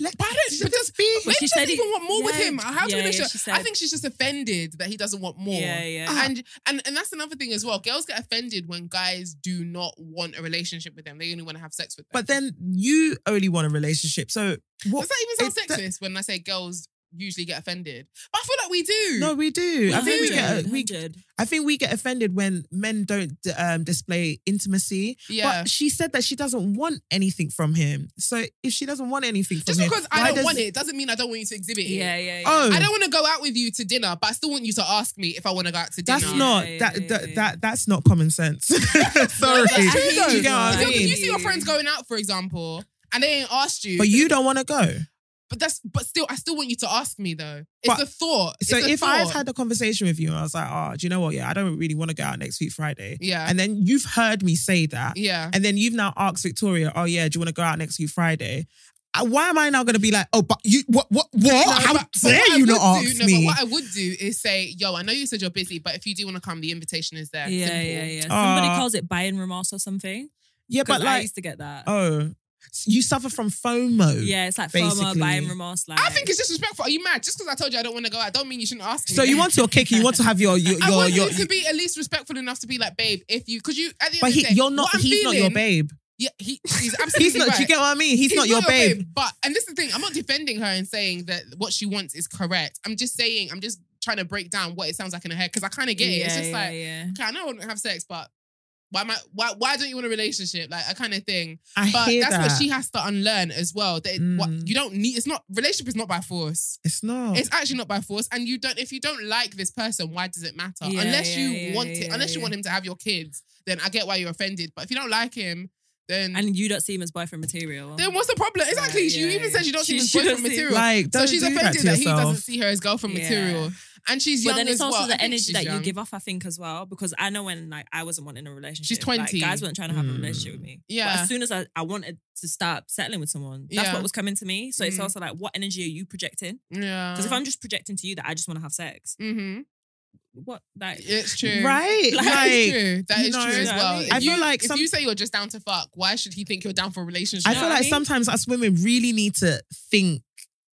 Speaker 4: let
Speaker 1: Why don't-
Speaker 4: should
Speaker 1: because-
Speaker 4: this be?
Speaker 5: But
Speaker 1: Maybe she
Speaker 5: she
Speaker 1: doesn't
Speaker 5: said it-
Speaker 1: even want more with
Speaker 5: yeah,
Speaker 1: him. How do
Speaker 5: yeah,
Speaker 1: we know?
Speaker 5: yeah,
Speaker 1: she-
Speaker 5: she
Speaker 1: I
Speaker 5: said-
Speaker 1: think she's just offended that he doesn't want more.
Speaker 5: Yeah, yeah.
Speaker 1: And and and that's another thing as well. Girls get offended when guys do not want a relationship with them. They only want to have sex with them.
Speaker 4: But then you only want a relationship. So what?
Speaker 1: does that even sound
Speaker 4: it- that-
Speaker 1: sexist when I say girls usually get offended? But I feel like we do.
Speaker 4: No, we do.
Speaker 5: Oh.
Speaker 4: I think we get uh, we.
Speaker 5: did.
Speaker 4: I think we get offended when men don't um, display intimacy.
Speaker 1: yeah.
Speaker 4: But she said that she doesn't want anything from him. So if she doesn't want anything from
Speaker 1: just
Speaker 4: him,
Speaker 1: because I
Speaker 4: why
Speaker 1: don't
Speaker 4: does-
Speaker 1: want it doesn't mean I don't want you to exhibit it.
Speaker 5: Yeah, yeah, yeah.
Speaker 4: Oh,
Speaker 1: I don't want to go out with you to dinner, but I still want you to ask me if I want to go out to dinner.
Speaker 4: that's
Speaker 5: Yeah,
Speaker 4: not
Speaker 5: yeah,
Speaker 4: that,
Speaker 5: yeah,
Speaker 4: that
Speaker 5: yeah.
Speaker 4: that that's not common sense. (laughs) Sorry,
Speaker 1: That's true,
Speaker 4: Do you
Speaker 1: though.
Speaker 4: get what I
Speaker 1: Because if
Speaker 4: mean?
Speaker 1: you see your friends going out, for example, and they ain't asked you,
Speaker 4: But you don't want to go.
Speaker 1: But that's but still, I still want you to ask me though. It's
Speaker 4: But-
Speaker 1: a thought. It's
Speaker 4: So
Speaker 1: a
Speaker 4: if
Speaker 1: thought.
Speaker 4: I've had a conversation with you and I was like, oh, do you know what? Yeah, I don't really want to go out next week Friday.
Speaker 1: yeah,
Speaker 4: And then you've heard me say that.
Speaker 1: yeah,
Speaker 4: And then you've now asked Victoria, oh yeah, do you want to go out next week Friday? Uh, Why am I now going to be like, oh, but you, what, what, what?
Speaker 1: No,
Speaker 4: How
Speaker 1: but- but
Speaker 4: dare
Speaker 1: what I
Speaker 4: you not
Speaker 1: would do-
Speaker 4: ask
Speaker 1: no, But
Speaker 4: me?
Speaker 1: what I would do is say, "Yo, I know you said you're busy, but if you do want to come, the invitation is there."
Speaker 5: Yeah,
Speaker 1: Simple. Ah.
Speaker 5: yeah, yeah. Somebody
Speaker 4: Aw.
Speaker 5: calls it buying remorse or something.
Speaker 4: yeah, but
Speaker 5: 'Cause I
Speaker 4: like,
Speaker 5: used to get that.
Speaker 4: oh, you suffer from FOMO.
Speaker 5: yeah, it's like
Speaker 4: basically.
Speaker 5: FOMO, buying remorse. Like
Speaker 1: I think it's disrespectful. Are you mad? Just because I told you I don't want to go out, don't mean you shouldn't ask me.
Speaker 4: So you want your cake, you want to have your, your,
Speaker 1: (laughs) I
Speaker 4: your,
Speaker 1: want
Speaker 4: your,
Speaker 1: you to be at least respectful enough to be like, babe, if you, because you at the end
Speaker 4: but
Speaker 1: of the
Speaker 4: he,
Speaker 1: day,
Speaker 4: you're not,
Speaker 1: what I'm
Speaker 4: he's not your
Speaker 1: feeling- (laughs)
Speaker 4: babe.
Speaker 1: Yeah, he, he's absolutely
Speaker 4: (laughs) He's not,
Speaker 1: right.
Speaker 4: do you get what I mean? He's, not, your babe.
Speaker 1: But and this is the thing, I'm not defending her and saying that what she wants is correct. I'm just saying, I'm just trying to break down what it sounds like in her head because I kind of get it. It's
Speaker 5: Yeah,
Speaker 1: just
Speaker 5: yeah,
Speaker 1: like,
Speaker 5: yeah.
Speaker 1: okay, I know I want to have sex, but why am I, why why don't you want a relationship? Like a kind of thing.
Speaker 4: I
Speaker 1: But
Speaker 4: hear
Speaker 1: that's
Speaker 4: that.
Speaker 1: what she has to unlearn as well. That it, what,
Speaker 4: Mm.
Speaker 1: you don't need. It's not relationship is not by force.
Speaker 4: It's
Speaker 5: Oh.
Speaker 4: not.
Speaker 1: It's actually not by force. And you don't if you don't like this person, why does it matter?
Speaker 5: Yeah,
Speaker 1: unless
Speaker 5: yeah,
Speaker 1: you
Speaker 5: yeah,
Speaker 1: want it,
Speaker 5: yeah,
Speaker 1: unless you
Speaker 5: yeah.
Speaker 1: want him to have your kids, then I get why you're offended. But if you don't like him, then
Speaker 5: And you don't see him as boyfriend material.
Speaker 1: then what's the problem? Exactly.
Speaker 5: Yeah,
Speaker 1: you
Speaker 5: yeah,
Speaker 1: even
Speaker 5: yeah.
Speaker 1: said you don't see
Speaker 5: She-
Speaker 1: him as
Speaker 5: she
Speaker 1: boyfriend
Speaker 5: doesn't-
Speaker 1: material.
Speaker 4: like,
Speaker 1: so
Speaker 4: don't
Speaker 1: she's
Speaker 4: do that
Speaker 1: offended
Speaker 4: to
Speaker 1: that, he
Speaker 4: yourself.
Speaker 1: doesn't see her as girlfriend
Speaker 5: Yeah.
Speaker 1: material. And she's young
Speaker 5: But then it's
Speaker 1: as
Speaker 5: also
Speaker 1: well. I
Speaker 5: the
Speaker 1: think
Speaker 5: energy
Speaker 1: she's
Speaker 5: that
Speaker 1: young.
Speaker 5: you give off, I think, as well. Because I know when like I wasn't wanting a relationship.
Speaker 1: She's
Speaker 5: like,
Speaker 1: 20.
Speaker 5: guys weren't trying to have a
Speaker 4: Mm.
Speaker 5: relationship with me. But
Speaker 1: Yeah.
Speaker 5: as soon as I, I wanted to start settling with someone, that's
Speaker 1: Yeah.
Speaker 5: what was coming to me. So it's
Speaker 1: Mm. Uh-huh.
Speaker 5: also like, what energy are you projecting?
Speaker 1: Yeah.
Speaker 5: Because if I'm just projecting to you that I just want to have sex,
Speaker 1: hmm
Speaker 5: what like
Speaker 1: It's true.
Speaker 4: Right?
Speaker 1: That
Speaker 4: Like,
Speaker 1: is true. That
Speaker 4: you
Speaker 1: is
Speaker 4: know,
Speaker 1: true as
Speaker 5: I
Speaker 1: well.
Speaker 5: mean-
Speaker 1: If
Speaker 4: I feel
Speaker 1: you-
Speaker 4: like
Speaker 1: if
Speaker 4: some-
Speaker 1: you say you're just down to fuck, why should he think you're down for a relationship?
Speaker 4: I
Speaker 5: know
Speaker 4: feel
Speaker 5: what I
Speaker 4: like
Speaker 5: mean?
Speaker 4: sometimes us women really need to think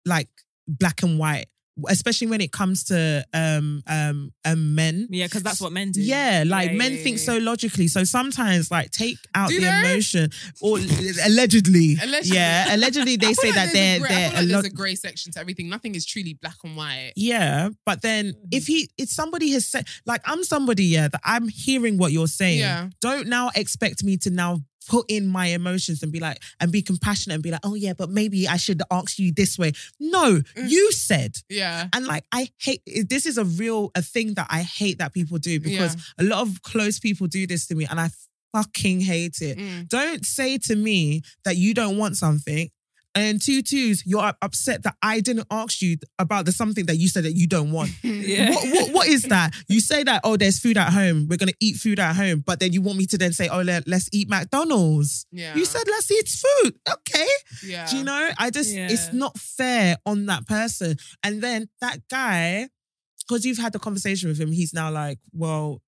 Speaker 4: like black and white, especially when it comes to um um, um men.
Speaker 5: Yeah, because that's what men do.
Speaker 4: Yeah, like
Speaker 5: yeah,
Speaker 4: men
Speaker 5: yeah,
Speaker 4: think
Speaker 5: yeah.
Speaker 4: so logically. So sometimes, like, take out
Speaker 1: Do
Speaker 4: the
Speaker 1: they?
Speaker 4: emotion, or (laughs) allegedly,
Speaker 1: Allegedly.
Speaker 4: yeah,
Speaker 1: (laughs)
Speaker 4: allegedly
Speaker 1: I feel
Speaker 4: they say
Speaker 1: like there's
Speaker 4: that they're
Speaker 1: a gray- I
Speaker 4: they're
Speaker 1: feel like
Speaker 4: allo-
Speaker 1: there's a grey section to everything. Nothing is truly black and white.
Speaker 4: yeah. But then
Speaker 1: Mm.
Speaker 4: if he, if somebody has said, like, I'm somebody, yeah, that I'm hearing what you're saying.
Speaker 1: Yeah.
Speaker 4: Don't now expect me to now put in my emotions and be like, and be compassionate and be like, oh yeah, but maybe I should ask you this way. No,
Speaker 1: Mm.
Speaker 4: you said.
Speaker 1: Yeah.
Speaker 4: And like I hate this is a real a thing that I hate that people do because a lot of close people do this to me and I fucking hate it. (laughs)
Speaker 1: Mm.
Speaker 4: Don't say to me that you don't want something. And two twos, you're up- upset that I didn't ask you about the something that you said that you don't want.
Speaker 5: Yeah.
Speaker 4: What, what what is that? You say that oh, there's food at home. We're gonna eat food at home, but then you want me to then say oh, let, us eat McDonald's.
Speaker 1: Yeah.
Speaker 4: You said let's eat food. Okay,
Speaker 1: Yeah.
Speaker 4: do you know? I just it's
Speaker 5: Yeah.
Speaker 4: not fair on that person. And then that guy, because you've had the conversation with him, he's now like, well,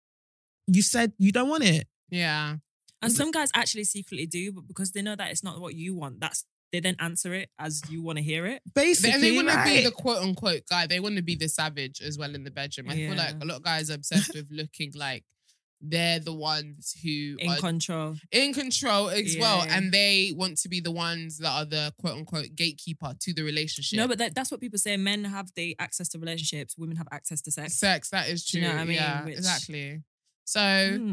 Speaker 4: you said you don't want it.
Speaker 1: Yeah.
Speaker 5: (laughs) And some guys actually secretly do, but because they know that it's not what you want, that's they then answer it as you want to hear it.
Speaker 4: Basically,
Speaker 1: They, they want to be
Speaker 4: right?
Speaker 1: the quote unquote guy. They want to be the savage as well in the bedroom. I feel
Speaker 5: Yeah.
Speaker 1: like a lot of guys are obsessed with looking like they're the ones who
Speaker 5: In
Speaker 1: are
Speaker 5: control.
Speaker 1: in control as
Speaker 5: Yeah,
Speaker 1: well,
Speaker 5: yeah.
Speaker 1: and they want to be the ones that are the quote unquote gatekeeper to the relationship.
Speaker 5: No, but that, that's what people say. Men have the access to relationships, women have access to (laughs) sex.
Speaker 1: sex that is
Speaker 5: Do
Speaker 1: true.
Speaker 5: you know what I mean?
Speaker 1: Yeah,
Speaker 5: Which-
Speaker 1: exactly. So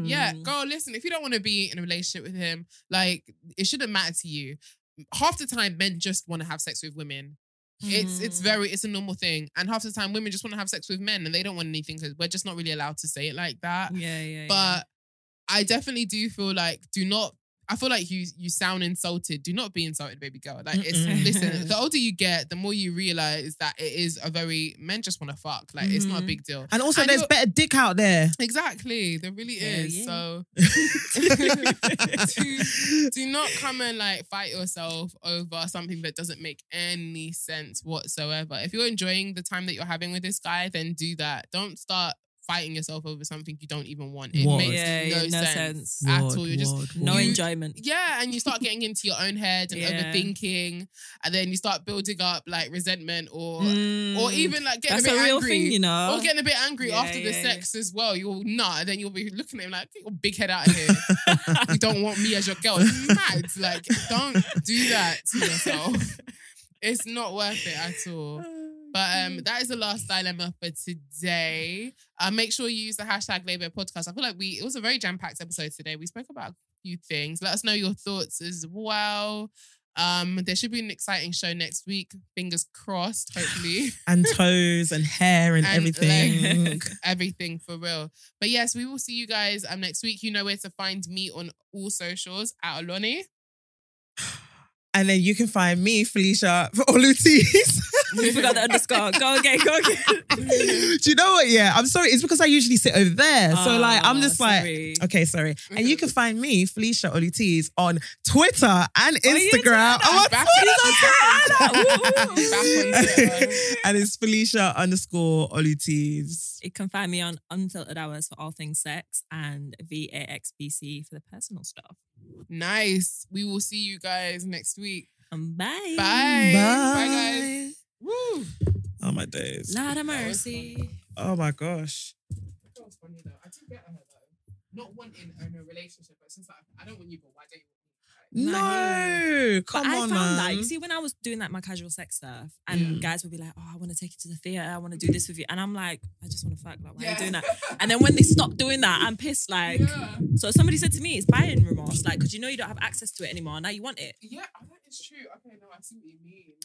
Speaker 1: yeah,
Speaker 5: Hmm.
Speaker 1: girl, listen. If you don't want to be in a relationship with him, like it shouldn't matter to you. half the time men just want to have sex with women. It's
Speaker 5: Hmm.
Speaker 1: it's very it's a normal thing, and half the time women just want to have sex with men, and they don't want anything because we're just not really allowed to say it like that.
Speaker 5: Yeah, yeah.
Speaker 1: But I definitely do feel like do not. I feel like you you sound insulted. Do not be insulted, baby girl. Like it's
Speaker 4: Mm-mm.
Speaker 1: listen. The older you get, the more you realize that it is a very men just want to fuck. Like it's not a
Speaker 5: Mhm.
Speaker 1: big deal.
Speaker 4: And also,
Speaker 1: And
Speaker 4: there's
Speaker 1: you're-
Speaker 4: better dick
Speaker 1: (laughs)
Speaker 4: out there.
Speaker 1: Exactly, there really
Speaker 5: Yeah,
Speaker 1: is.
Speaker 5: yeah.
Speaker 1: So do not come and like fight yourself over something that doesn't make any sense whatsoever. If you're enjoying the time that you're having with this guy, then do that. Don't start fighting yourself over something you don't even want. It
Speaker 4: Word.
Speaker 1: makes
Speaker 5: Yeah,
Speaker 1: no,
Speaker 5: yeah, no
Speaker 1: sense,
Speaker 5: sense.
Speaker 1: at
Speaker 4: Word,
Speaker 1: all. You're just
Speaker 4: word,
Speaker 5: no
Speaker 4: word.
Speaker 1: you-
Speaker 5: enjoyment.
Speaker 1: yeah, and you start getting into your own head and
Speaker 5: Yeah.
Speaker 1: overthinking, and then you start building up like resentment or
Speaker 5: Mm.
Speaker 1: or even like getting
Speaker 5: that's
Speaker 1: a bit
Speaker 5: a real
Speaker 1: angry.
Speaker 5: thing, you know. (laughs)
Speaker 1: Or getting a bit angry
Speaker 5: Yeah,
Speaker 1: after the
Speaker 5: yeah,
Speaker 1: sex as well. You'll nut, and then you'll be looking at him like, get your big head out of here. you don't want me as your girl. You're mad. Like, don't do that to
Speaker 4: (laughs)
Speaker 1: yourself. It's not worth it at all. (laughs)
Speaker 4: Oh,
Speaker 1: But um, that is the last dilemma for today. Uh, make sure you use the hashtag Labour Podcast. I feel like we it was a very jam packed episode today. We spoke about a few things. Let us know your thoughts as well. Um, there should be an exciting show next week. Fingers crossed, hopefully.
Speaker 4: and toes and hair (sighs) and,
Speaker 1: And
Speaker 4: everything.
Speaker 1: legs, (laughs) everything for real. But yes, we will see you guys um next week. You know where to find me on all socials at Aloni.
Speaker 4: And then you can find me, Felicia Olutis.
Speaker 5: we forgot the underscore.
Speaker 1: (laughs)
Speaker 5: Go again, go again.
Speaker 4: Do you know what? Yeah, I'm sorry. It's because I usually sit over there. so like, I'm
Speaker 5: Ah,
Speaker 4: just
Speaker 5: sorry.
Speaker 4: like, okay, sorry. And you can find me, Felicia Olutis, on Twitter and
Speaker 5: you doing
Speaker 4: Instagram.
Speaker 5: that?
Speaker 4: I'm on
Speaker 1: Back
Speaker 5: on
Speaker 4: Twitter.
Speaker 5: Twitter.
Speaker 1: Back on Twitter.
Speaker 4: (laughs) and it's Felicia underscore Olutis.
Speaker 5: You can find me on Unfiltered Hours for all things sex and VAXBC for the personal stuff.
Speaker 1: Nice. We will see you guys next week.
Speaker 5: And Um, bye.
Speaker 1: Bye. Bye, guys. Woo.
Speaker 4: Oh my days.
Speaker 5: Lord of mercy.
Speaker 4: Oh my gosh.
Speaker 1: That was funny though. I did get her though. Not wanting in a relationship, but since like, I don't want you, but why don't you?
Speaker 4: No,
Speaker 5: No.
Speaker 4: come
Speaker 5: but I
Speaker 4: on, um,
Speaker 5: found
Speaker 4: man.
Speaker 5: that. You see, when I was doing like my casual sex stuff, and guys would be like, "Oh, I want to take you to the theater. I want to do this with you," and I'm like, "I just want to fuck. Like, why are you doing that?" And then when they stop doing that, I'm pissed. Like,
Speaker 1: Yeah.
Speaker 5: so somebody said to me, "It's buying remorse. Like, because you know you don't have access to it anymore. Now you want it."
Speaker 1: Yeah, oh, that is true. Okay, no, I see what you mean.